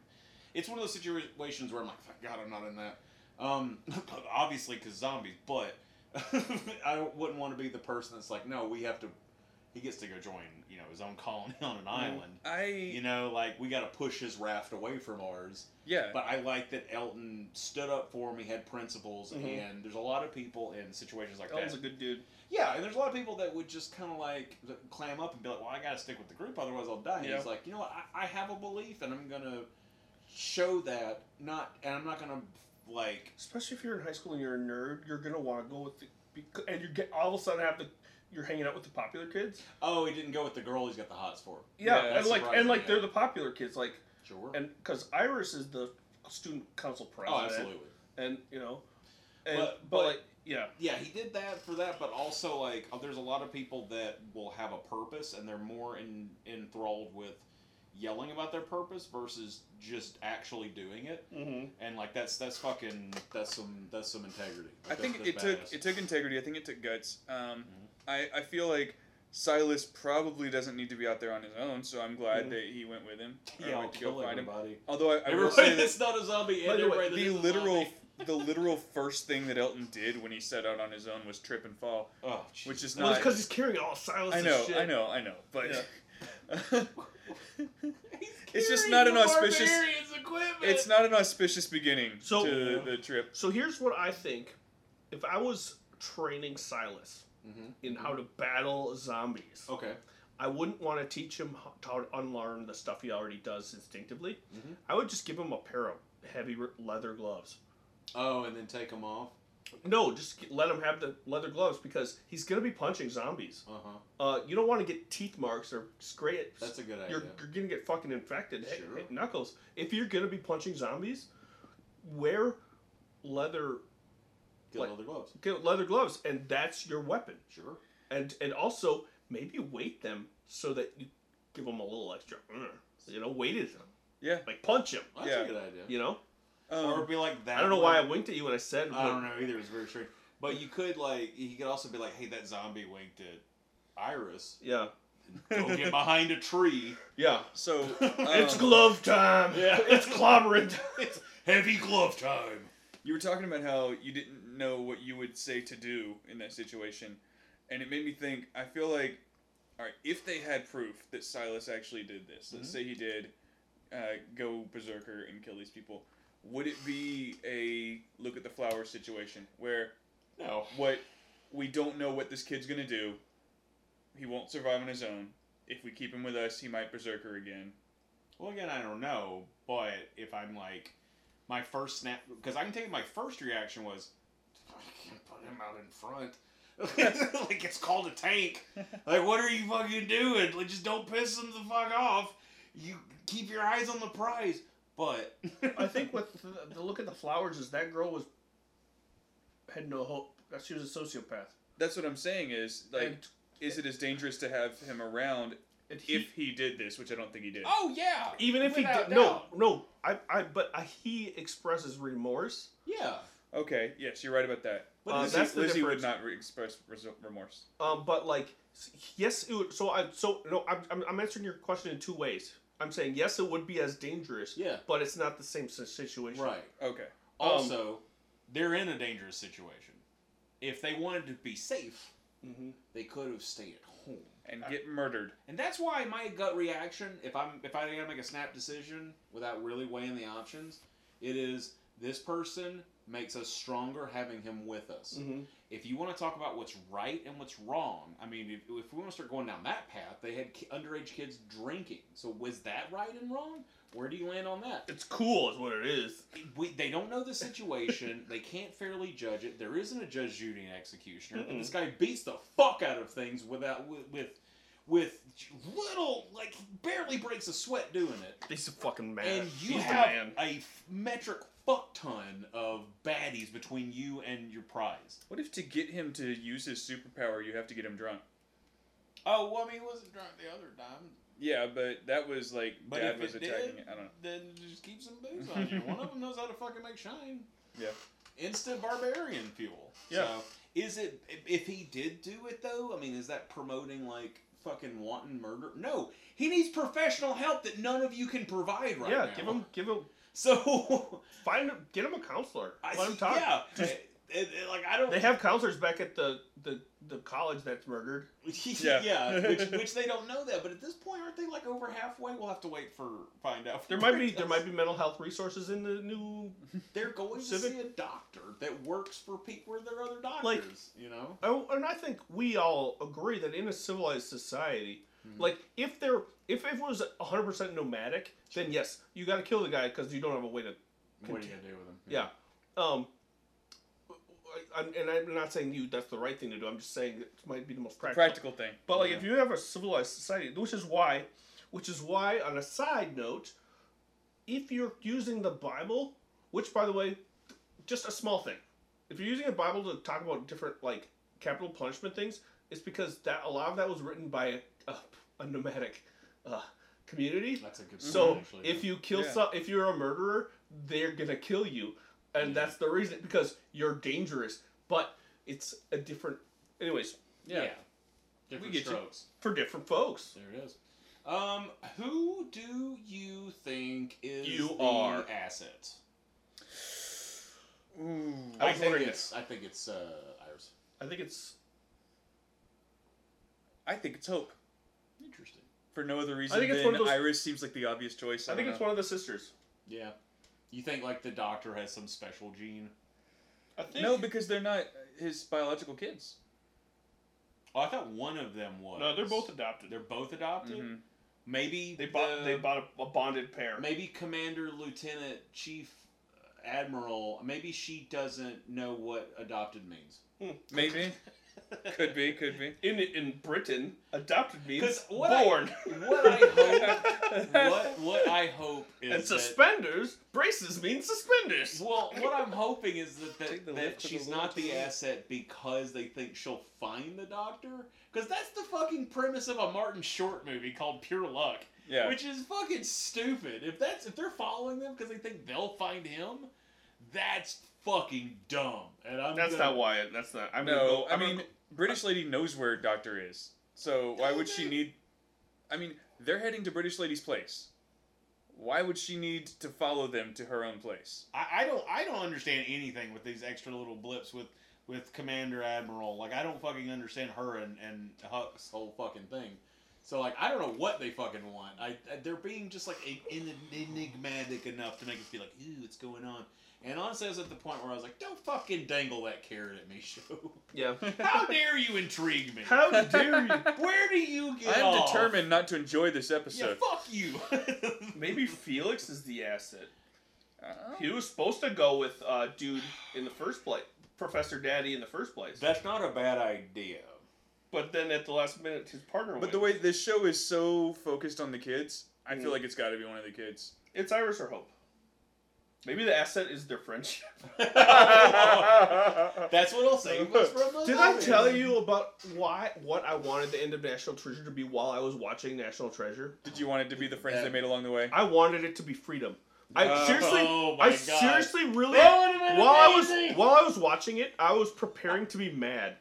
Speaker 2: It's one of those situations where I'm like, "Thank God, I'm not in that. Um, obviously, because zombies. But I don't- wouldn't want to be the person that's like, no, we have to. He gets to go join, you know, his own colony on an island.
Speaker 3: I
Speaker 2: You know, like we got to push his raft away from ours.
Speaker 3: yeah.
Speaker 2: But I like that Elton stood up for him. He had principles, and there's a lot of people in situations like
Speaker 1: Mm-hmm. Elton's a
Speaker 2: that.
Speaker 1: good dude.
Speaker 2: yeah, and there's a lot of people that would just kind of like clam up and be like, "Well, I got to stick with the group, otherwise I'll die." And
Speaker 3: Yeah.
Speaker 2: He's like, "You know what? I, I have a belief, and I'm gonna show that. Not, and I'm not gonna like."
Speaker 1: especially if you're in high school and you're a nerd, you're gonna want to go with the, bec- and you get all of a sudden have the you're hanging out with the popular kids.
Speaker 2: Oh, he didn't go with the girl. He's got the hots for.
Speaker 1: Yeah,
Speaker 3: Yeah,
Speaker 1: and like and
Speaker 2: surprising,
Speaker 1: like
Speaker 2: yeah.
Speaker 1: they're the popular kids, like
Speaker 2: Sure.
Speaker 1: and because Iris is the student council president.
Speaker 2: Oh, absolutely.
Speaker 1: And you know, and,
Speaker 2: But-
Speaker 1: but,
Speaker 2: but-
Speaker 1: like, yeah,
Speaker 2: Yeah, he did that for that, but also like oh, there's a lot of people that will have a purpose and they're more in, enthralled with yelling about their purpose versus just actually doing it. Mm-hmm. And like that's that's fucking that's some that's some integrity.
Speaker 3: I
Speaker 2: Like,
Speaker 3: think
Speaker 2: that's-
Speaker 3: it
Speaker 2: that's
Speaker 3: took
Speaker 2: badass. Mm-hmm.
Speaker 3: it took integrity. I think it took guts. Um, I I feel like Silas probably doesn't need to be out there on his own, so I'm glad that he went with him. or
Speaker 2: Mm-hmm. Yeah, I'll
Speaker 3: went to go
Speaker 2: kill
Speaker 3: find
Speaker 2: everybody.
Speaker 3: him. Although I, I will
Speaker 2: Everybody
Speaker 3: say that
Speaker 2: that's not a zombie and
Speaker 3: the,
Speaker 2: everybody that is a
Speaker 3: literal
Speaker 2: zombie.
Speaker 3: the literal first thing that Elton did when he set out on his own was trip and fall,
Speaker 2: Oh, jeez.
Speaker 3: which is
Speaker 1: well, it's
Speaker 3: not.
Speaker 1: because he's carrying all Silas.
Speaker 3: I know,
Speaker 1: shit.
Speaker 3: I know, I know, but. it's just not an auspicious. It's not an auspicious beginning
Speaker 1: So-
Speaker 3: to the trip.
Speaker 1: So here's what I think: if I was training Silas in how to battle zombies,
Speaker 2: mm-hmm. okay.
Speaker 1: I wouldn't want to teach him ho- how to unlearn the stuff he already does instinctively.
Speaker 2: Mm-hmm.
Speaker 1: I would just give him a pair of heavy re- leather gloves.
Speaker 2: Oh, and then take them off.
Speaker 1: No, just get- let him have the leather gloves because he's gonna be punching zombies.
Speaker 2: Uh huh.
Speaker 1: Uh, you don't want to get teeth marks or scrape.
Speaker 2: That's a good
Speaker 1: You're,
Speaker 2: idea.
Speaker 1: you're gonna get fucking infected. Hit,
Speaker 2: Sure.
Speaker 1: hit knuckles. If you're gonna be punching zombies, wear leather
Speaker 2: Get
Speaker 1: Like-
Speaker 2: leather gloves.
Speaker 1: get leather gloves, and that's your weapon.
Speaker 2: Sure.
Speaker 1: And and also maybe weight them so that you give them a little extra. "Mm," You know, weighted them.
Speaker 3: Yeah.
Speaker 1: Like punch him.
Speaker 2: That's
Speaker 3: Yeah.
Speaker 2: a good idea.
Speaker 1: You know.
Speaker 2: Or
Speaker 3: Um,
Speaker 2: it'd be like that.
Speaker 1: I don't know why I
Speaker 2: one-
Speaker 1: winked at you when I said.
Speaker 2: I don't know either. It was very strange. But you could like he could also be like, "Hey, that zombie winked at Iris.
Speaker 1: Yeah.
Speaker 2: Go get behind a tree.
Speaker 1: Yeah.
Speaker 3: so
Speaker 1: It's
Speaker 3: um,
Speaker 1: glove time. Yeah. It's clobbering.
Speaker 2: It's heavy glove time."
Speaker 3: You were talking about how you didn't know what you would say to do in that situation, and it made me think. I feel like, all right, if they had proof that Silas actually did this,
Speaker 1: Mm-hmm.
Speaker 3: let's say he did uh, go berserker and kill these people, would it be a look at the flower situation where
Speaker 2: No.
Speaker 3: what we don't know what this kid's gonna do? He won't survive on his own. If we keep him with us, he might berserker again.
Speaker 2: Well, again, I don't know. But if I'm like, my first snap, because I can tell you, my first reaction was, "I can't put him out in front." like it's called a tank. Like what are you fucking doing? Like just don't piss him the fuck off. You keep your eyes on the prize. But
Speaker 1: I think what the, the look at the flowers is that girl was had no hope. That she was a sociopath.
Speaker 3: That's what I'm saying. Is like,
Speaker 1: And-
Speaker 3: is it as dangerous to have him around?
Speaker 1: And he-
Speaker 3: If he did this, which I don't think he did.
Speaker 2: oh yeah,
Speaker 1: even if he
Speaker 2: Without
Speaker 1: did, no,
Speaker 2: doubt.
Speaker 1: no, I, I, but I, he expresses remorse.
Speaker 2: yeah.
Speaker 3: Okay, yes, you're right about that.
Speaker 2: But
Speaker 1: Uh,
Speaker 2: is
Speaker 3: Lizzie,
Speaker 2: he-
Speaker 1: that's the
Speaker 3: Lizzie
Speaker 1: difference.
Speaker 3: would not re- express res- remorse.
Speaker 1: Um, but like, s- yes, it would, so I, so no, I'm, I'm, I'm answering your question in two ways. I'm saying yes, it would be as dangerous.
Speaker 2: Yeah.
Speaker 1: But it's not the same si- situation.
Speaker 2: Right.
Speaker 3: Okay.
Speaker 1: Um,
Speaker 2: Also, they're in a dangerous situation. If they wanted to be safe, they could have stayed at home.
Speaker 3: And get murdered.
Speaker 2: And that's why my gut reaction, if I'm if I gotta make a snap decision without really weighing the options, it is this person makes us stronger having him with us.
Speaker 1: Mm-hmm.
Speaker 2: If you want to talk about what's right and what's wrong, I mean, if, if we want to start going down that path, they had ki- underage kids drinking. So was that right and wrong? Where do you land on that?
Speaker 1: It's cool, is what it is.
Speaker 2: we, they don't know the situation. they can't fairly judge it. There isn't a judge, jury, and executioner. And this guy beats the fuck out of things without with, with with little like he barely breaks a sweat doing it.
Speaker 1: He's a fucking man.
Speaker 2: And you
Speaker 1: He's the
Speaker 2: have
Speaker 1: man.
Speaker 2: a f- metric fuck ton of baddies between you and your prize.
Speaker 3: What if to get him to use his superpower, you have to get him drunk?
Speaker 2: Oh well, I mean, he wasn't drunk the other time.
Speaker 3: Yeah, but that was like
Speaker 2: But
Speaker 3: dad
Speaker 2: if
Speaker 3: was
Speaker 2: it
Speaker 3: attacking
Speaker 2: did,
Speaker 3: it. I don't know.
Speaker 2: then just keep some booze on you. One of them knows how to fucking make shine.
Speaker 3: Yeah.
Speaker 2: instant barbarian fuel.
Speaker 1: Yeah.
Speaker 2: So, is it if- if he did do it though? I mean, is that promoting like fucking wanton murder? No, he needs professional help that none of you can provide right
Speaker 1: yeah,
Speaker 2: now.
Speaker 1: give him, give him,
Speaker 2: So,
Speaker 1: find, him- get him a counselor.
Speaker 2: I,
Speaker 1: Let him talk.
Speaker 2: Yeah. And- and, like I don't.
Speaker 1: They have counselors back at the, the, the college that's murdered.
Speaker 2: yeah.
Speaker 3: Yeah.
Speaker 2: which, which they don't know that, but at this point, aren't they like over halfway? We'll have to wait for find out.
Speaker 1: There might be there might be mental health resources in the new.
Speaker 2: They're going
Speaker 1: civic-
Speaker 2: to see a doctor that works for people where there are other doctors.
Speaker 1: Like-
Speaker 2: you know.
Speaker 1: Oh, and I think we all agree that in a civilized society,
Speaker 2: Mm-hmm.
Speaker 1: like if there if it was 100 percent nomadic, then yes, you got to kill the guy because you don't have a way to.
Speaker 2: What are you gonna do with them?
Speaker 1: Yeah. Um. I, I'm- and I'm not saying you that's the right thing to do. I'm just saying it might be the most practical.
Speaker 3: Practical thing.
Speaker 1: But like, if you have a civilized society, which is why, which is why, on a side note, if you're using the Bible Which, by the way, just a small thing. If you're using a Bible to talk about different like capital punishment things, it's because that a lot of that was written by a, a, a nomadic uh, community.
Speaker 2: That's a good
Speaker 1: so
Speaker 2: point, actually,
Speaker 1: if
Speaker 2: yeah.
Speaker 1: you kill
Speaker 3: Yeah.
Speaker 1: so, if you're a murderer, they're gonna kill you,
Speaker 2: Mm.
Speaker 1: and that's the reason because you're dangerous. But it's a different, anyways,
Speaker 2: Yeah.
Speaker 3: We
Speaker 2: Different
Speaker 3: get you.
Speaker 2: strokes.
Speaker 1: for different folks.
Speaker 2: There it is. Um, who do you think is
Speaker 1: You
Speaker 2: the
Speaker 1: are.
Speaker 2: asset?
Speaker 3: Ooh.
Speaker 1: I was
Speaker 2: think
Speaker 1: wondering
Speaker 2: it's I think it's uh, Iris.
Speaker 1: I think it's
Speaker 3: I think it's Hope.
Speaker 2: Interesting.
Speaker 3: For no other reason
Speaker 1: think it's
Speaker 3: than
Speaker 1: one of those-
Speaker 3: Iris seems like the obvious choice.
Speaker 1: I think it's one of the sisters.
Speaker 2: Yeah. You think like the doctor has some special gene?
Speaker 1: I think
Speaker 3: No, because they're not his biological kids.
Speaker 2: Oh, I thought one of them was.
Speaker 1: no, they're both adopted. Mm-hmm.
Speaker 2: They're both adopted.
Speaker 3: Mhm.
Speaker 2: Maybe
Speaker 1: They bought
Speaker 2: the-
Speaker 1: they bought a, a bonded pair.
Speaker 2: Maybe Commander, Lieutenant, Chief, uh, Admiral. Maybe she doesn't know what adopted means.
Speaker 3: Maybe. could be, could be.
Speaker 1: In in Britain, adopted means
Speaker 2: 'Cause what I-
Speaker 1: born.
Speaker 2: What I hope, what what I hope is
Speaker 1: and
Speaker 2: that-
Speaker 1: suspenders, braces mean suspenders.
Speaker 2: Well, what I'm hoping is that
Speaker 3: Take
Speaker 2: that,
Speaker 3: the
Speaker 2: that
Speaker 3: left for
Speaker 2: she's
Speaker 3: the
Speaker 2: not
Speaker 3: left.
Speaker 2: the asset because they think she'll find the doctor. Because that's the fucking premise of a Martin Short movie called Pure Luck,
Speaker 3: Yeah.
Speaker 2: which is fucking stupid. If that's if they're following them because they think they'll find him, that's fucking dumb. And I'm
Speaker 1: That's
Speaker 2: gonna-
Speaker 1: not why. That's not. I'm gonna
Speaker 3: no,
Speaker 1: go.
Speaker 3: I
Speaker 1: I'm gonna
Speaker 3: mean,
Speaker 1: go-
Speaker 3: British lady knows where Doctor is. So why would she need. I mean, they're heading to British lady's place. Why would she need to follow them to her own place?
Speaker 2: I, I don't I don't understand anything with these extra little blips with with Commander Admiral. Like I don't fucking understand her and and Huck's whole fucking thing. So like I don't know what they fucking want. I, I- they're being just like en- en- enigmatic enough to make us be like, ooh, what's going on? And honestly, I was at the point where I was like, don't fucking dangle that carrot at me, show.
Speaker 1: yeah.
Speaker 2: How dare you intrigue me?
Speaker 1: How dare you?
Speaker 2: Where do you get?
Speaker 3: I'm
Speaker 2: off?
Speaker 3: determined not to enjoy this
Speaker 2: Yeah,
Speaker 3: episode.
Speaker 2: fuck you.
Speaker 1: Maybe Felix is the asset.
Speaker 3: Uh,
Speaker 1: He was supposed to go with uh, dude in the first place, Professor Daddy in the first place.
Speaker 2: That's not a bad idea.
Speaker 1: but then at the last minute, his partner.
Speaker 3: But the
Speaker 1: went.
Speaker 3: way this show is so focused on the kids, I
Speaker 2: Mm.
Speaker 3: feel like it's got to be one of the kids.
Speaker 1: it's Iris or Hope. Maybe the asset is their friendship.
Speaker 2: That's what I'll say. What's from the
Speaker 1: Did I
Speaker 2: movie?
Speaker 1: tell you about why what I wanted the end of National Treasure to be while I was watching National Treasure?
Speaker 3: Did you want it to be the friends they made along the way?
Speaker 1: I wanted it to be freedom. I
Speaker 3: Oh,
Speaker 1: seriously,
Speaker 2: oh my
Speaker 1: I
Speaker 2: God.
Speaker 1: seriously really.
Speaker 2: That would've been
Speaker 1: while I was
Speaker 2: amazing.
Speaker 1: while I was watching it, I was preparing to be mad.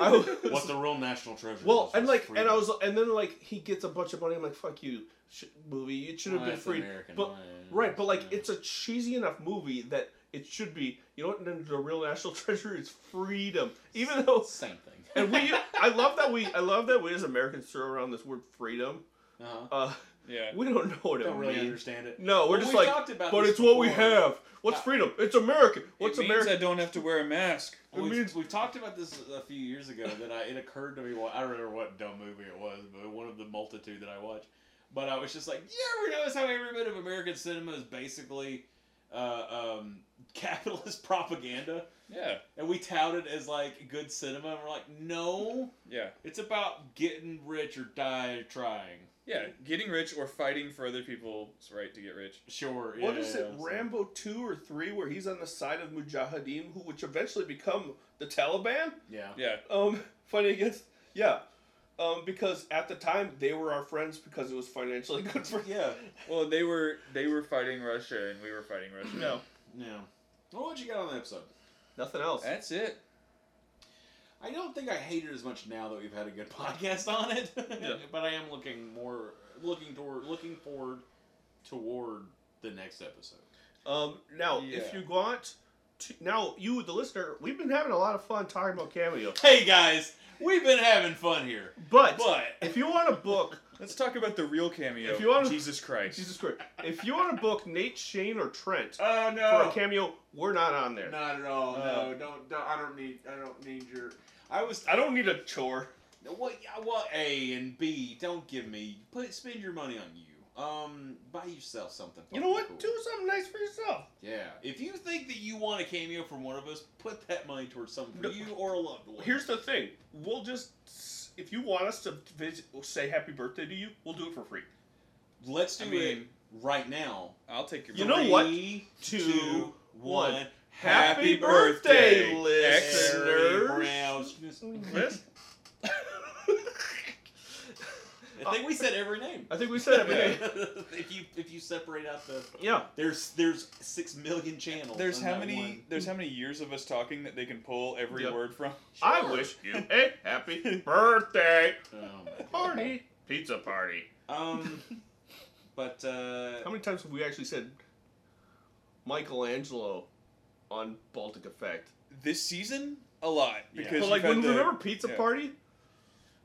Speaker 1: I was,
Speaker 2: What's the real national treasure?
Speaker 1: well,
Speaker 2: was,
Speaker 1: and
Speaker 2: was
Speaker 1: like, and I
Speaker 2: freedom.
Speaker 1: was, and then like, he gets a bunch of money. I'm like, fuck you, sh- movie. It should have
Speaker 2: Well,
Speaker 1: been
Speaker 2: that's
Speaker 1: free.
Speaker 2: American,
Speaker 1: But
Speaker 2: well, yeah,
Speaker 1: right, but like,
Speaker 2: yeah.
Speaker 1: it's a cheesy enough movie that it should be. You know what? The the real national treasure is freedom. Even though
Speaker 2: same thing.
Speaker 1: and we I love that we I love that we as Americans throw around this word freedom.
Speaker 2: Uh-huh.
Speaker 1: Uh,
Speaker 3: Yeah.
Speaker 1: we don't know what it
Speaker 2: Don't really
Speaker 1: means.
Speaker 2: understand it.
Speaker 1: No, we're
Speaker 2: Well,
Speaker 1: just
Speaker 2: we
Speaker 1: like,
Speaker 2: talked about
Speaker 1: but
Speaker 2: this
Speaker 1: it's what we
Speaker 2: before.
Speaker 1: have. What's
Speaker 2: Yeah.
Speaker 1: freedom? It's American. What's
Speaker 3: it means I
Speaker 1: American?
Speaker 3: don't have to wear a mask.
Speaker 2: We've,
Speaker 1: means-
Speaker 2: we've talked about this a few years ago that I, it occurred to me. Well, I don't remember what dumb movie it was, but one of the multitude that I watched. But I was just like, you ever notice how every bit of American cinema is basically uh, um, capitalist propaganda?
Speaker 3: Yeah.
Speaker 2: And we tout it as like good cinema, and we're like, no,
Speaker 3: Yeah.
Speaker 2: it's about getting rich or die trying.
Speaker 3: Yeah. Getting rich or fighting for other people's right to get rich.
Speaker 2: Sure.
Speaker 1: What
Speaker 2: yeah,
Speaker 1: is
Speaker 2: yeah,
Speaker 1: it,
Speaker 2: yeah, so-
Speaker 1: Rambo two or three, where he's on the side of Mujahideen, who which eventually become the Taliban?
Speaker 2: Yeah.
Speaker 3: Yeah.
Speaker 1: Um, funny against yeah, um, because at the time they were our friends because it was financially good for
Speaker 2: Yeah.
Speaker 3: Well, they were they were fighting Russia and we were fighting Russia.
Speaker 1: No,
Speaker 2: Yeah. Well, what you got on the episode?
Speaker 1: nothing else.
Speaker 3: That's it.
Speaker 2: I don't think I hate it as much now that we've had a good podcast on it, but I am looking more looking toward looking forward toward the next episode.
Speaker 1: Um, now if
Speaker 3: Yeah.
Speaker 1: you want. To, now you, the listener, we've been having a lot of fun talking about cameo,
Speaker 2: Hey guys, we've been having fun here.
Speaker 1: but,
Speaker 2: But-
Speaker 1: if you want to book
Speaker 3: Let's talk about the real cameo.
Speaker 1: If you wanna-
Speaker 3: Jesus Christ.
Speaker 1: Jesus Christ, if you want to book Nate, Shane, or Trent
Speaker 8: Oh
Speaker 1: for a
Speaker 8: no,
Speaker 1: cameo, we're not on there.
Speaker 8: not at all.
Speaker 3: Uh,
Speaker 8: no, don't, don't. I don't need. I don't need your.
Speaker 2: I was
Speaker 1: I don't need a chore.
Speaker 2: Well, yeah, well, A and B. Don't give me. Put spend your money on you. Um, buy yourself something.
Speaker 1: You know
Speaker 2: fucking
Speaker 1: what?
Speaker 2: cool.
Speaker 1: Do something nice for yourself.
Speaker 2: Yeah. If you think that you want a cameo from one of us, put that money towards something for
Speaker 1: No.
Speaker 2: you or a loved one.
Speaker 1: Here's the thing: we'll just if you want us to visit, say happy birthday to you, we'll do it for free.
Speaker 2: let's do
Speaker 3: I mean,
Speaker 2: it right now.
Speaker 3: I'll take your
Speaker 1: You
Speaker 3: vote.
Speaker 1: know what?
Speaker 2: Three,
Speaker 1: Two,
Speaker 2: two, one.
Speaker 1: one.
Speaker 3: Happy birthday,
Speaker 2: listeners.
Speaker 3: listeners.
Speaker 1: Yes.
Speaker 2: I think we said every name.
Speaker 1: I think we said everything.
Speaker 2: if you if you separate out the
Speaker 1: Yeah.
Speaker 2: there's there's six million channels.
Speaker 3: There's
Speaker 2: in
Speaker 3: how
Speaker 2: that
Speaker 3: many
Speaker 2: one.
Speaker 3: there's how many years of us talking that they can pull every
Speaker 1: Yep.
Speaker 3: word from.
Speaker 1: I wish you a happy birthday
Speaker 2: Oh, my God.
Speaker 1: party. Pizza party.
Speaker 2: Um, but
Speaker 1: How
Speaker 2: uh,
Speaker 1: many times have we actually said Michelangelo on Baltic Effect?
Speaker 3: This season, a lot
Speaker 2: Yeah.
Speaker 3: because
Speaker 1: But
Speaker 3: you've
Speaker 1: like
Speaker 3: had
Speaker 1: when
Speaker 3: the-
Speaker 1: remember Pizza
Speaker 3: yeah.
Speaker 1: Party?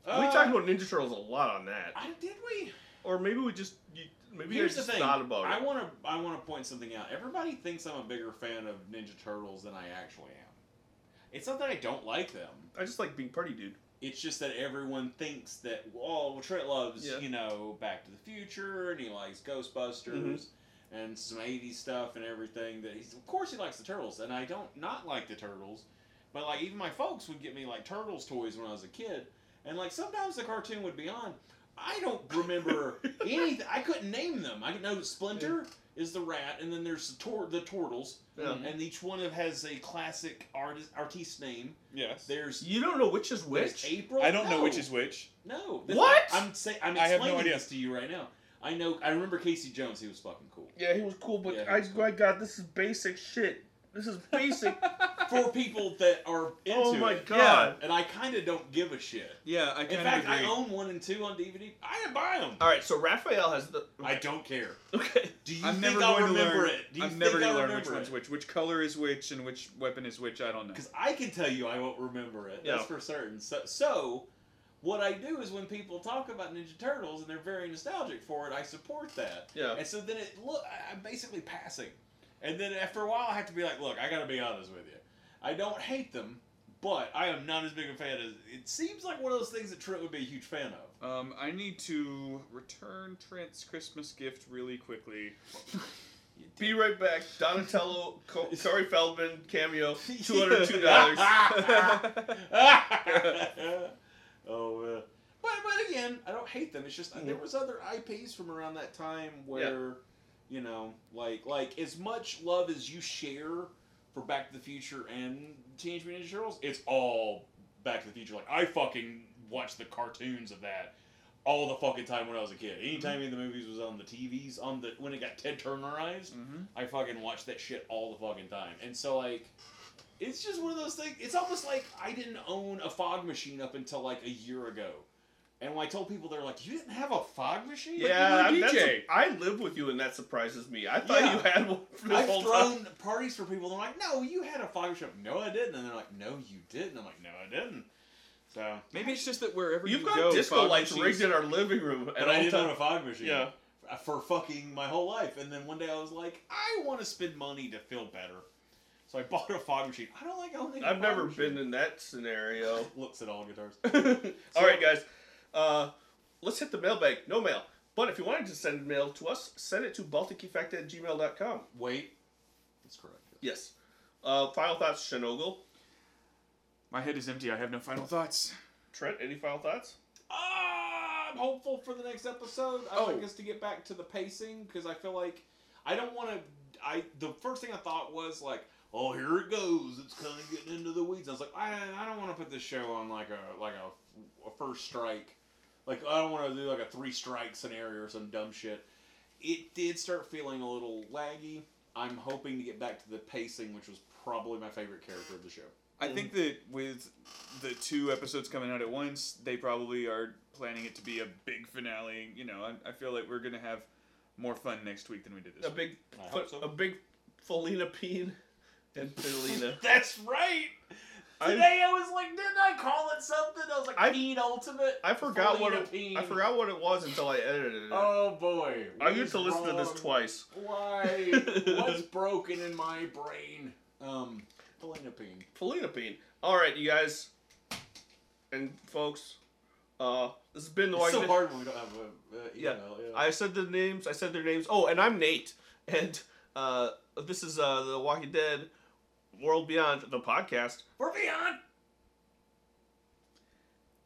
Speaker 1: we
Speaker 2: uh,
Speaker 1: talked about Ninja Turtles a lot on that.
Speaker 2: I did we?
Speaker 1: Or maybe we just you, maybe
Speaker 2: Here's
Speaker 1: I
Speaker 2: the
Speaker 1: just
Speaker 2: thing.
Speaker 1: thought about
Speaker 2: I
Speaker 1: it.
Speaker 2: want to I want to point something out. Everybody thinks I'm a bigger fan of Ninja Turtles than I actually am. It's not that I don't like them.
Speaker 1: I just like being party dude.
Speaker 2: It's just that everyone thinks that oh, well, Trent loves
Speaker 1: Yeah.
Speaker 2: you know Back to the Future and he likes Ghostbusters
Speaker 1: Mm-hmm.
Speaker 2: and some '80s stuff and everything. That he's of course he likes the Turtles, and I don't not like the Turtles, but like even my folks would get me like Turtles toys when I was a kid, and like sometimes the cartoon would be on. I don't remember anything. I couldn't name them. I know Splinter is the rat, and then there's the, tor- the Turtles,
Speaker 1: Yeah.
Speaker 2: and each one of has a classic artist artiste name.
Speaker 3: Yes.
Speaker 2: There's
Speaker 1: You don't know which is
Speaker 2: there's
Speaker 1: which.
Speaker 2: April.
Speaker 3: I don't know
Speaker 2: No.
Speaker 3: which is which.
Speaker 2: No.
Speaker 1: What?
Speaker 2: I'm saying I'm
Speaker 3: I have no
Speaker 2: explaining
Speaker 3: idea.
Speaker 2: this to you right now. I know. I remember Casey Jones. He was fucking cool.
Speaker 1: Yeah, he was cool, but
Speaker 2: Yeah, he
Speaker 1: I,
Speaker 2: was cool.
Speaker 1: my God, this is basic shit. This is basic.
Speaker 2: For people that are into
Speaker 1: oh my
Speaker 2: it.
Speaker 1: God.
Speaker 2: And I kind of don't give a shit.
Speaker 3: Yeah, I
Speaker 2: In fact, I own one and two on DVD. I didn't buy them.
Speaker 1: All right, so Raphael has the.
Speaker 2: I don't care.
Speaker 1: Okay.
Speaker 2: Do you
Speaker 3: I'm
Speaker 2: think
Speaker 3: never
Speaker 2: I'll
Speaker 3: going to
Speaker 2: remember
Speaker 3: learn.
Speaker 2: it? Do you
Speaker 3: I'm
Speaker 2: think
Speaker 3: never going
Speaker 2: I'll
Speaker 3: to learn which
Speaker 2: remember
Speaker 3: one's
Speaker 2: it?
Speaker 3: which, which color is which, and which weapon is which. I don't know.
Speaker 2: Because I can tell you, I won't remember it.
Speaker 1: Yeah.
Speaker 2: That's for certain. So, so, what I do is when people talk about Ninja Turtles and they're very nostalgic for it, I support that.
Speaker 1: Yeah.
Speaker 2: And so then it look, I- I'm basically passing. And then after a while, I have to be like, look, I got to be honest with you. I don't hate them, but I am not as big a fan as. It seems like one of those things that Trent would be a huge fan of.
Speaker 3: Um, I need to return Trent's Christmas gift really quickly.
Speaker 1: Be right back. Donatello, Co- Corey Feldman cameo, two hundred two dollars.
Speaker 2: oh, uh, but but again, I don't hate them. It's just
Speaker 1: Mm-hmm.
Speaker 2: there was other IPs from around that time where, you know, like like as much love as you share for Back to the Future and Teenage Mutant Ninja Turtles, it's all Back to the Future. Like I fucking watched the cartoons of that all the fucking time when I was a kid. Anytime
Speaker 1: Mm-hmm.
Speaker 2: any of the movies was on the TVs, on the when it got Ted Turnerized,
Speaker 1: Mm-hmm.
Speaker 2: I fucking watched that shit all the fucking time. And so like it's just one of those things. It's almost like I didn't own a fog machine up until like a year ago. And when I told people, they're like, "You didn't have a fog machine?"
Speaker 1: Yeah,
Speaker 3: But you were
Speaker 1: that's
Speaker 3: DJ.
Speaker 1: a- I live with you, and that surprises me. I thought
Speaker 2: Yeah.
Speaker 1: you had one for the
Speaker 2: I've
Speaker 1: whole time.
Speaker 2: thrown parties for people. They're like, "No, you had a fog machine." No, I didn't. And they're like, "No, you didn't." I'm like, "No, I didn't." So,
Speaker 3: Maybe it's just that wherever
Speaker 1: You've
Speaker 3: you
Speaker 1: got
Speaker 3: go,
Speaker 1: disco
Speaker 3: fog
Speaker 1: lights
Speaker 3: machines-
Speaker 1: rigged in our living room at
Speaker 2: and I
Speaker 1: all
Speaker 2: didn't own a
Speaker 1: times.
Speaker 2: fog machine.
Speaker 1: Yeah.
Speaker 2: f- For fucking my whole life, and then one day I was like, "I want to spend money to feel better," so I bought a fog machine. I don't like owning. a
Speaker 1: I've
Speaker 2: fog
Speaker 1: never
Speaker 2: machine.
Speaker 1: been in that scenario.
Speaker 2: Looks at all guitars.
Speaker 1: all right, guys, uh, let's hit the mailbag. No mail, but if you wanted to send mail to us, send it to balticeffect at gmail.com.
Speaker 2: Wait, that's correct.
Speaker 1: Yes. Uh, final thoughts, Shinogle.
Speaker 3: My head is empty. I have no final thoughts.
Speaker 1: Trent, any final thoughts?
Speaker 2: Ah, I'm hopeful for the next episode. I
Speaker 3: Oh.
Speaker 2: like us to get back to the pacing because I feel like I don't want to. I the first thing I thought was like, oh, here it goes. It's kind of getting into the weeds. I was like, I, I don't want to put this show on like a like a, a first strike. Like I don't want to do like a three strike scenario or some dumb shit. It did start feeling a little laggy. I'm hoping to get back to the pacing, which was probably my favorite character of the show.
Speaker 3: I think that with the two episodes coming out at once, they probably are planning it to be a big finale. You know, I, I feel like we're gonna have more fun next week than we did this.
Speaker 1: A
Speaker 3: week.
Speaker 1: big,
Speaker 2: I
Speaker 1: fo-
Speaker 2: hope so.
Speaker 1: a big Felina peen and Felina.
Speaker 2: That's right.
Speaker 1: I-
Speaker 2: Today I, was like, didn't I call it something? I was like,
Speaker 1: I-
Speaker 2: Peen Ultimate.
Speaker 1: I forgot what
Speaker 2: Felina
Speaker 1: it,
Speaker 2: Peen.
Speaker 1: I forgot what it was until I edited it.
Speaker 2: Oh boy.
Speaker 1: I
Speaker 2: What
Speaker 1: used to
Speaker 2: is
Speaker 1: listen to this
Speaker 2: wrong?
Speaker 1: twice.
Speaker 2: Why? What's broken in my brain? Um, Felina Peen.
Speaker 1: Felina Bean. All right, you guys and folks. Uh, this has been the
Speaker 2: It's so
Speaker 1: Wagner-
Speaker 2: hard when we don't have a. Uh,
Speaker 1: Yeah.
Speaker 2: email,
Speaker 1: I said the names. I said their names. Oh, and I'm Nate. And uh, this is uh, the Walking Dead World Beyond the podcast.
Speaker 2: We're beyond.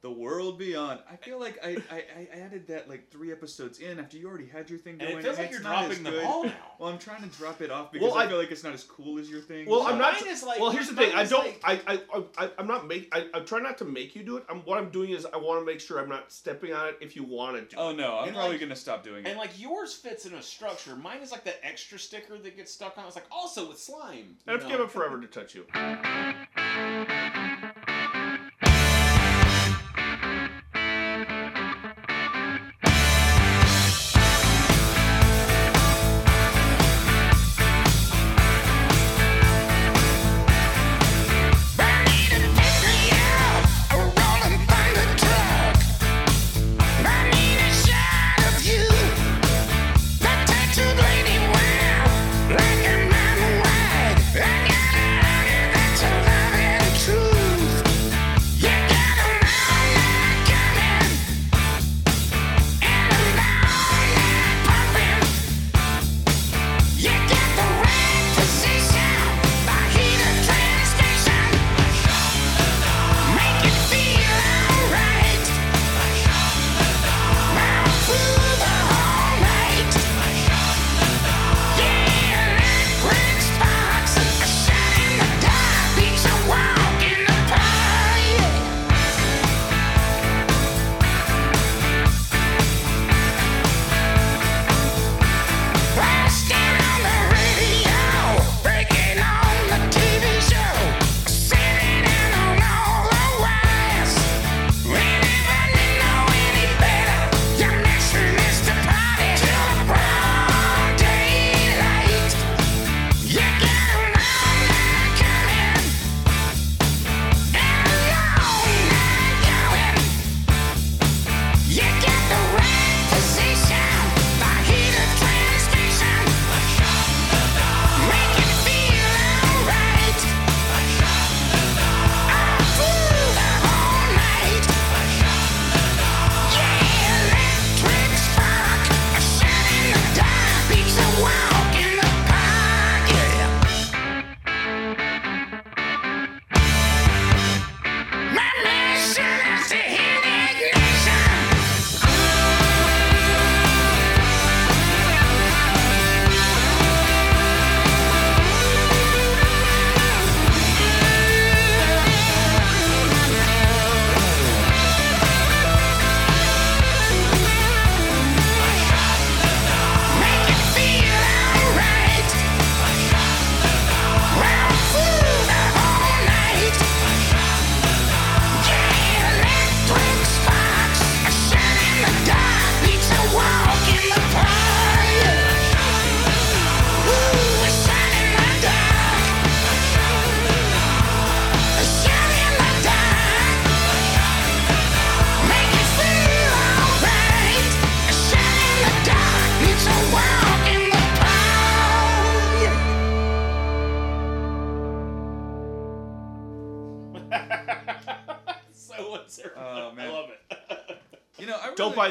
Speaker 3: The World Beyond. I feel like I, I, I added that like three episodes in after you already had your thing
Speaker 2: And it
Speaker 3: going.
Speaker 2: feels like
Speaker 3: it's
Speaker 2: you're
Speaker 3: not as
Speaker 2: dropping them
Speaker 3: good.
Speaker 2: all now.
Speaker 3: Well, I'm trying to drop it off because
Speaker 1: Well,
Speaker 3: I,
Speaker 1: I-
Speaker 3: feel like it's not as cool as your thing.
Speaker 1: Well,
Speaker 3: so-
Speaker 1: I'm not.
Speaker 2: Mine is like-
Speaker 1: well, here's the thing.
Speaker 2: mine
Speaker 1: I
Speaker 2: is
Speaker 1: don't.
Speaker 2: like-
Speaker 1: I, I, I, I, I'm not make. I, I try not to make you do it. I'm. What I'm doing is I want to make sure I'm not stepping on it. If you want to do
Speaker 3: Oh
Speaker 1: it.
Speaker 3: no, I'm
Speaker 2: And,
Speaker 3: probably
Speaker 2: like-
Speaker 3: gonna stop doing it.
Speaker 2: And like yours fits in a structure. Mine is like that extra sticker that gets stuck on. It's like also with slime. you
Speaker 1: And I've
Speaker 2: know?
Speaker 1: given up forever to touch you.
Speaker 9: You get the right position by heat of transmission. Make it feel alright. Round through the whole night. Yeah, electric sparks. A shot in the dark beats a walk in the park. Blasting on the radio, breaking on the TV show, sitting in on all the wires. Anybody know any better? You're mixing this to party till broad daylight. You get 'em all night coming and a long night going. You get the right position by heat of transmission. Make it feel alright. All through the whole night. Yeah, electric spark. A shot in the dark beats a walk in the park. Yeah. My mission is to hit ignition. Make it feel alright. Round through the whole night. Yeah, electric sparks. A shot in the dark beats a walk in the park. Ooh, a shot in the dark. A shot in the dark. Make it feel alright. A shot in the dark beats a walk in the park.
Speaker 2: So what's
Speaker 1: Uh,
Speaker 2: everyone?
Speaker 3: Oh, man.
Speaker 2: I love it.
Speaker 3: you know, I really,
Speaker 1: Don't buy